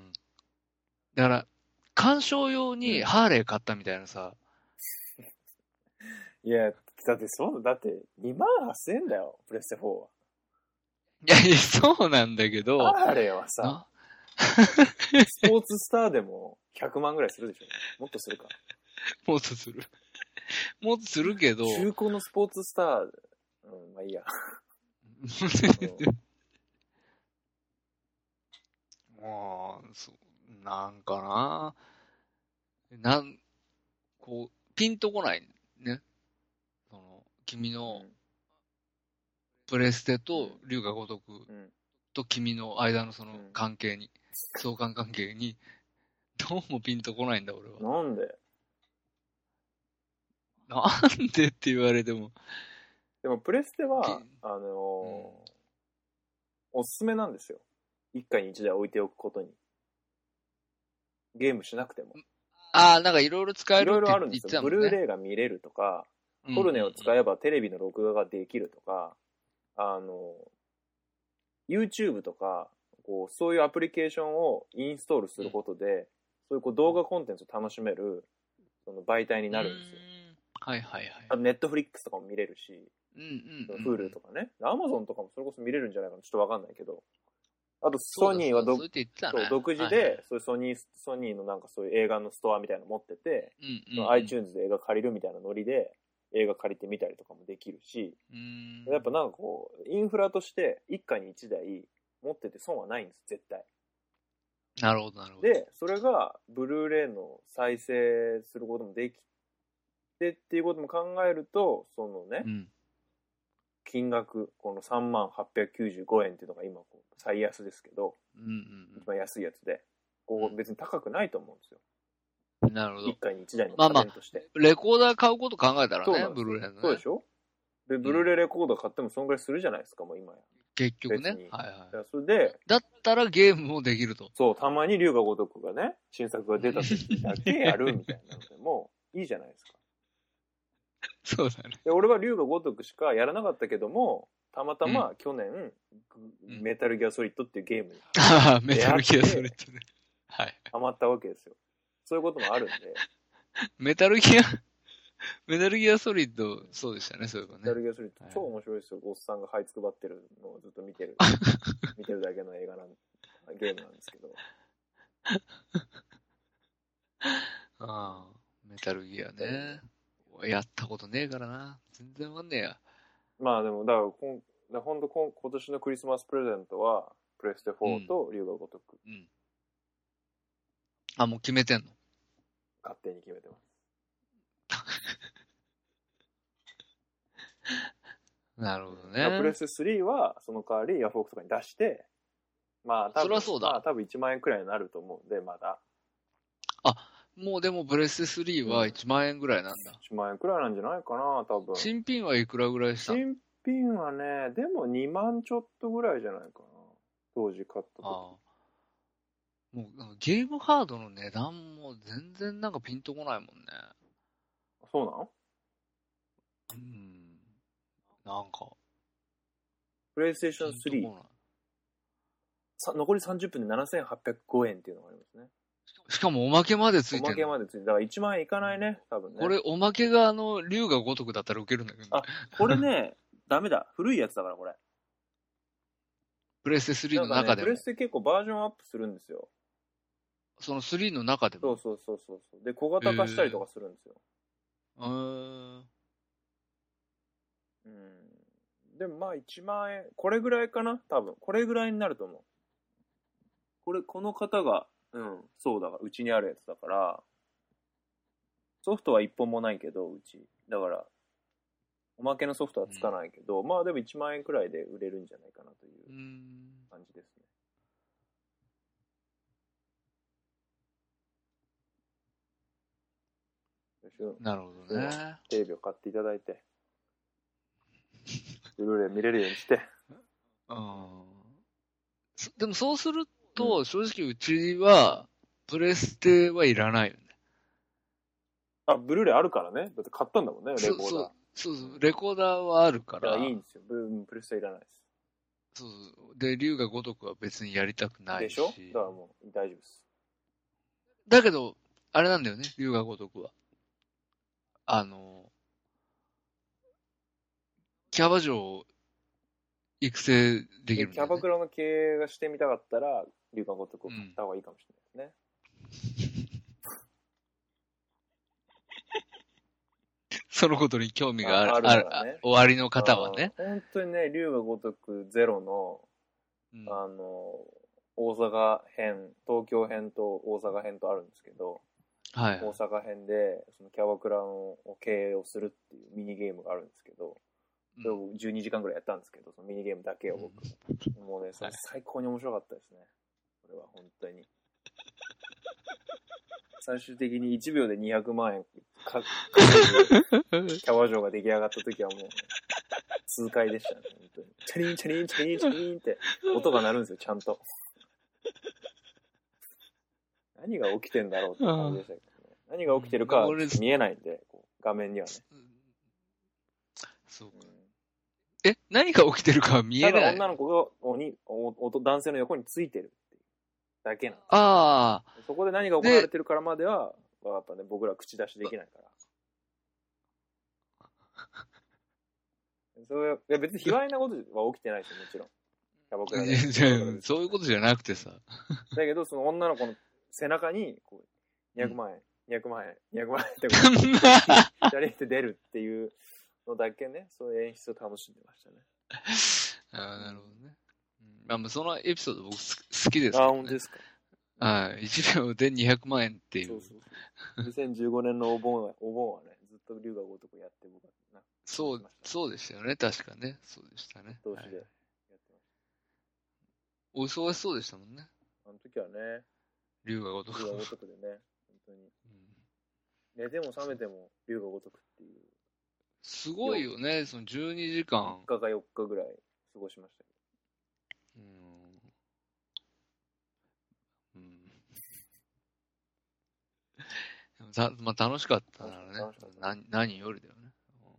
C: ん。だから、鑑賞用にハーレー買ったみたいなさ、
B: いや、だってそう、だって2万8000円だよ、プレステ4は。
C: いやいや、そうなんだけど、
B: ハーレーはさ、
C: な
B: スポーツスターでも100万ぐらいするでしょ。もっとするか。
C: もっとする。 もっとするけど、
B: 中古のスポーツスター、うん、まあいいや。
C: もう、そう、なんかな、なん、こう、ピンとこないね。その、君のプレステと龍が如く
B: うん。
C: と君の間のその
B: うん
C: 関係 に、相関関係に、どうもピンとこないんだ俺は。
B: なんで
C: なんでって言われても。
B: でもプレステは
C: ピ、
B: あのーおすすめなんですよ。一家に一台置いておくことに。ゲームしなくても。
C: ああ、なんかいろいろ使え
B: い
C: るっ
B: ろい
C: て
B: ろあるんで
C: 言っ
B: す
C: てた
B: よ。
C: も
B: ブ
C: んね。
B: ルーレイが見れるとか、トルネを使
C: え
B: えばテレビの録画ができるとか、あの、YouTube とか、こう、そういうアプリケーションをインストールすることで、そういうこう動画コンテンツを楽しめる、その媒体に
C: に
B: なるんですよ。。
C: はいはいはい。
B: あと、Netflix とかも見れるし、
C: うんうんうん。
B: Hulu とかね。Amazon とかもそれこそ見れるんじゃないかな、ちょっとわかんないけど。あと、
C: そ
B: ソ
C: うだ
B: ニーはど
C: そうだそう言ってた
B: そう
C: ね
B: 独自
C: はいはい
B: で、そういうソニー、ソニーのなんかそういう映画のストアみたいなの持ってて、
C: うんうん。
B: iTunes で映画借りるみたいなノリで映画借りてみたりとかもできるし、
C: うん。
B: やっぱなんかこう、インフラとして一家に一台持ってて損はないんです、絶対。
C: なるほどなるほど。
B: で、それがブルーレイの再生することもできてっていうことも考えると、そのね
C: う、ん。
B: 金額、この3万895円っていうのが今こう最安ですけど、
C: うんうん
B: 一番安いやつで、こう別に高くないと思うんですよ。
C: うん。なるほ
B: 一
C: ど。
B: 家に一台の
C: まあ
B: 家
C: まあ
B: 電として。
C: レコーダー買うこと考えたら
B: そうな
C: ね
B: ん、で
C: ブ
B: す
C: ルーレイのね。
B: そうでしょで、ブルーレイレコード買ってもそんぐらいするじゃないですか、もう今や。
C: 結局
B: 別
C: ね
B: に。
C: はいはい
B: だか。らそれで、
C: だったらゲームもできると。
B: そう、たまに龍が如くがね、新作が出た時だけやるみたいなので も、いいじゃないですか。
C: そう だね。
B: で、俺は龍が如くしかやらなかったけども、たまたま去年、
C: うん
B: メタルギアソリッドっていうゲームに
C: ああ、メタルギアソリッドね。はい。
B: ハマったわけですよ。そういうこともあるんで、
C: メタルギア、メタルギアソリッド、そうでしたね、そういえば
B: メタル
C: ね。
B: ギアソリッド
C: はい
B: 超面白いですよ。おっさんが這いつくばってるのをずっと見 てる、見てるだけの映画なん、ゲームなんですけど。
C: ああ、メタルギアね。やったことねえからな。全然わかんねえや。
B: まあでも、だからこん、だ本当今今年のクリスマスプレゼントは、プレステ4と龍が如く、
C: うん。あ、もう決めてんの
B: 勝手に決めてます。
C: なるほど
B: だからプレ
C: ね。
B: ステ3は、その代わりヤフオクとかに出して、まあ多分、
C: そりゃそうだ
B: まあ多分1万円くらいになると思うんで、まだ。
C: もうでもブレステ3は1万円ぐらいなんだ。
B: 1万円くらいなんじゃないかな、多分。
C: 新品はいくらぐらいしたの
B: 新品はね、でも2万ちょっとぐらいじゃないかな。当時買った時。
C: ああ。もうなんかゲームハードの値段も全然なんかピンとこないもんね。
B: そうなん
C: うん。なんか。
B: プレイステーション
C: ピ
B: 3
C: ンとこない
B: さ。残り30分で7805円っていうのがありますね。
C: しかもおまけまでつ
B: お
C: いて
B: ま
C: る
B: けまでついて、だから1万円いかないね、多分ね。
C: これ、おまけがあの、竜が如くだったらウケるんだけどね、
B: あこれね、 ダメだ。古いやつだから、これ。
C: プレステ3の
B: なんかね、
C: 中で
B: プ
C: も、
B: レステ結構バージョンアップするんですよ。
C: その3の中で
B: そ
C: も
B: う、そうそうそうそう。で、小型化したりとかするんですよ。
C: うーん。
B: うん。でもまあ1万円、これぐらいかな多分。これぐらいになると思う。これ、この方が、うん、そうだから、うちにあるやつだから、ソフトは1本もないけど、うち。だから、おまけのソフトはつかないけど、まあでも1万円くらいで売れるんじゃないかなというう
C: ーん。
B: 感じですね。よしゅん
C: なるほどね。
B: テレビを買っていただいて、ブルーレイ見れるようにして。
C: うん。そでもそうすると、正直うちは、プレステはいらないよね。
B: あ、ブルーレイあるからね。だって買ったんだもんね、レコーダー。
C: そうそうそうそう、レコーダーはあるか
B: いや
C: ら、
B: いいんですよ。ブープレステいらないです。
C: そうそうで、龍が如くは別にやりたくない
B: で
C: し。
B: しょだからもう大丈夫です。
C: だけど、あれなんだよね、龍が如くは。あの、キャバ嬢を育成できるん
B: キャ
C: だよね、
B: バクラの経営がしてみたかったら、龍河ごとくを買った方がいいかもしれないですね。
C: そのことに興味がある、
B: あ
C: あ
B: あるからね
C: あ終わりの方はね。
B: あの。本当にね、龍河ごとくゼロの、
C: うん
B: あの、大阪編、東京編と大阪編とあるんですけど、
C: はい。
B: 大阪編で、そのキャバクラの経営をするっていうミニゲームがあるんですけど、それを12時間ぐらいやったんですけど、そのミニゲームだけを僕、もうね、それ
C: はい
B: 最高に面白かったですね。これは本当に。最終的に1秒で200万円 かかかる
C: うん
B: キャバ嬢が出来上がった時はもう、痛快でしたね、本当に。チャリンチャリンチャリンチャリンって音が鳴るんですよ、ちゃんと。何が起きてんだろうって感じでしたけどね。何が起きてるかは
C: 俺
B: 見えないんで、こう画面にはね。
C: そうか
B: うん
C: え、何が起きてるかは見え
B: た
C: な
B: だ
C: い。
B: 女の子がおにおおと男性の横についてるっていうだけなの
C: ああ、
B: そこで何が行われてるからまではやっぱね僕ら口出しできないからそれいや別に卑猥なことは起きてないですよもちろんキャバクラで
C: いやいやそういうことじゃな くてさ。
B: だけどその女の子の背中にこう200万円、200万円200万円ってこうチャリって出るっていうのだけねそういう演出を楽しんでましたね
C: ああ、なるほどね。うんまあまあ、そのエピソード僕す好きです、
B: ああ本当ですか
C: はい。1秒で200万円っていう。
B: そうそうそう。2015年 のお盆は、お盆はね、ずっと龍が如くやって僕はな、
C: そう
B: ま、した
C: そうでしたよね。確かね。そうでしたね。
B: 同士で
C: は
B: やっ
C: い
B: てまし
C: お忙しそうでしたもんね。
B: た。あの時はね、
C: 龍が如
B: 龍が
C: く。
B: 如くでね、本当に。
C: うん
B: 寝ても覚めても龍が如くっていう、
C: すごいよね。その12時間
B: 3。日か4日ぐらい過ごしましたけ
C: うんうん でもたまあ、楽しかったならね
B: 楽しかった
C: な。何よりだよね。うん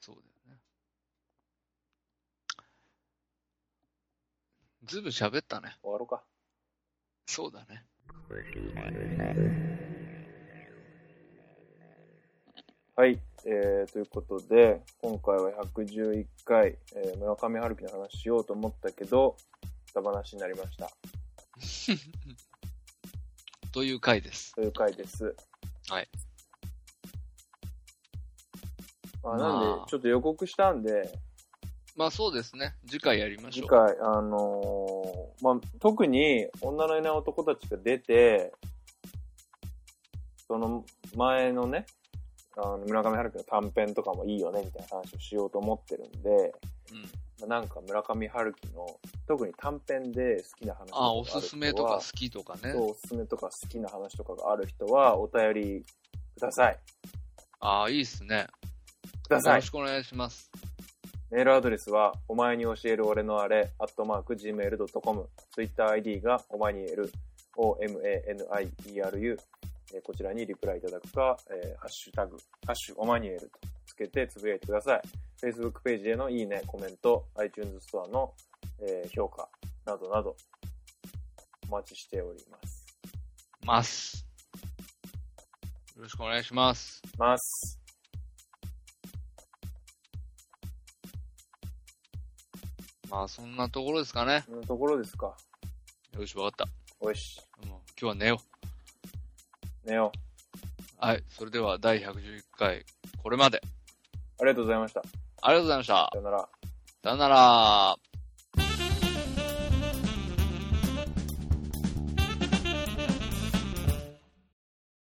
C: そうだよね。ずいぶん喋ったね。
B: ど。終わろうか。
C: そうだね。
B: はい、えー、ということで、今回は111回、えー村上春樹の話しようと思ったけど、ダ話になりました。
C: という回です。
B: という回です。
C: はい。
B: まあ、なんで
C: まあ、
B: ちょっと予告したんで、
C: まあそうですね。次回やりまし
B: 次
C: ょう。
B: 回、あのーまあ、特に女のいない男たちが出て、その前のね、あの村上春樹の短編とかもいいよねみたいな話をしようと思ってるんで、
C: うん、
B: まあなんか村上春樹の特に短編で好きな話とかが
C: あ
B: あ
C: あ、
B: る
C: お
B: 人は
C: すすめとか好きとかね
B: そ。うおすすめとか好きな話とかがある人はお便りください。
C: ああ、いいっすね。
B: く
C: よ
B: ださ
C: ろ
B: い
C: し。くお願いします。
B: メールアドレスは、お前に教える俺のあれ、アットマーク gmail.com。ツイッター ID が、お前に言える、omanieru。えーこちらにリプライいただくか、えーハッシュタグ、ハッシュ、お前に言えるとつけてつぶやいてください。Facebook ページへのいいね、コメント、iTunes ストアの、えー評価などなど、お待ちしております。
C: ます。よろしくお願いします。
B: ます。
C: まあそんなところですかね。
B: こんなところですか。
C: よし、わかっ
B: おいし、
C: た。もう今日は寝よ
B: 寝よう。
C: う。はい。それでは第111回、これまで。
B: ありがとうございました。
C: ありがとうございました
B: さ。よなら。
C: さよなら。